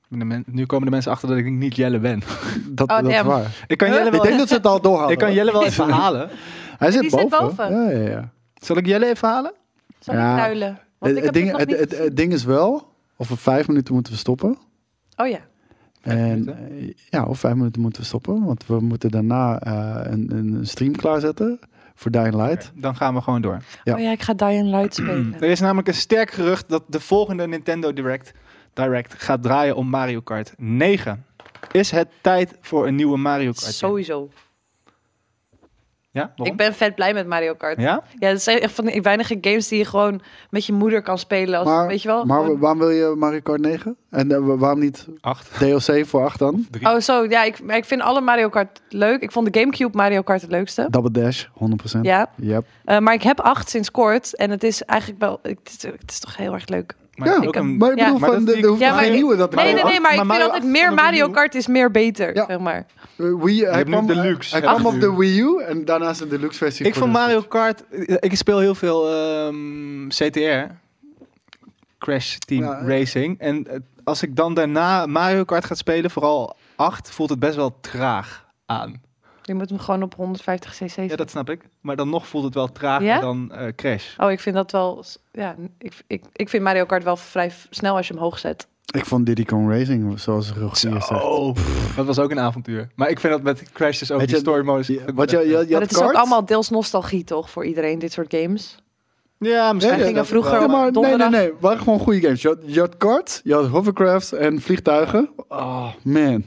S1: De men- Nu komen de mensen achter dat ik niet Jelle ben.
S3: Dat,
S2: Oh,
S3: dat is
S2: damn.
S3: waar.
S1: Ik kan
S2: Huh?
S1: Jelle
S3: Ik
S1: wel,
S3: denk dat ze het al door hadden.
S1: ik kan Jelle wel even halen.
S3: Hij zit
S2: Die
S3: boven.
S2: zit boven.
S3: Ja, ja, ja.
S1: Zal ik Jelle even halen?
S2: Zal ik
S3: Ja.
S2: huilen? Want
S3: Het,
S2: ik
S3: het
S2: heb
S3: ding,
S2: dit nog
S3: het,
S2: niet
S3: het-
S2: gezien.
S3: het ding is wel, of we vijf minuten moeten we stoppen.
S2: Oh ja.
S1: Vijf
S3: En,
S1: minuten?
S3: eh, ja, of vijf minuten moeten we stoppen, want we moeten daarna eh, een, een stream klaarzetten voor Dying Light.
S1: Dan gaan we gewoon door.
S3: Ja.
S2: Oh ja, ik ga Dying Light spelen.
S1: Er is namelijk een sterk gerucht dat de volgende Nintendo Direct, Direct gaat draaien om Mario Kart 9. Is het tijd voor een nieuwe Mario Kart?
S2: Sowieso.
S1: Ja? Waarom?
S2: Ik ben vet blij met Mario Kart. Ja,
S1: Ja?
S2: het zijn echt van die weinige games die je gewoon met je moeder kan spelen. Als,
S3: Maar,
S2: weet je wel?
S3: maar
S2: Oh, gewoon-
S3: waarom wil je Mario Kart 9? En eh, wa- waarom niet
S1: Acht.
S3: DLC voor 8 dan?
S1: Drie.
S2: Oh, zo. Ja, ik, maar ik vind alle Mario Kart leuk. Ik vond de Gamecube Mario Kart het leukste.
S3: Double Dash, 100%. Ja.
S2: Ja,
S3: Yep.
S2: eh, maar het is- het is toch heel erg leuk. maar ik heb acht sinds kort en het is eigenlijk wel, het is, toch heel erg leuk.
S1: Maar
S3: Ja,
S1: ook
S2: ik-
S1: een-
S3: Maar ik
S2: Ja.
S3: bedoel,
S1: Maar
S3: van,
S1: dat
S3: de,
S1: is
S3: de hoeft
S2: niet-
S3: geen
S2: Ja, maar-
S3: nieuwe dat
S2: Nee,
S1: Mario
S2: nee, nee,
S1: acht-
S2: maar ik
S1: maar
S2: vind
S1: Mario
S2: altijd
S1: acht
S2: meer
S1: vond ik
S2: Mario
S1: nieuw.
S2: Kart is meer beter,
S3: Ja.
S2: zeg maar.
S3: Eh, Wii, hij
S1: hebt nu
S3: kwam,
S1: Deluxe,
S3: Hij
S1: heb
S3: kwam
S1: je
S3: op
S1: nu.
S3: de Wii U en daarna is de Deluxe versie.
S1: Ik
S3: voor
S1: vond
S3: de
S1: Mario
S3: Switch.
S1: Kart... Ik speel heel veel ehm, CTR. Crash Team
S3: Ja, eh.
S1: Racing. En eh, als ik dan daarna Mario Kart ga spelen, vooral 8, voelt het best wel traag aan.
S2: Je moet hem gewoon op 150 cc
S1: Ja, dat snap ik. Maar dan nog voelt het wel trager
S2: Ja?
S1: dan eh, Crash.
S2: Oh, ik vind dat wel... Ja, ik, ik, ik vind Mario Kart wel vrij f- snel als je hem hoog zet.
S3: Ik vond Diddy Kong Racing, zoals Rogier zegt.
S1: Zo, pff, dat was ook een avontuur. Maar ik vind dat met Crash dus ook
S3: Weet
S1: die
S3: je,
S1: story modus.
S3: Ja, Want je, je, je had
S2: Maar het is ook
S3: kart.
S2: allemaal deels nostalgie, toch, voor iedereen, dit soort games?
S1: Ja, misschien
S3: Wij
S1: is
S2: gingen
S1: dat
S2: vroeger
S1: wel-
S3: Ja, maar nee, nee,
S2: donderdag.
S3: nee. Het waren gewoon goede games. Je had, je had kart, je had hovercrafts en vliegtuigen. Oh, man.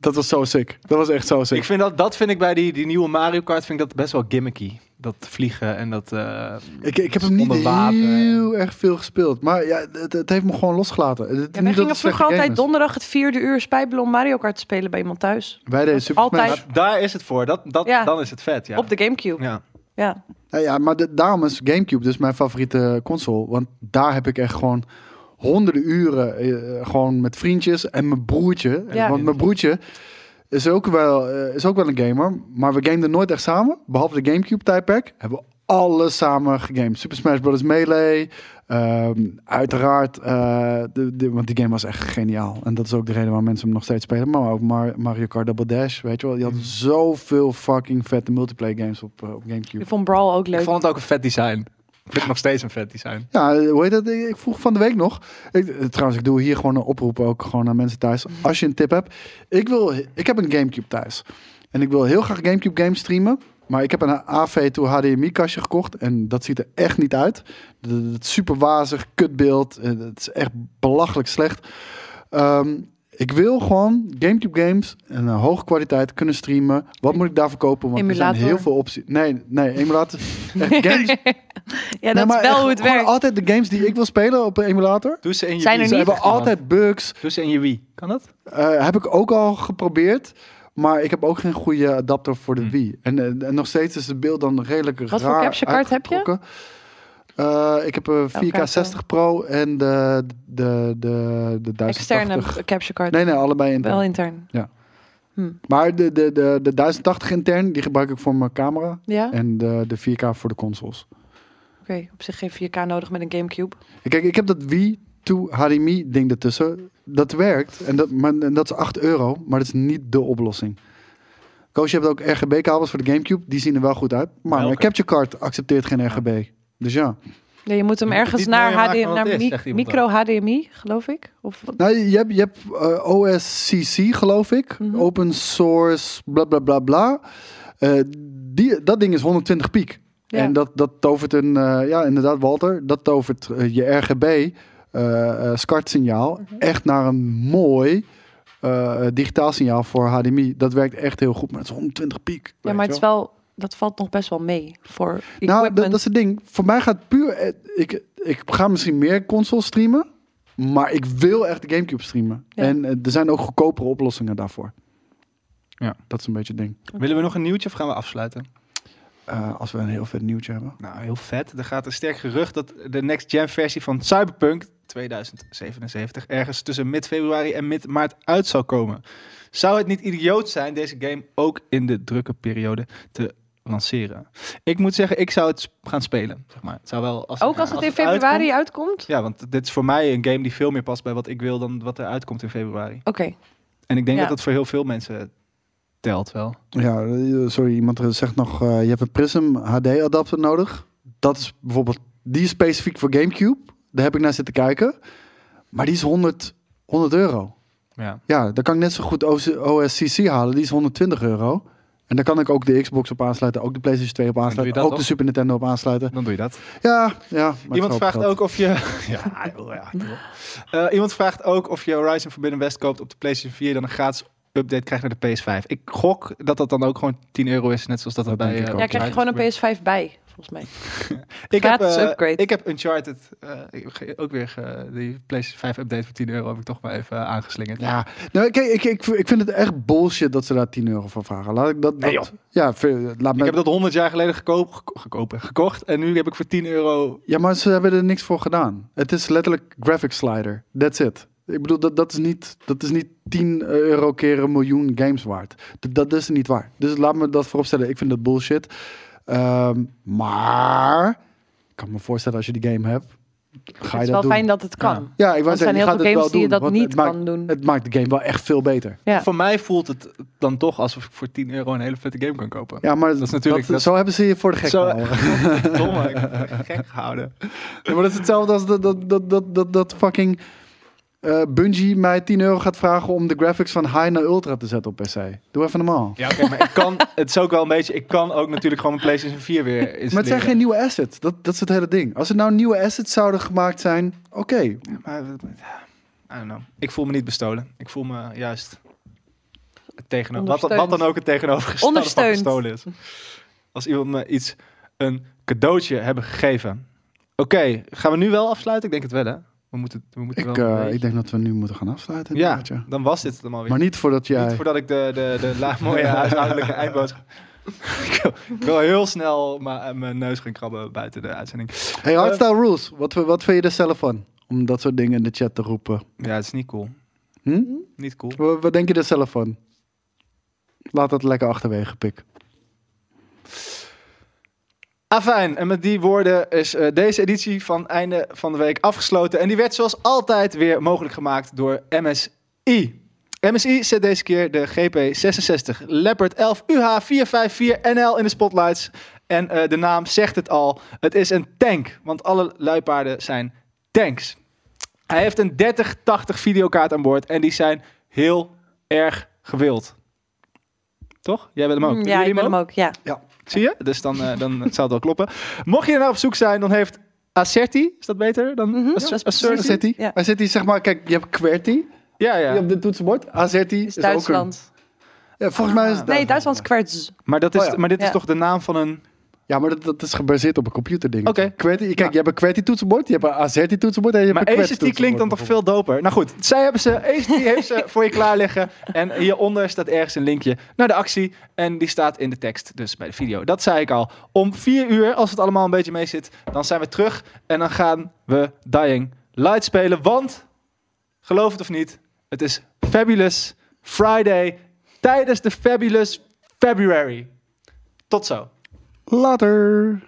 S3: Dat was zo sick. Dat was echt zo
S1: Ik
S3: sick.
S1: vind dat, dat vind ik bij die, die nieuwe Mario Kart vind ik dat best wel gimmicky. Dat vliegen en dat... eh,
S3: Ik, ik heb hem niet
S1: onder water.
S3: heel erg veel gespeeld. Maar ja, het, het heeft me gewoon losgelaten. Het, niet
S2: Ja, wij
S3: dat
S2: gingen
S3: het
S2: vroeger
S3: slechte
S2: altijd
S3: game is.
S2: donderdag het vierde uur spijbelen om Mario Kart te spelen bij iemand thuis.
S3: Wij deden Super Smash.
S2: Altijd.
S1: Maar daar is het voor. Dat, dat,
S2: Ja.
S1: Dan is het vet, ja.
S2: Op de Gamecube.
S1: ja.
S2: Ja.
S3: Nou ja, maar de- daarom is Gamecube dus mijn favoriete console. Want daar heb ik echt gewoon honderden uren eh, gewoon met vriendjes en mijn broertje.
S2: Ja.
S3: Want mijn broertje is ook, wel, eh, is ook wel een gamer. Maar we gameden nooit echt samen. Behalve de Gamecube tijdperk hebben we alles samen gegamed. Super Smash Bros. Melee. ehm, uiteraard. eh, de, de- want die game was echt geniaal. En dat is ook de reden waarom mensen hem nog steeds spelen. Maar ook Mar- Mario Kart Double Dash. Weet je wel. Je
S2: Mhm.
S3: had zoveel fucking vette multiplayer games op, eh, op Gamecube.
S2: Ik vond Brawl ook
S1: Ik
S2: leuk.
S1: vond het ook een vet design. Ik vind het nog steeds een vet design.
S3: Ja, eh, hoe heet dat? Ik ik vroeg van de week nog. Ik, eh, trouwens, ik doe hier gewoon een oproep ook gewoon aan mensen thuis. Als je een tip hebt. Ik, wil, ik heb een Gamecube thuis. En ik wil heel graag Gamecube games streamen. Maar ik heb een AV2 HDMI kastje gekocht. En dat ziet er echt niet uit. Dat dat is super wazig, kutbeeld. eh, Het is echt belachelijk slecht. Ehm, ik wil gewoon Gamecube games en een hoge kwaliteit kunnen streamen. Wat moet ik daarvoor kopen? Want er
S2: Emulator.
S3: zijn heel veel opties. Nee, nee, emulator. Echt
S2: ja,
S3: games
S2: dat
S3: Nee,
S2: is
S3: maar
S2: wel
S3: echt
S2: hoe het
S3: gewoon
S2: werkt.
S3: altijd de games die ik wil spelen op een emulator.
S1: Doe ze in je
S2: Zijn
S1: Wii.
S2: er
S3: Ze
S2: niet? Oh.
S3: hebben altijd bugs.
S1: Doe ze in je Wii. Kan dat?
S3: Eh, heb ik ook al geprobeerd. Maar ik heb ook geen goede adapter voor de
S1: Hm.
S3: Wii. En, eh, en nog steeds is het beeld dan redelijk raar
S2: voor capture card heb je?
S3: uitgetrokken. Eh, ik heb een
S2: kaart,
S3: 4K60 Pro en de, de, de, de 1080.
S2: Externe capture card.
S3: Nee, nee, allebei intern.
S2: Wel intern.
S3: Maar de, de, de, de 1080 intern, die gebruik ik voor mijn camera.
S2: Ja?
S3: En de, de 4K voor de consoles.
S2: Oké, op zich geen 4K nodig met een Gamecube.
S3: Kijk, ik heb dat Wii to HDMI ding ertussen. Dat werkt. En dat, maar, en dat is 8 euro. Maar dat is niet de oplossing. Koos, je hebt ook RGB-kabels voor de Gamecube. Die zien er wel goed uit. Maar
S1: Welke?
S3: mijn capture card accepteert geen RGB. Dus ja.
S2: Ja, je moet hem
S1: Je moet
S2: ergens
S1: het niet
S2: naar,
S1: mooier maken
S2: HD,
S1: dan
S2: naar
S1: het is,
S2: mi-
S1: zegt iemand
S2: micro HDMI, geloof ik. Of wat?
S3: Nou, je hebt, je hebt eh, OSCC, geloof ik.
S2: Mhm.
S3: Open source, bla bla bla bla. Eh, die, dat ding is 120 piek.
S2: Ja.
S3: En dat, dat tovert een, eh, ja inderdaad Walter, dat tovert eh, je RGB eh, eh, SCART signaal
S2: Mhm.
S3: echt naar een mooi eh, digitaal signaal voor HDMI. Dat werkt echt heel goed, maar het is 120 piek.
S2: ja,
S3: weet
S2: maar
S3: je
S2: het is
S3: wel.
S2: wel, dat valt nog best wel mee voor equipment.
S3: Nou, dat, dat is het ding. Voor mij gaat puur, eh, ik, ik ga misschien meer consoles streamen, maar ik wil echt de Gamecube streamen.
S2: Ja.
S3: En eh, er zijn ook goedkopere oplossingen daarvoor.
S1: Ja.
S3: Dat is een beetje het ding.
S1: Willen we nog een nieuwtje of gaan we afsluiten?
S3: Eh, als we een heel vet nieuwtje hebben.
S1: Nou, heel vet. Er gaat een sterk gerucht dat de next-gen versie van Cyberpunk 2077 ergens tussen mid-februari en mid-maart uit zal komen. Zou het niet idioot zijn deze game ook in de drukke periode te lanceren? Ik moet zeggen, ik zou het sp- gaan spelen. Zeg maar. Het zou wel, als
S2: Ook als het in februari uitkomt?
S1: Ja, want dit is voor mij een game die veel meer past bij wat ik wil dan wat er uitkomt in februari.
S2: Oké,
S1: En ik denk
S2: Ja.
S1: dat dat voor heel veel mensen telt wel.
S3: Ja, eh, sorry, iemand zegt nog, eh, je hebt een Prism HD adapter nodig. Dat is bijvoorbeeld, die is specifiek voor Gamecube. Daar heb ik naar zitten kijken. Maar die is 100, 100 euro.
S1: Ja.
S3: Ja, dan kan ik net zo goed OC OSCC halen. Die is 120 euro. En daar kan ik ook de Xbox op aansluiten, ook de PlayStation 2 op
S1: doe je
S3: aansluiten,
S1: dat
S3: ook
S1: toch?
S3: de Super Nintendo op aansluiten.
S1: Dan doe je dat.
S3: Ja, ja. maar
S1: iemand
S3: het
S1: vraagt
S3: geld.
S1: ook of je. ja, joh, ja, joh. Eh, iemand vraagt ook of je Horizon Forbidden West koopt op de PlayStation 4 dan een gratis update krijgt naar de PS5. Ik gok dat dat dan ook gewoon 10 euro is, net zoals dat,
S3: Dat
S1: dat bij.
S3: denk ik
S1: eh,
S3: ook.
S2: Ja, krijg je gewoon een PS5 bij, volgens mij.
S1: Ik heb,
S2: gratis
S1: eh,
S2: upgrade.
S1: ik heb Uncharted eh, ik heb ge- ook weer ge- die PlayStation 5 update voor 10 euro heb ik toch maar even eh, aangeslingerd.
S3: Ja, nou, ik, ik, ik, ik vind het echt bullshit dat ze daar 10 euro voor vragen. Laat ik dat.
S1: Nee,
S3: dat- ja, ver- laat
S1: Ik
S3: me,
S1: heb dat 100 jaar geleden gekoop, geko- gekopen, gekocht en nu heb ik voor 10 euro.
S3: ja, maar ze hebben er niks voor gedaan. Het is letterlijk graphic slider. That's it. Ik bedoel, dat, dat, is, niet, dat is niet 10 euro keer een miljoen games waard. D- dat is niet waar. Dus laat me dat vooropstellen. Ik vind dat bullshit. Ehm, maar ik kan me voorstellen als je die game hebt, ga
S2: het is
S3: je dat
S2: wel
S3: doen.
S2: fijn dat het kan.
S1: Ja.
S3: ja, ik wou
S2: Want er zijn
S3: zeggen, je
S2: heel
S3: gaat
S2: veel
S3: het
S2: games die je
S3: wel doen,
S2: dat
S3: want
S2: niet
S3: het maakt-
S2: kan doen.
S3: Het maakt de game wel echt veel beter.
S2: Ja.
S1: Voor mij voelt het dan toch alsof ik voor 10 euro een hele vette game kan kopen.
S3: Ja, maar
S1: Dat is natuurlijk- dat-
S3: zo hebben ze je voor de gek
S1: Zo-
S3: gehouden.
S1: Domme, ik ben gek gehouden.
S3: Ja, maar dat is hetzelfde als dat, dat, dat, dat, dat, dat fucking eh Bungie mij 10 euro gaat vragen om de graphics van high naar ultra te zetten op PC. Doe even normaal.
S1: Ja, oké, maar ik kan, het is ook wel een beetje, ik kan ook natuurlijk gewoon mijn PlayStation 4 weer installeren.
S3: Maar het zijn geen nieuwe assets. Dat, dat is het hele ding. Als er nou nieuwe assets zouden gemaakt zijn, oké.
S1: Maar, eh, I don't know. Ik voel me niet bestolen. Ik voel me juist het tegenover, wat, wat
S2: Ondersteund.
S1: dan ook het tegenovergestelde van
S2: Ondersteund.
S1: gestolen is. Als iemand me iets, een cadeautje hebben gegeven. Oké, gaan we nu wel afsluiten? Ik denk het wel, hè? We moeten, we moeten
S3: Ik,
S1: wel... een
S3: eh,
S1: beetje-
S3: ik denk dat we nu moeten gaan afsluiten.
S1: ja,
S3: inderdaad, ja.
S1: dan was dit het allemaal weer.
S3: Maar niet voordat jij...
S1: Niet voordat ik de, de, de la- mooie huishoudelijke eindboodschap... ik wil- ik wil heel snel ma- mijn neus gaan krabben buiten de uitzending.
S3: Hey, Hardstyle Rules. Wat, wat vind je er zelf van? Om dat soort dingen in de chat te roepen.
S1: Ja, het is niet cool.
S3: Hm?
S1: Niet cool.
S3: Wat, wat denk je er zelf van? Laat dat lekker achterwege, pik.
S1: Afijn, en met die woorden is eh, deze editie van Einde van de Week afgesloten. En die werd zoals altijd weer mogelijk gemaakt door MSI. MSI zet deze keer de GP66 Leopard 11 UH454NL in de spotlights. En eh, de naam zegt het al, het is een tank, want alle luipaarden zijn tanks. Hij heeft een 3080 videokaart aan boord en die zijn heel erg gewild. Toch? Jij wil hem ook? Jullie
S2: Mm, ja, ik ben hem ook. Ja.
S1: Zie je? Dus dan, eh, dan zou het wel kloppen. Mocht je er nou op zoek zijn, dan heeft Acerti, is dat beter dan
S2: Mhm,
S1: Ac-
S2: dat is
S1: Acerti?
S2: precies.
S3: Azerty?
S2: Ja.
S3: Azerty, zeg maar, kijk, je hebt QWERTY.
S1: Ja,
S3: Je
S1: ja.
S3: op dit toetsenbord. AZT
S2: Is
S3: is, ook
S2: Duitsland. Ah.
S3: een... Ja, volgens mij is het
S2: Nee, Duitsland is kwarts.
S1: Maar, dat is,
S3: Oh ja.
S1: maar dit is
S2: Ja.
S1: toch de naam van een...
S3: Ja, maar dat, dat is gebaseerd op een computerding.
S1: Oké.
S3: QWERTY, kijk, je hebt een QWERTY toetsenbord, je hebt een AZT toetsenbord en je hebt
S1: Maar
S3: een QWERTY
S1: Aces die klinkt dan toch veel doper? Nou goed, zij hebben ze, Aces die heeft ze voor je klaar liggen. En hieronder staat ergens een linkje naar de actie. En die staat in de tekst, dus bij de video. Dat zei ik al. Om vier uur, als het allemaal een beetje mee zit, dan zijn we terug. En dan gaan we Dying Light spelen. Want, geloof het of niet, het is Fabulous Friday tijdens de Fabulous February. Tot zo.
S3: Later.